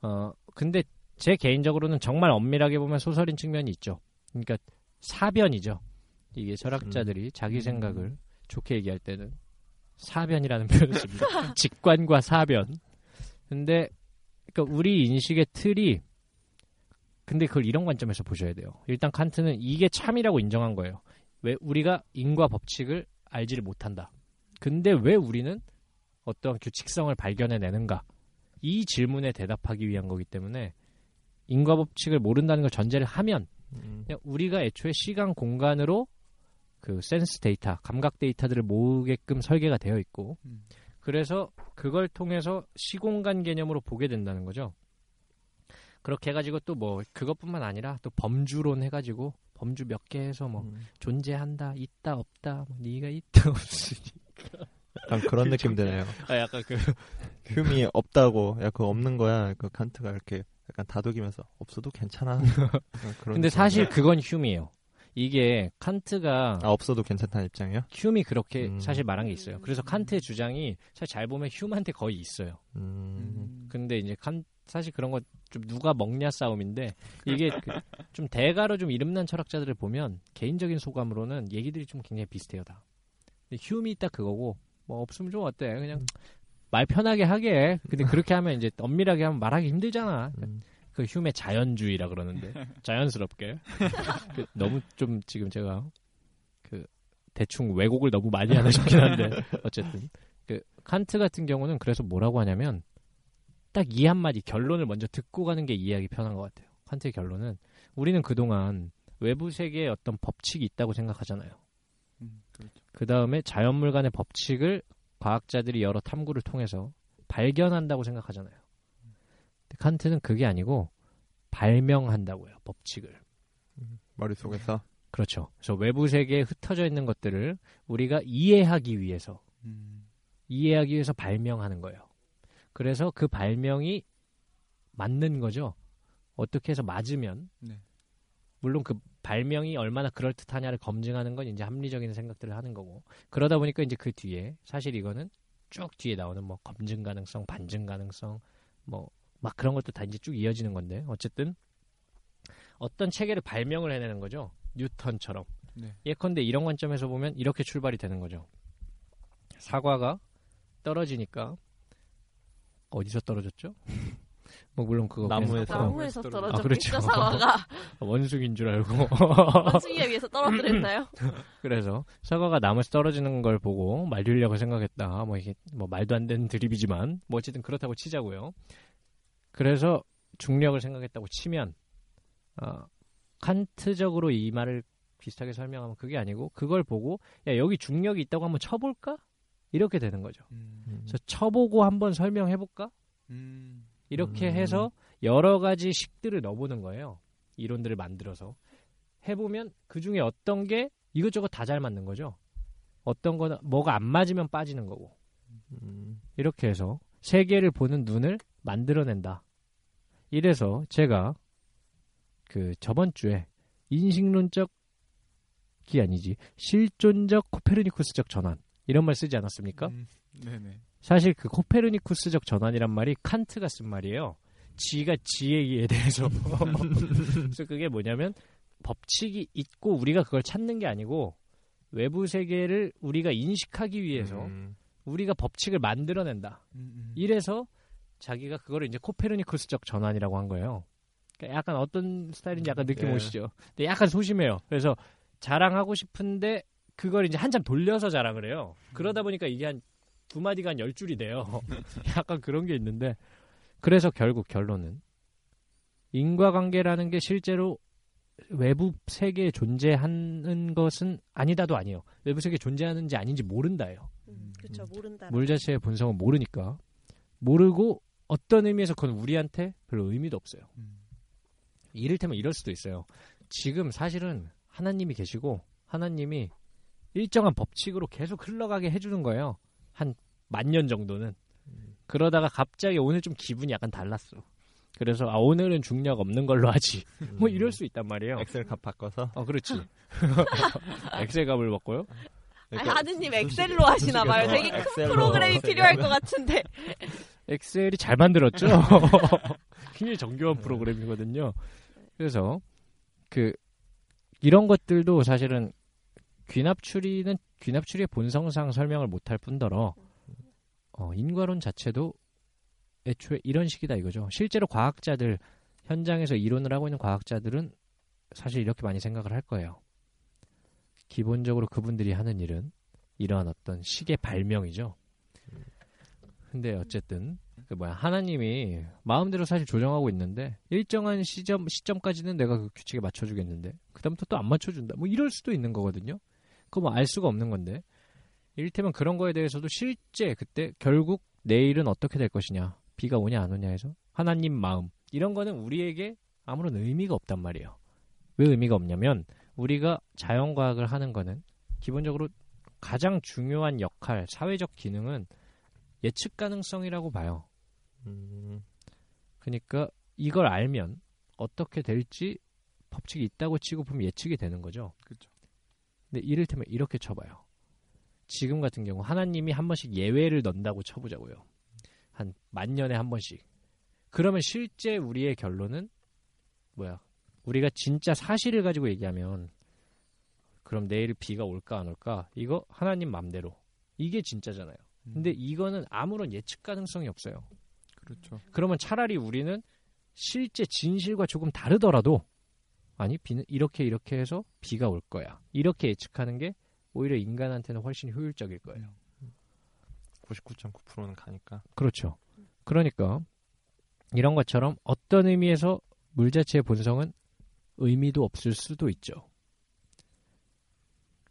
Speaker 3: 어 근데 제 개인적으로는 정말 엄밀하게 보면 소설인 측면이 있죠. 그러니까 사변이죠. 이게 철학자들이 자기 생각을 좋게 얘기할 때는 사변이라는 표현을 씁니다. 직관과 사변. 근데 그러니까 우리 인식의 틀이 근데 그걸 이런 관점에서 보셔야 돼요. 일단 칸트는 이게 참이라고 인정한 거예요. 왜 우리가 인과 법칙을 알지를 못한다. 근데 왜 우리는 어떠한 규칙성을 발견해내는가? 이 질문에 대답하기 위한 거기 때문에 인과 법칙을 모른다는 걸 전제를 하면
Speaker 4: 음.
Speaker 3: 그냥 우리가 애초에 시간 공간으로 그 센스 데이터, 감각 데이터들을 모으게끔 설계가 되어 있고
Speaker 2: 음.
Speaker 3: 그래서 그걸 통해서 시공간 개념으로 보게 된다는 거죠. 그렇게 해가지고 또 뭐 그것뿐만 아니라 또 범주론 해가지고 범주 몇 개 해서 뭐
Speaker 4: 음.
Speaker 3: 존재한다, 있다, 없다, 뭐 네가 있다, 없으니
Speaker 4: 약간 그런 느낌 드네요.
Speaker 3: 아 약간 그
Speaker 4: 흠이 없다고 야 그거 없는 거야. 그 칸트가 이렇게 약간 다독이면서 없어도 괜찮아. 약간 그런
Speaker 3: 근데
Speaker 4: 느낌.
Speaker 3: 사실 그건 흄이에요. 이게 칸트가
Speaker 4: 아 없어도 괜찮다는 입장이요?
Speaker 3: 흄이 그렇게
Speaker 4: 음.
Speaker 3: 사실 말한 게 있어요. 그래서 칸트의 주장이 사실 잘 보면 흄한테 거의 있어요.
Speaker 4: 음.
Speaker 3: 근데 이제 칸 사실 그런 거 좀 누가 먹냐 싸움인데 이게 그- 좀 대가로 좀 이름난 철학자들을 보면 개인적인 소감으로는 얘기들이 좀 굉장히 비슷해요 다. 근데 흄이 딱 그거고 뭐 없으면 좀 어때
Speaker 4: 음.
Speaker 3: 그냥 말 편하게 하게. 근데 그렇게 하면 이제 엄밀하게 하면 말하기 힘들잖아.
Speaker 4: 음.
Speaker 3: 그 흄의 자연주의라 그러는데 자연스럽게 그 너무 좀 지금 제가 그 대충 왜곡을 너무 많이 하나 싶긴 한데 어쨌든 그 칸트 같은 경우는 그래서 뭐라고 하냐면 딱 이 한마디 결론을 먼저 듣고 가는 게 이해하기 편한 것 같아요 칸트의 결론은 우리는 그동안 외부 세계에 어떤 법칙이 있다고 생각하잖아요
Speaker 2: 음, 그렇죠.
Speaker 3: 그 다음에 자연물 간의 법칙을 과학자들이 여러 탐구를 통해서 발견한다고 생각하잖아요. 근데 칸트는 그게 아니고 발명한다고요, 법칙을.
Speaker 2: 머릿속에서.
Speaker 3: 그렇죠. 그래서 외부 세계에 흩어져 있는 것들을 우리가 이해하기 위해서
Speaker 2: 음.
Speaker 3: 이해하기 위해서 발명하는 거예요. 그래서 그 발명이 맞는 거죠. 어떻게 해서 맞으면
Speaker 2: 네.
Speaker 3: 물론 그 발명이 얼마나 그럴듯하냐를 검증하는 건 이제 합리적인 생각들을 하는 거고 그러다 보니까 이제 그 뒤에 사실 이거는 쭉 뒤에 나오는 뭐 검증 가능성, 반증 가능성 뭐 막 그런 것도 다 이제 쭉 이어지는 건데 어쨌든 어떤 체계를 발명을 해내는 거죠. 뉴턴처럼.
Speaker 2: 네.
Speaker 3: 예컨대 이런 관점에서 보면 이렇게 출발이 되는 거죠. 사과가 떨어지니까 어디서 떨어졌죠? 뭐 물론 그거
Speaker 4: 나무에서.
Speaker 3: 그냥-
Speaker 5: 나무에서
Speaker 2: 떨어져.
Speaker 3: 아, 그렇죠.
Speaker 5: 떨어졌겠죠 사과가
Speaker 3: 원숭이인 줄 알고
Speaker 5: 원숭이에 의해서 떨어뜨렸나요?
Speaker 3: 그래서 사과가 나무에서 떨어지는 걸 보고 말리려고 생각했다. 뭐 이게 뭐 말도 안 되는 드립이지만 뭐 어쨌든 그렇다고 치자고요. 그래서 중력을 생각했다고 치면 아, 칸트적으로 이 말을 비슷하게 설명하면 그게 아니고 그걸 보고 야 여기 중력이 있다고 한번 쳐볼까 이렇게 되는 거죠.
Speaker 2: 음.
Speaker 3: 그래서 쳐보고 한번 설명해볼까
Speaker 2: 음.
Speaker 3: 이렇게
Speaker 4: 음.
Speaker 3: 해서 여러 가지 식들을 넣어보는 거예요. 이론들을 만들어서 해보면 그 중에 어떤 게 이것저것 다 잘 맞는 거죠. 어떤 거는 뭐가 안 맞으면 빠지는 거고
Speaker 4: 음,
Speaker 3: 이렇게 해서 세계를 보는 눈을 만들어낸다. 이래서 제가 그 저번 주에 인식론적 기 아니지 실존적 코페르니쿠스적 전환 이런 말 쓰지 않았습니까?
Speaker 2: 음. 네네.
Speaker 3: 사실 그 코페르니쿠스적 전환이란 말이 칸트가 쓴 말이에요. 지가 지에 대해서. 그래서 그게 뭐냐면 법칙이 있고 우리가 그걸 찾는 게 아니고 외부 세계를 우리가 인식하기 위해서
Speaker 4: 음,
Speaker 3: 우리가 법칙을 만들어낸다.
Speaker 2: 음, 음.
Speaker 3: 이래서 자기가 그거를 이제 코페르니쿠스적 전환이라고 한 거예요. 그러니까 약간 어떤 스타일인지 약간 느낌
Speaker 4: 네.
Speaker 3: 오시죠? 근데 약간 소심해요. 그래서 자랑하고 싶은데 그걸 이제 한참 돌려서 자랑을 해요. 그러다 보니까 이게 한 두 마디가 한 열 줄이 돼요. 약간 그런 게 있는데 그래서 결국 결론은 인과관계라는 게 실제로 외부 세계에 존재하는 것은 아니다도 아니에요. 외부 세계에 존재하는지 아닌지 모른다예요.
Speaker 5: 음, 그렇죠 모른다.
Speaker 3: 물 자체의 본성은 모르니까 모르고 어떤 의미에서 그건 우리한테 별로 의미도 없어요.
Speaker 2: 음.
Speaker 3: 이를테면 이럴 수도 있어요. 지금 사실은 하나님이 계시고 하나님이 일정한 법칙으로 계속 흘러가게 해주는 거예요. 한 만 년 정도는. 그러다가 갑자기 오늘 좀 기분이 약간 달랐어. 그래서 아 오늘은 중력 없는 걸로 하지. 뭐 이럴 수 있단
Speaker 5: 어.
Speaker 3: 말이에요.
Speaker 4: 엑셀 값 바꿔서
Speaker 3: 어 그렇지. 엑셀 값을 먹고요.
Speaker 5: 아니, 하느님 엑셀로 하시나 봐요. 되게 큰 프로그램이
Speaker 3: 어,
Speaker 5: 필요할 것 같은데.
Speaker 3: 엑셀이 잘 만들었죠. 굉장히 정교한 프로그램이거든요. 그래서 그 이런 것들도 사실은 귀납추리는 귀납추리의 본성상 설명을 못할 뿐더러 어, 인과론 자체도 애초에 이런 식이다 이거죠. 실제로 과학자들 현장에서 이론을 하고 있는 과학자들은 사실 이렇게 많이 생각을 할 거예요. 기본적으로 그분들이 하는 일은 이러한 어떤 식의 발명이죠. 근데 어쨌든 그 뭐야 하나님이 마음대로 사실 조정하고 있는데 일정한 시점 시점까지는 내가 그 규칙에 맞춰주겠는데 그다음부터 또 안 맞춰준다 뭐 이럴 수도 있는 거거든요. 그거 뭐 알 수가 없는 건데 이를테면 그런 거에 대해서도 실제 그때 결국 내일은 어떻게 될 것이냐 비가 오냐 안 오냐 해서 하나님 마음 이런 거는 우리에게 아무런 의미가 없단 말이에요. 왜 의미가 없냐면 우리가 자연과학을 하는 거는 기본적으로 가장 중요한 역할 사회적 기능은 예측 가능성이라고 봐요.
Speaker 4: 음,
Speaker 3: 그러니까 이걸 알면 어떻게 될지 법칙이 있다고 치고 보면 예측이 되는 거죠.
Speaker 2: 그렇죠.
Speaker 3: 근데 이를테면 이렇게 쳐봐요. 지금 같은 경우 하나님이 한 번씩 예외를 넣는다고 쳐보자고요. 한 만 년에 한 번씩. 그러면 실제 우리의 결론은 뭐야? 우리가 진짜 사실을 가지고 얘기하면 그럼 내일 비가 올까 안 올까? 이거 하나님 맘대로. 이게 진짜잖아요.
Speaker 2: 음.
Speaker 3: 근데 이거는 아무런 예측 가능성이 없어요.
Speaker 2: 그렇죠.
Speaker 3: 그러면 차라리 우리는 실제 진실과 조금 다르더라도 아니 비는 이렇게 이렇게 해서 비가 올 거야 이렇게 예측하는 게 오히려 인간한테는 훨씬 효율적일 거예요.
Speaker 4: 99.9%는 가니까.
Speaker 3: 그렇죠. 그러니까 이런 것처럼 어떤 의미에서 물 자체의 본성은 의미도 없을 수도 있죠.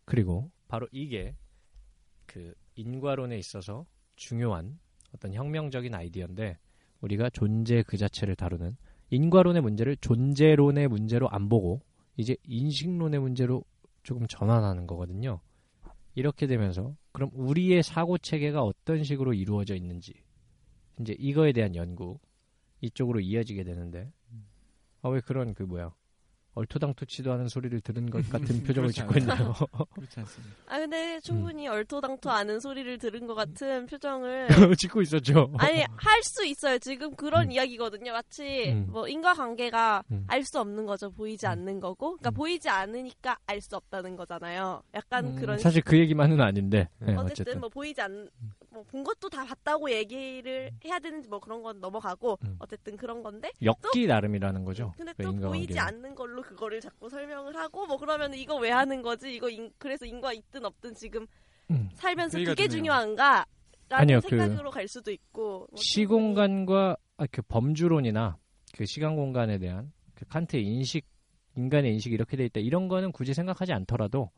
Speaker 3: 그리고 바로 이게 그 인과론에 있어서 중요한 어떤 혁명적인 아이디어인데 우리가 존재 그 자체를 다루는 인과론의 문제를 존재론의 문제로 안 보고 이제 인식론의 문제로 조금 전환하는 거거든요. 이렇게 되면서 그럼 우리의 사고 체계가 어떤 식으로 이루어져 있는지 이제 이거에 대한 연구 이쪽으로 이어지게 되는데 아 왜 그런 그 뭐야 얼토당토치도 않은 소리를 들은 것 같은 표정을 짓고
Speaker 2: 그렇지
Speaker 3: 있네요.
Speaker 2: 그렇지 않습니다.
Speaker 5: 아 근데 충분히 얼토당토 아는 소리를 들은 것 같은 표정을
Speaker 3: 짓고 있었죠.
Speaker 5: 네. 아니 할 수 있어요. 지금 그런
Speaker 3: 음.
Speaker 5: 이야기거든요. 마치
Speaker 3: 음.
Speaker 5: 뭐 인과관계가
Speaker 3: 음.
Speaker 5: 알 수 없는 거죠. 보이지
Speaker 3: 음.
Speaker 5: 않는 거고, 그러니까
Speaker 3: 음.
Speaker 5: 보이지 않으니까 알 수 없다는 거잖아요. 약간
Speaker 3: 음,
Speaker 5: 그런
Speaker 3: 사실 그 얘기만은 아닌데 네,
Speaker 5: 어쨌든,
Speaker 3: 어쨌든
Speaker 5: 뭐 보이지 않, 뭐 본 것도 다 봤다고 얘기를 해야 되는지 뭐 그런 건 넘어가고
Speaker 3: 음.
Speaker 5: 어쨌든 그런 건데.
Speaker 3: 역기 나름이라는 거죠.
Speaker 5: 음, 근데
Speaker 3: 그
Speaker 5: 또
Speaker 3: 인과관계는.
Speaker 5: 보이지 않는 걸로 그거를 자꾸 설명을 하고 뭐 그러면 이거 왜 하는 거지? 이거 인- 그래서 인과 있든 없든 지금
Speaker 3: 음.
Speaker 5: 살면서
Speaker 2: 얘기가
Speaker 5: 그게
Speaker 2: 되네요.
Speaker 5: 중요한가? 라는
Speaker 3: 아니요, 그-
Speaker 5: 생각으로 갈 수도 있고 뭐
Speaker 3: 시공간과 아, 그 범주론이나 그 시간 공간에 대한 그 칸트의 인식 인간의 인식이 이렇게 돼 있다 이런 거는 굳이 생각하지 않더라도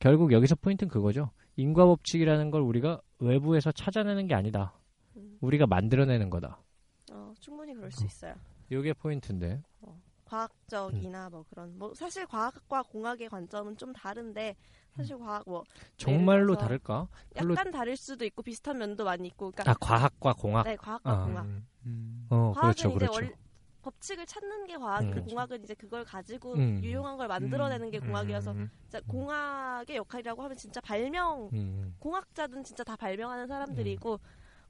Speaker 3: 결국 여기서 포인트는 그거죠 인과 법칙이라는 걸 우리가 외부에서 찾아내는 게 아니다
Speaker 5: 음.
Speaker 3: 우리가 만들어내는 거다
Speaker 5: 어, 충분히 그럴 수 있어요.
Speaker 3: 요게 포인트인데 음.
Speaker 5: 과학적이나 뭐 그런 뭐 사실 과학과 공학의 관점은 좀 다른데 사실
Speaker 3: 음.
Speaker 5: 과학 뭐
Speaker 3: 정말로
Speaker 5: 들어서
Speaker 3: 다를까 별로-
Speaker 5: 약간 다를 수도 있고 비슷한 면도 많이 있고 그러니까
Speaker 3: 아 과학과 공학
Speaker 5: 네 과학과
Speaker 3: 아,
Speaker 5: 공학
Speaker 2: 음.
Speaker 3: 어
Speaker 5: 과학은
Speaker 3: 그렇죠
Speaker 5: 이제
Speaker 3: 그렇죠
Speaker 5: 원 법칙을 찾는 게
Speaker 3: 음.
Speaker 5: 과학이고
Speaker 4: 그렇죠.
Speaker 5: 공학은 이제 아, 그걸 가지고
Speaker 3: 음.
Speaker 5: 유용한 걸 만들어내는
Speaker 4: 음.
Speaker 5: 게 공학이라서 진짜 공학의 역할이라고 하면 진짜 발명
Speaker 3: 음,
Speaker 5: 공학자든 진짜 다 발명하는
Speaker 4: 음.
Speaker 5: 사람들이고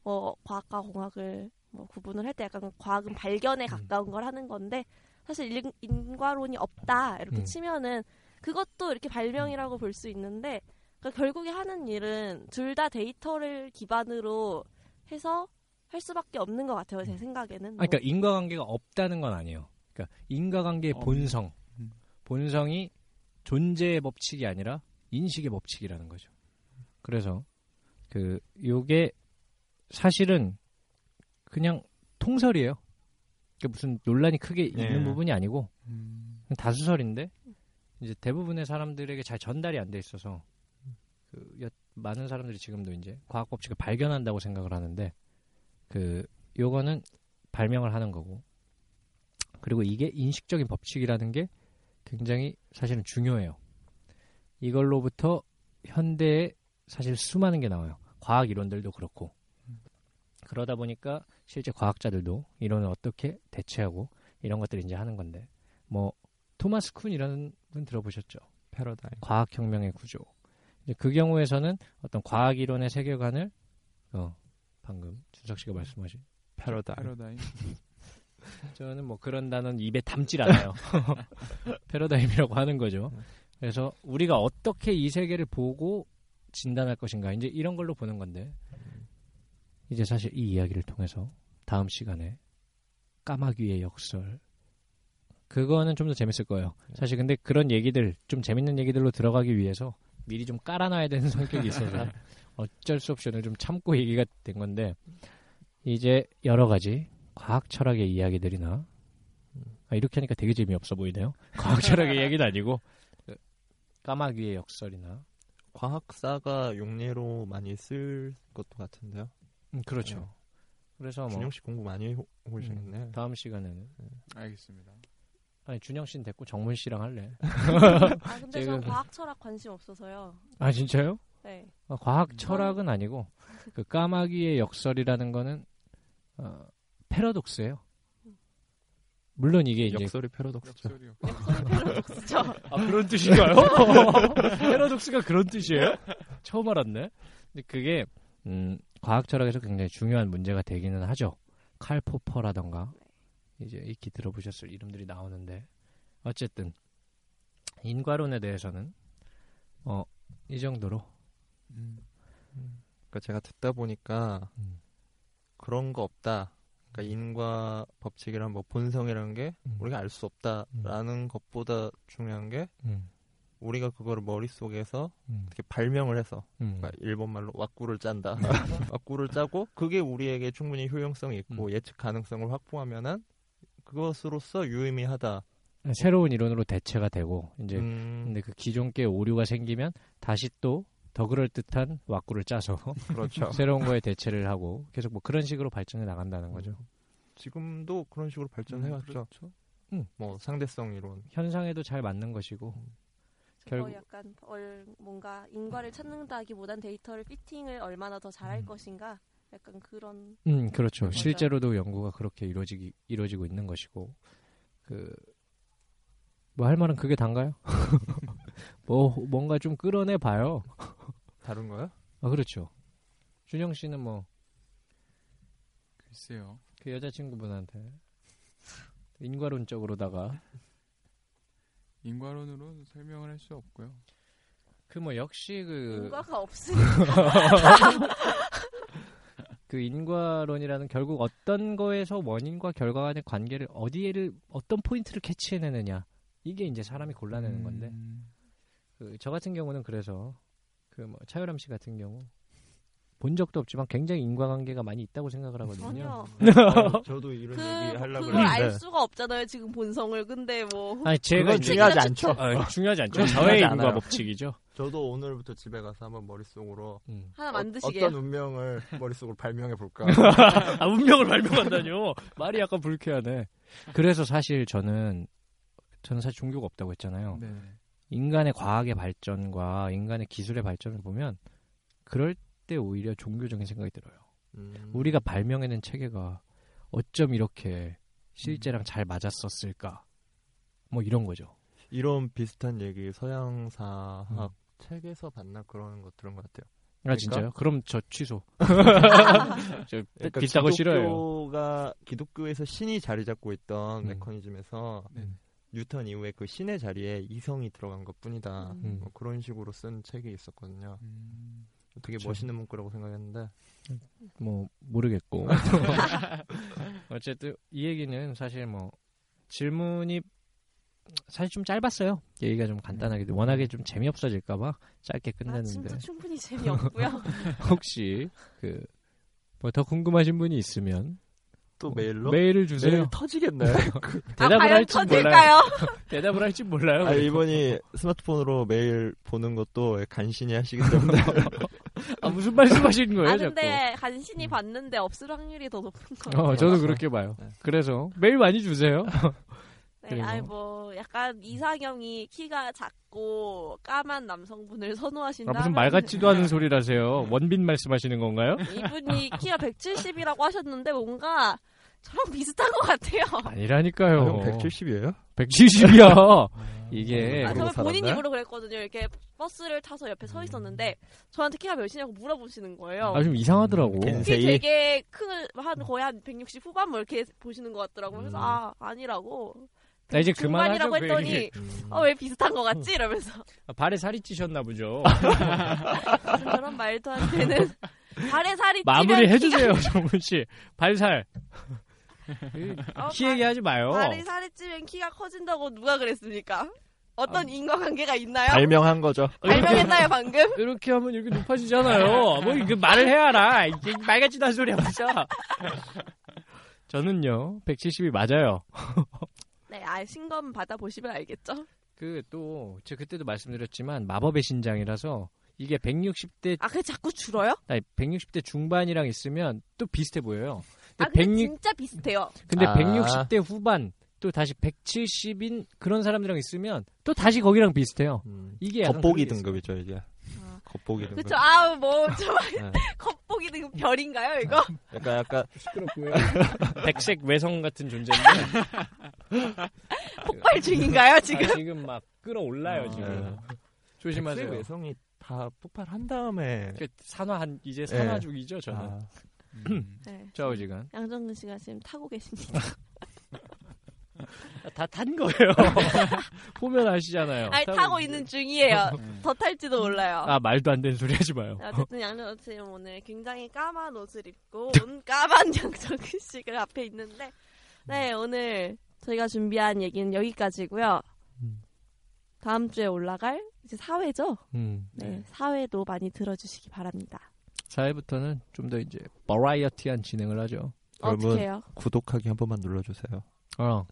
Speaker 5: 뭐 과학과 공학을 뭐 구분을 할 때 약간 과학은
Speaker 3: 음.
Speaker 5: 발견에 가까운 걸 하는 건데 사실 인, 인과론이 없다 이렇게
Speaker 3: 음.
Speaker 5: 치면은 그것도 이렇게 발명이라고 볼 수 있는데 그러니까 결국에 하는 일은 둘 다 데이터를 기반으로 해서 할 수밖에 없는 것 같아요 제 생각에는. 뭐.
Speaker 3: 아, 그러니까 인과관계가 없다는 건 아니에요. 그러니까 인과관계의
Speaker 2: 어.
Speaker 3: 본성,
Speaker 2: 음.
Speaker 3: 본성이 존재의 법칙이 아니라 인식의 법칙이라는 거죠. 그래서 그 요게 사실은 그냥 통설이에요. 그러니까 무슨 논란이 크게
Speaker 4: 네.
Speaker 3: 있는 부분이 아니고
Speaker 2: 음.
Speaker 3: 그냥 다수설인데 이제 대부분의 사람들에게 잘 전달이 안 돼 있어서 그 여- 많은 사람들이 지금도 이제 과학 법칙을 발견한다고 생각을 하는데 그 요거는 발명을 하는 거고 그리고 이게 인식적인 법칙이라는 게 굉장히 사실은 중요해요. 이걸로부터 현대에 사실 수많은 게 나와요. 과학 이론들도 그렇고 그러다 보니까 실제 과학자들도 이론을 어떻게 대체하고 이런 것들을 이제 하는 건데 뭐 토마스 쿤이라는 분 들어보셨죠?
Speaker 4: 패러다임.
Speaker 3: 과학혁명의 구조. 이제 그 경우에서는 어떤 과학이론의 세계관을 어, 방금 준석 씨가 말씀하신
Speaker 4: 패러다임.
Speaker 2: 패러다임.
Speaker 3: 저는 뭐 그런 단어는 입에 담질 않아요. 패러다임이라고 하는 거죠. 그래서 우리가 어떻게 이 세계를 보고 진단할 것인가 이제 이런 걸로 보는 건데 이제 사실 이 이야기를 통해서 다음 시간에 까마귀의 역설 그거는 좀 더 재밌을 거예요. 사실 근데 그런 얘기들 좀 재밌는 얘기들로 들어가기 위해서 미리 좀 깔아놔야 되는 성격이 있어서 어쩔 수 없이 오늘 좀 참고 얘기가 된 건데 이제 여러 가지 과학 철학의 이야기들이나 아, 이렇게 하니까 되게 재미없어 보이네요. 과학 철학의 이야기는 아니고 그 까마귀의 역설이나
Speaker 4: 과학사가 용례로 많이 쓸 것도 같은데요.
Speaker 3: 음, 그렇죠.
Speaker 4: 네.
Speaker 5: 아,
Speaker 3: 그래서 뭐
Speaker 4: 준영 씨 공부 많이 해- 오시겠네. 요
Speaker 3: 다음 시간에는
Speaker 2: 알겠습니다.
Speaker 3: 아니 준영 씨는 됐고 정문 씨랑 할래.
Speaker 5: 아 근데
Speaker 3: 지금-
Speaker 5: 저는 과학 철학 관심 없어서요.
Speaker 3: 아 진짜요?
Speaker 5: 네.
Speaker 3: 어, 과학 철학은 아니고 그 까마귀의 역설이라는 거는 어, 패러독스예요. 물론 이게 이제
Speaker 4: 역설이 패러독스죠.
Speaker 2: 역설이 없.
Speaker 5: 그렇죠.
Speaker 3: 아, 그런 뜻인가요? 패러독스가 그런 뜻이에요? 처음 알았네. 근데 그게 음, 과학 철학에서 굉장히 중요한 문제가 되기는 하죠. 칼 포퍼라던가 이제 익히 들어보셨을 이름들이 나오는데 어쨌든 인과론에 대해서는 어, 이 정도로
Speaker 2: 음.
Speaker 4: 그러니까 제가 듣다 보니까
Speaker 3: 음.
Speaker 4: 그런 거 없다. 그러니까
Speaker 5: 음.
Speaker 4: 인과 법칙이란 뭐 본성이라는 게
Speaker 3: 음.
Speaker 4: 우리가 알 수 없다라는
Speaker 5: 음.
Speaker 4: 것보다 중요한 게
Speaker 3: 음,
Speaker 4: 우리가 그거를 머릿속에서
Speaker 3: 음,
Speaker 4: 이렇게 발명을 해서
Speaker 3: 음.
Speaker 4: 그러니까 일본 말로 왁구를 짠다. 왁구를 짜고 그게 우리에게 충분히 효용성이 있고
Speaker 3: 음.
Speaker 4: 예측 가능성을 확보하면은 그것으로서 유의미하다.
Speaker 3: 새로운 이론으로 대체가 되고 이제
Speaker 4: 음,
Speaker 3: 근데 그 기존 게 오류가 생기면 다시 또 더 그럴 듯한 왁구를 짜서
Speaker 4: 그렇죠.
Speaker 3: 새로운 거에 대체를 하고 계속 뭐 그런 식으로 발전해 나간다는 거죠.
Speaker 4: 지금도 그런 식으로 발전해왔죠.
Speaker 2: 그렇죠.
Speaker 4: 음, 뭐 상대성 이론.
Speaker 3: 현상에도 잘 맞는 것이고 결국-
Speaker 6: 거의 약간 얼, 뭔가 인과를 찾는다기보단 데이터를 피팅을 얼마나 더 잘할
Speaker 3: 음.
Speaker 6: 것인가 약간 그런
Speaker 3: 음, 그렇죠.
Speaker 6: 맞아요.
Speaker 3: 실제로도 연구가 그렇게 이루어지기, 이루어지고 있는 것이고, 그, 뭐 할 말은 그게 단가요? 뭐, 뭔가 좀 끌어내 봐요.
Speaker 4: 다른 거요?
Speaker 3: 아, 그렇죠. 준영 씨는 뭐,
Speaker 2: 글쎄요.
Speaker 3: 그 여자친구분한테 인과론적으로다가,
Speaker 2: 인과론으로 설명을 할 수 없고요.
Speaker 3: 그 뭐 역시 그,
Speaker 6: 인과가 없으니까
Speaker 3: 그 인과론이라는 결국 어떤 거에서 원인과 결과 간의 관계를 어디에를, 어떤 포인트를 캐치해내느냐. 이게 이제 사람이 골라내는 건데.
Speaker 2: 음,
Speaker 3: 그 저 같은 경우는 그래서 그 뭐 차유람 씨 같은 경우 본 적도 없지만 굉장히 인과관계가 많이 있다고 생각을 하거든요.
Speaker 6: 전혀
Speaker 4: 어, 저도
Speaker 6: 그
Speaker 4: 이런 얘기 하려고
Speaker 6: 그걸 알
Speaker 4: 그랬는데
Speaker 6: 수가 없잖아요 지금 본성을 근데 뭐
Speaker 3: 아니 제가
Speaker 11: 그건
Speaker 3: 이제
Speaker 11: 중요하지
Speaker 6: 않죠.
Speaker 11: 아, 중요하지 않죠.
Speaker 4: 그건
Speaker 11: 사회의
Speaker 4: 중요하지
Speaker 11: 인과
Speaker 4: 않아요.
Speaker 11: 법칙이죠.
Speaker 4: 저도 오늘부터 집에 가서 한번 머릿속으로
Speaker 3: 음.
Speaker 6: 하나
Speaker 4: 어,
Speaker 6: 만드시게요.
Speaker 4: 어떤 운명을 머릿속으로 발명해 볼까.
Speaker 11: 아, 운명을 발명한다뇨. 말이 약간 불쾌하네.
Speaker 3: 그래서 사실 저는 저는 사실 종교가 없다고 했잖아요.
Speaker 4: 어.
Speaker 2: 네.
Speaker 3: 인간의 과학의 발전과 인간의 기술의 발전을 보면 그럴 때 오히려 종교적인 생각이 들어요.
Speaker 4: 음.
Speaker 3: 우리가 발명해낸 체계가 어쩜 이렇게
Speaker 4: 음.
Speaker 3: 실제랑 잘 맞았었을까? 뭐 이런 거죠.
Speaker 4: 이런 비슷한 얘기 서양사학 책에서 봤나 그런 거 들은 것 같아요.
Speaker 3: 아
Speaker 4: 그러니까?
Speaker 3: 진짜요? 그럼 저 취소. 저
Speaker 4: 그러니까
Speaker 3: 네, 비싼 거 싫어요.
Speaker 4: 기독교가 기독교에서 신이 자리 잡고 있던
Speaker 3: 음.
Speaker 4: 메커니즘에서
Speaker 2: 네.
Speaker 4: 뉴턴 이후에 그 신의 자리에 이성이 들어간 것뿐이다.
Speaker 3: 음.
Speaker 4: 뭐 그런 식으로 쓴 책이 있었거든요.
Speaker 2: 음,
Speaker 4: 되게
Speaker 3: 그쵸.
Speaker 4: 멋있는 문구라고 생각했는데
Speaker 3: 뭐 모르겠고 어쨌든 이 얘기는 사실 뭐 질문이 사실 좀 짧았어요 얘기가 좀 간단하게
Speaker 4: 음.
Speaker 3: 워낙에 좀 재미없어질까봐 짧게
Speaker 6: 아 진짜
Speaker 3: 끝냈는데
Speaker 6: 충분히 재미없고요. 아,
Speaker 3: 혹시 그 뭐 더 궁금하신 분이 있으면
Speaker 4: 또뭐 메일로
Speaker 3: 메일을 주세요
Speaker 4: 메일 터지겠나요?
Speaker 6: 아,
Speaker 3: 대답을
Speaker 6: 과연
Speaker 3: 할지 몰라요
Speaker 6: 터질까요? 아,
Speaker 3: 대답을 할지 몰라요
Speaker 4: 아, 이번이 스마트폰으로 메일 보는 것도 간신히 하시기 때문에
Speaker 3: 아, 무슨 말씀하시는 거예요
Speaker 6: 아
Speaker 3: 자꾸
Speaker 6: 근데 간신히 봤는데 없을 확률이 더 높은 것 같아요.
Speaker 3: 어, 저도 그렇게 봐요
Speaker 4: 네.
Speaker 3: 그래서 메일 많이 주세요
Speaker 6: 네,
Speaker 3: 그리고-
Speaker 6: 아이 뭐 약간 이상형이 키가 작고 까만 남성분을 선호하신다.
Speaker 3: 아, 무슨 말
Speaker 6: 하면은
Speaker 3: 같지도 않은 소리라세요 원빈 말씀하시는 건가요?
Speaker 4: 네.
Speaker 6: 이분이 키가 170이라고 하셨는데 뭔가 저랑 비슷한 것 같아요.
Speaker 3: 아니라니까요.
Speaker 4: 아,
Speaker 2: 어.
Speaker 4: 형 170이에요?
Speaker 3: 170이야. 이게
Speaker 6: 아,
Speaker 4: 그러고
Speaker 6: 저는 본인
Speaker 4: 살았나요?
Speaker 6: 입으로 그랬거든요. 이렇게 버스를 타서 옆에 서 있었는데 저한테 키가 몇이냐고 물어보시는 거예요.
Speaker 3: 아 좀 이상하더라고.
Speaker 4: 음,
Speaker 6: 키
Speaker 4: 세이.
Speaker 6: 되게 큰한 거의 한 160 후반 뭐 이렇게 보시는 것 같더라고요. 그래서
Speaker 3: 음.
Speaker 6: 아 아니라고.
Speaker 3: 나 이제
Speaker 6: 중반이라고
Speaker 3: 그만하죠, 그
Speaker 6: 했더니
Speaker 3: 얘기를.
Speaker 6: 어 왜 비슷한 것 같지 이러면서
Speaker 11: 아, 발에 살이 찌셨나 보죠.
Speaker 6: 무슨 저런 말도 안 되는 발에 살이
Speaker 11: 마무리
Speaker 6: 찌면 키가-
Speaker 11: 해주세요, 정훈 씨. 발살.
Speaker 6: 어,
Speaker 11: 키
Speaker 6: 발-
Speaker 11: 얘기하지 마요.
Speaker 6: 발이 살이 찌면 키가 커진다고 누가 그랬습니까? 어떤 인과관계가 있나요?
Speaker 4: 발명한 거죠.
Speaker 6: 발명했나요 방금?
Speaker 11: 이렇게 하면 이렇게 높아지잖아요. 뭐 이거 말을 해야 알아. 이게 말 같지도 않은 소리야, 진짜.
Speaker 3: 저는요 170이 맞아요.
Speaker 6: 네, 아 신검 받아 보시면 알겠죠.
Speaker 3: 그 또 제가 그때도 말씀드렸지만 마법의 신장이라서 이게 160대
Speaker 6: 아, 그게 자꾸 줄어요?
Speaker 3: 아니 160대 중반이랑 있으면 또 비슷해 보여요.
Speaker 6: 아,
Speaker 3: 근데
Speaker 6: 근데
Speaker 3: 160
Speaker 6: 진짜 비슷해요.
Speaker 3: 근데
Speaker 4: 아.
Speaker 3: 160대 후반 또 다시 170인 그런 사람들이랑 있으면 또 다시 거기랑 비슷해요.
Speaker 4: 음.
Speaker 3: 이게 약간 그런 게
Speaker 4: 겉보기
Speaker 3: 있어요.
Speaker 4: 등급이죠 이게.
Speaker 6: 아.
Speaker 4: 겉보기 등급.
Speaker 6: 그쵸? 아우 뭐 정말
Speaker 4: 네.
Speaker 6: 겉보기 등 별인가요 이거?
Speaker 4: 약간 약간
Speaker 3: 시끄럽고요.
Speaker 11: 백색 외성 같은
Speaker 3: 아,
Speaker 11: 존재인데
Speaker 6: 폭발 중인가요 지금?
Speaker 11: 아, 지금 막 끌어올라요,
Speaker 3: 음.
Speaker 4: 아,
Speaker 11: 지금.
Speaker 4: 네.
Speaker 3: 조심하세요.
Speaker 4: 백색 외성이 다 폭발한 다음에
Speaker 3: 그 산화 한 이제 산화
Speaker 4: 예.
Speaker 3: 중이죠 저는.
Speaker 4: 아,
Speaker 2: 음,
Speaker 6: 네.
Speaker 3: 좌우지간
Speaker 6: 양정근 씨가 지금 타고 계십니다.
Speaker 3: 다 탄 거예요. 보면 아시잖아요.
Speaker 6: 아니 타고 있는 중이에요. 더 탈지도 몰라요.
Speaker 3: 아 말도 안 되는 소리 하지 마요.
Speaker 6: 네, 어쨌든 양정근 씨는 오늘 굉장히 까만 옷을 입고 온 까만 양정근 씨가 앞에 있는데 네 오늘 저희가 준비한 얘기는 여기까지고요.
Speaker 3: 음.
Speaker 6: 다음 주에 올라갈 이제 사회죠.
Speaker 3: 음,
Speaker 6: 네, 사회도 많이 들어주시기 바랍니다.
Speaker 3: 사회부터는 좀 더 이제 버라이어티한 진행을 하죠.
Speaker 4: 여러분.
Speaker 6: 어떻게 해요?
Speaker 4: 구독하기 한 번만 눌러주세요.
Speaker 3: 어,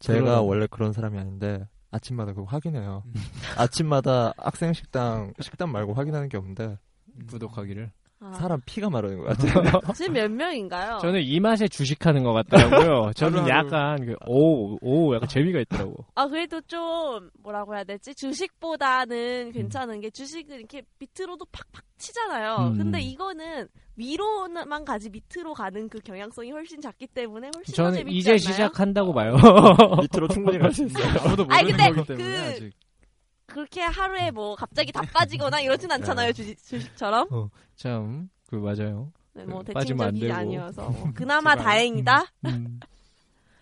Speaker 4: 제가
Speaker 3: 그러네.
Speaker 4: 원래 그런 사람이 아닌데 아침마다 그거 확인해요. 아침마다 학생 식당 식단 말고 확인하는 게 없는데
Speaker 2: 음.
Speaker 3: 구독하기를.
Speaker 6: 아,
Speaker 4: 사람 피가 마르는 것 같아요.
Speaker 6: 지금 몇 명인가요?
Speaker 3: 저는 이 맛에 주식하는 것 같더라고요. 저는
Speaker 2: 하루하루.
Speaker 3: 약간 그 오오 오, 약간 재미가 있더라고.
Speaker 6: 아 그래도 좀 뭐라고 해야 되지?
Speaker 3: 음.
Speaker 6: 주식보다는 괜찮은 게 주식은 이렇게 밑으로도 팍팍 치잖아요.
Speaker 3: 음.
Speaker 6: 근데 이거는 위로만 가지 밑으로 가는 그 경향성이 훨씬 작기 때문에 훨씬 더
Speaker 3: 저는
Speaker 6: 재밌지
Speaker 3: 이제
Speaker 6: 않나요?
Speaker 3: 시작한다고 봐요.
Speaker 4: 밑으로 충분히 갈 수 있어요.
Speaker 2: 아무도
Speaker 6: 아니,
Speaker 2: 음. 모르는
Speaker 6: 근데
Speaker 2: 거기 때문에
Speaker 6: 그-
Speaker 2: 아직
Speaker 6: 그렇게
Speaker 3: 음.
Speaker 6: 하루에 뭐 갑자기 다 빠지거나 이러진
Speaker 3: 네.
Speaker 6: 않잖아요 주식, 주식처럼.
Speaker 3: 참, 그 맞아요.
Speaker 6: 네, 뭐
Speaker 3: 네, 빠지면 안
Speaker 6: 대칭적이
Speaker 3: 되고.
Speaker 6: 아니어서 뭐 그나마
Speaker 3: 제발.
Speaker 6: 다행이다.
Speaker 3: 음.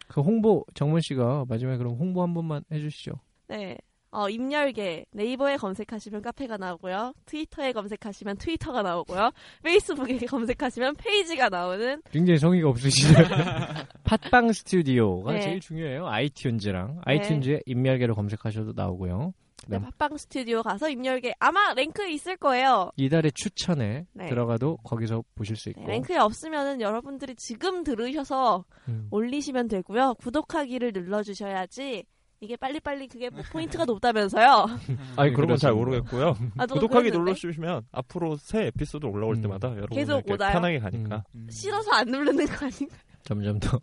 Speaker 3: 그 홍보 정문 씨가 마지막에 그럼 홍보 한 번만 해주시죠.
Speaker 6: 네. 어, 임열계 네이버에 검색하시면 카페가 나오고요. 트위터에 검색하시면 트위터가 나오고요. 페이스북에 검색하시면 페이지가 나오는
Speaker 3: 굉장히 성의가 없으시죠. 팟빵 스튜디오가
Speaker 6: 네.
Speaker 3: 제일 중요해요. 아이튠즈랑
Speaker 6: 네.
Speaker 3: 아이튠즈에 임멸계로 검색하셔도 나오고요.
Speaker 6: 네,
Speaker 3: 네.
Speaker 6: 팟빵 스튜디오 가서 임열계 아마 랭크에 있을 거예요.
Speaker 3: 이달의 추천에
Speaker 6: 네.
Speaker 3: 들어가도 거기서 보실 수
Speaker 6: 네,
Speaker 4: 어.
Speaker 3: 있고.
Speaker 6: 랭크에 없으면은 여러분들이 지금 들으셔서
Speaker 3: 음.
Speaker 6: 올리시면 되고요. 구독하기를 눌러주셔야지 이게 빨리빨리 그게 뭐 포인트가 높다면서요.
Speaker 4: 아니 그런 건
Speaker 3: 그래서-
Speaker 4: 잘 모르겠고요.
Speaker 6: 아, 저도
Speaker 4: 구독하기
Speaker 6: 그랬는데.
Speaker 4: 눌러주시면 앞으로 새 에피소드 올라올
Speaker 3: 음.
Speaker 4: 때마다 여러분들
Speaker 6: 계속
Speaker 4: 이렇게
Speaker 6: 오나요?
Speaker 4: 편하게 가니까.
Speaker 2: 음.
Speaker 6: 싫어서 안 누르는 거 아닌가?
Speaker 3: 점점 더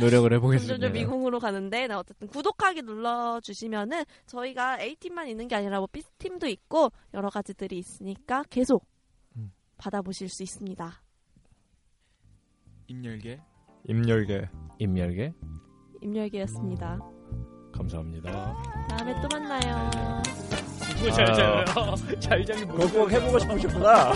Speaker 3: 노력을 해보겠습니다.
Speaker 6: 점점 점 미궁으로 가는데 나 어쨌든 구독하기 눌러주시면은 저희가 A팀만 있는 게 아니라 뭐 B팀도 있고 여러 가지들이 있으니까 계속
Speaker 4: 음.
Speaker 6: 받아보실 수 있습니다.
Speaker 2: 임열계
Speaker 4: 임열계.
Speaker 3: 임멸계
Speaker 6: 임열기였습니다.
Speaker 3: 감사합니다.
Speaker 6: 다음에 또 만나요.
Speaker 3: 잘 자요.
Speaker 4: 그거 꼭 해보고 싶으셨구나.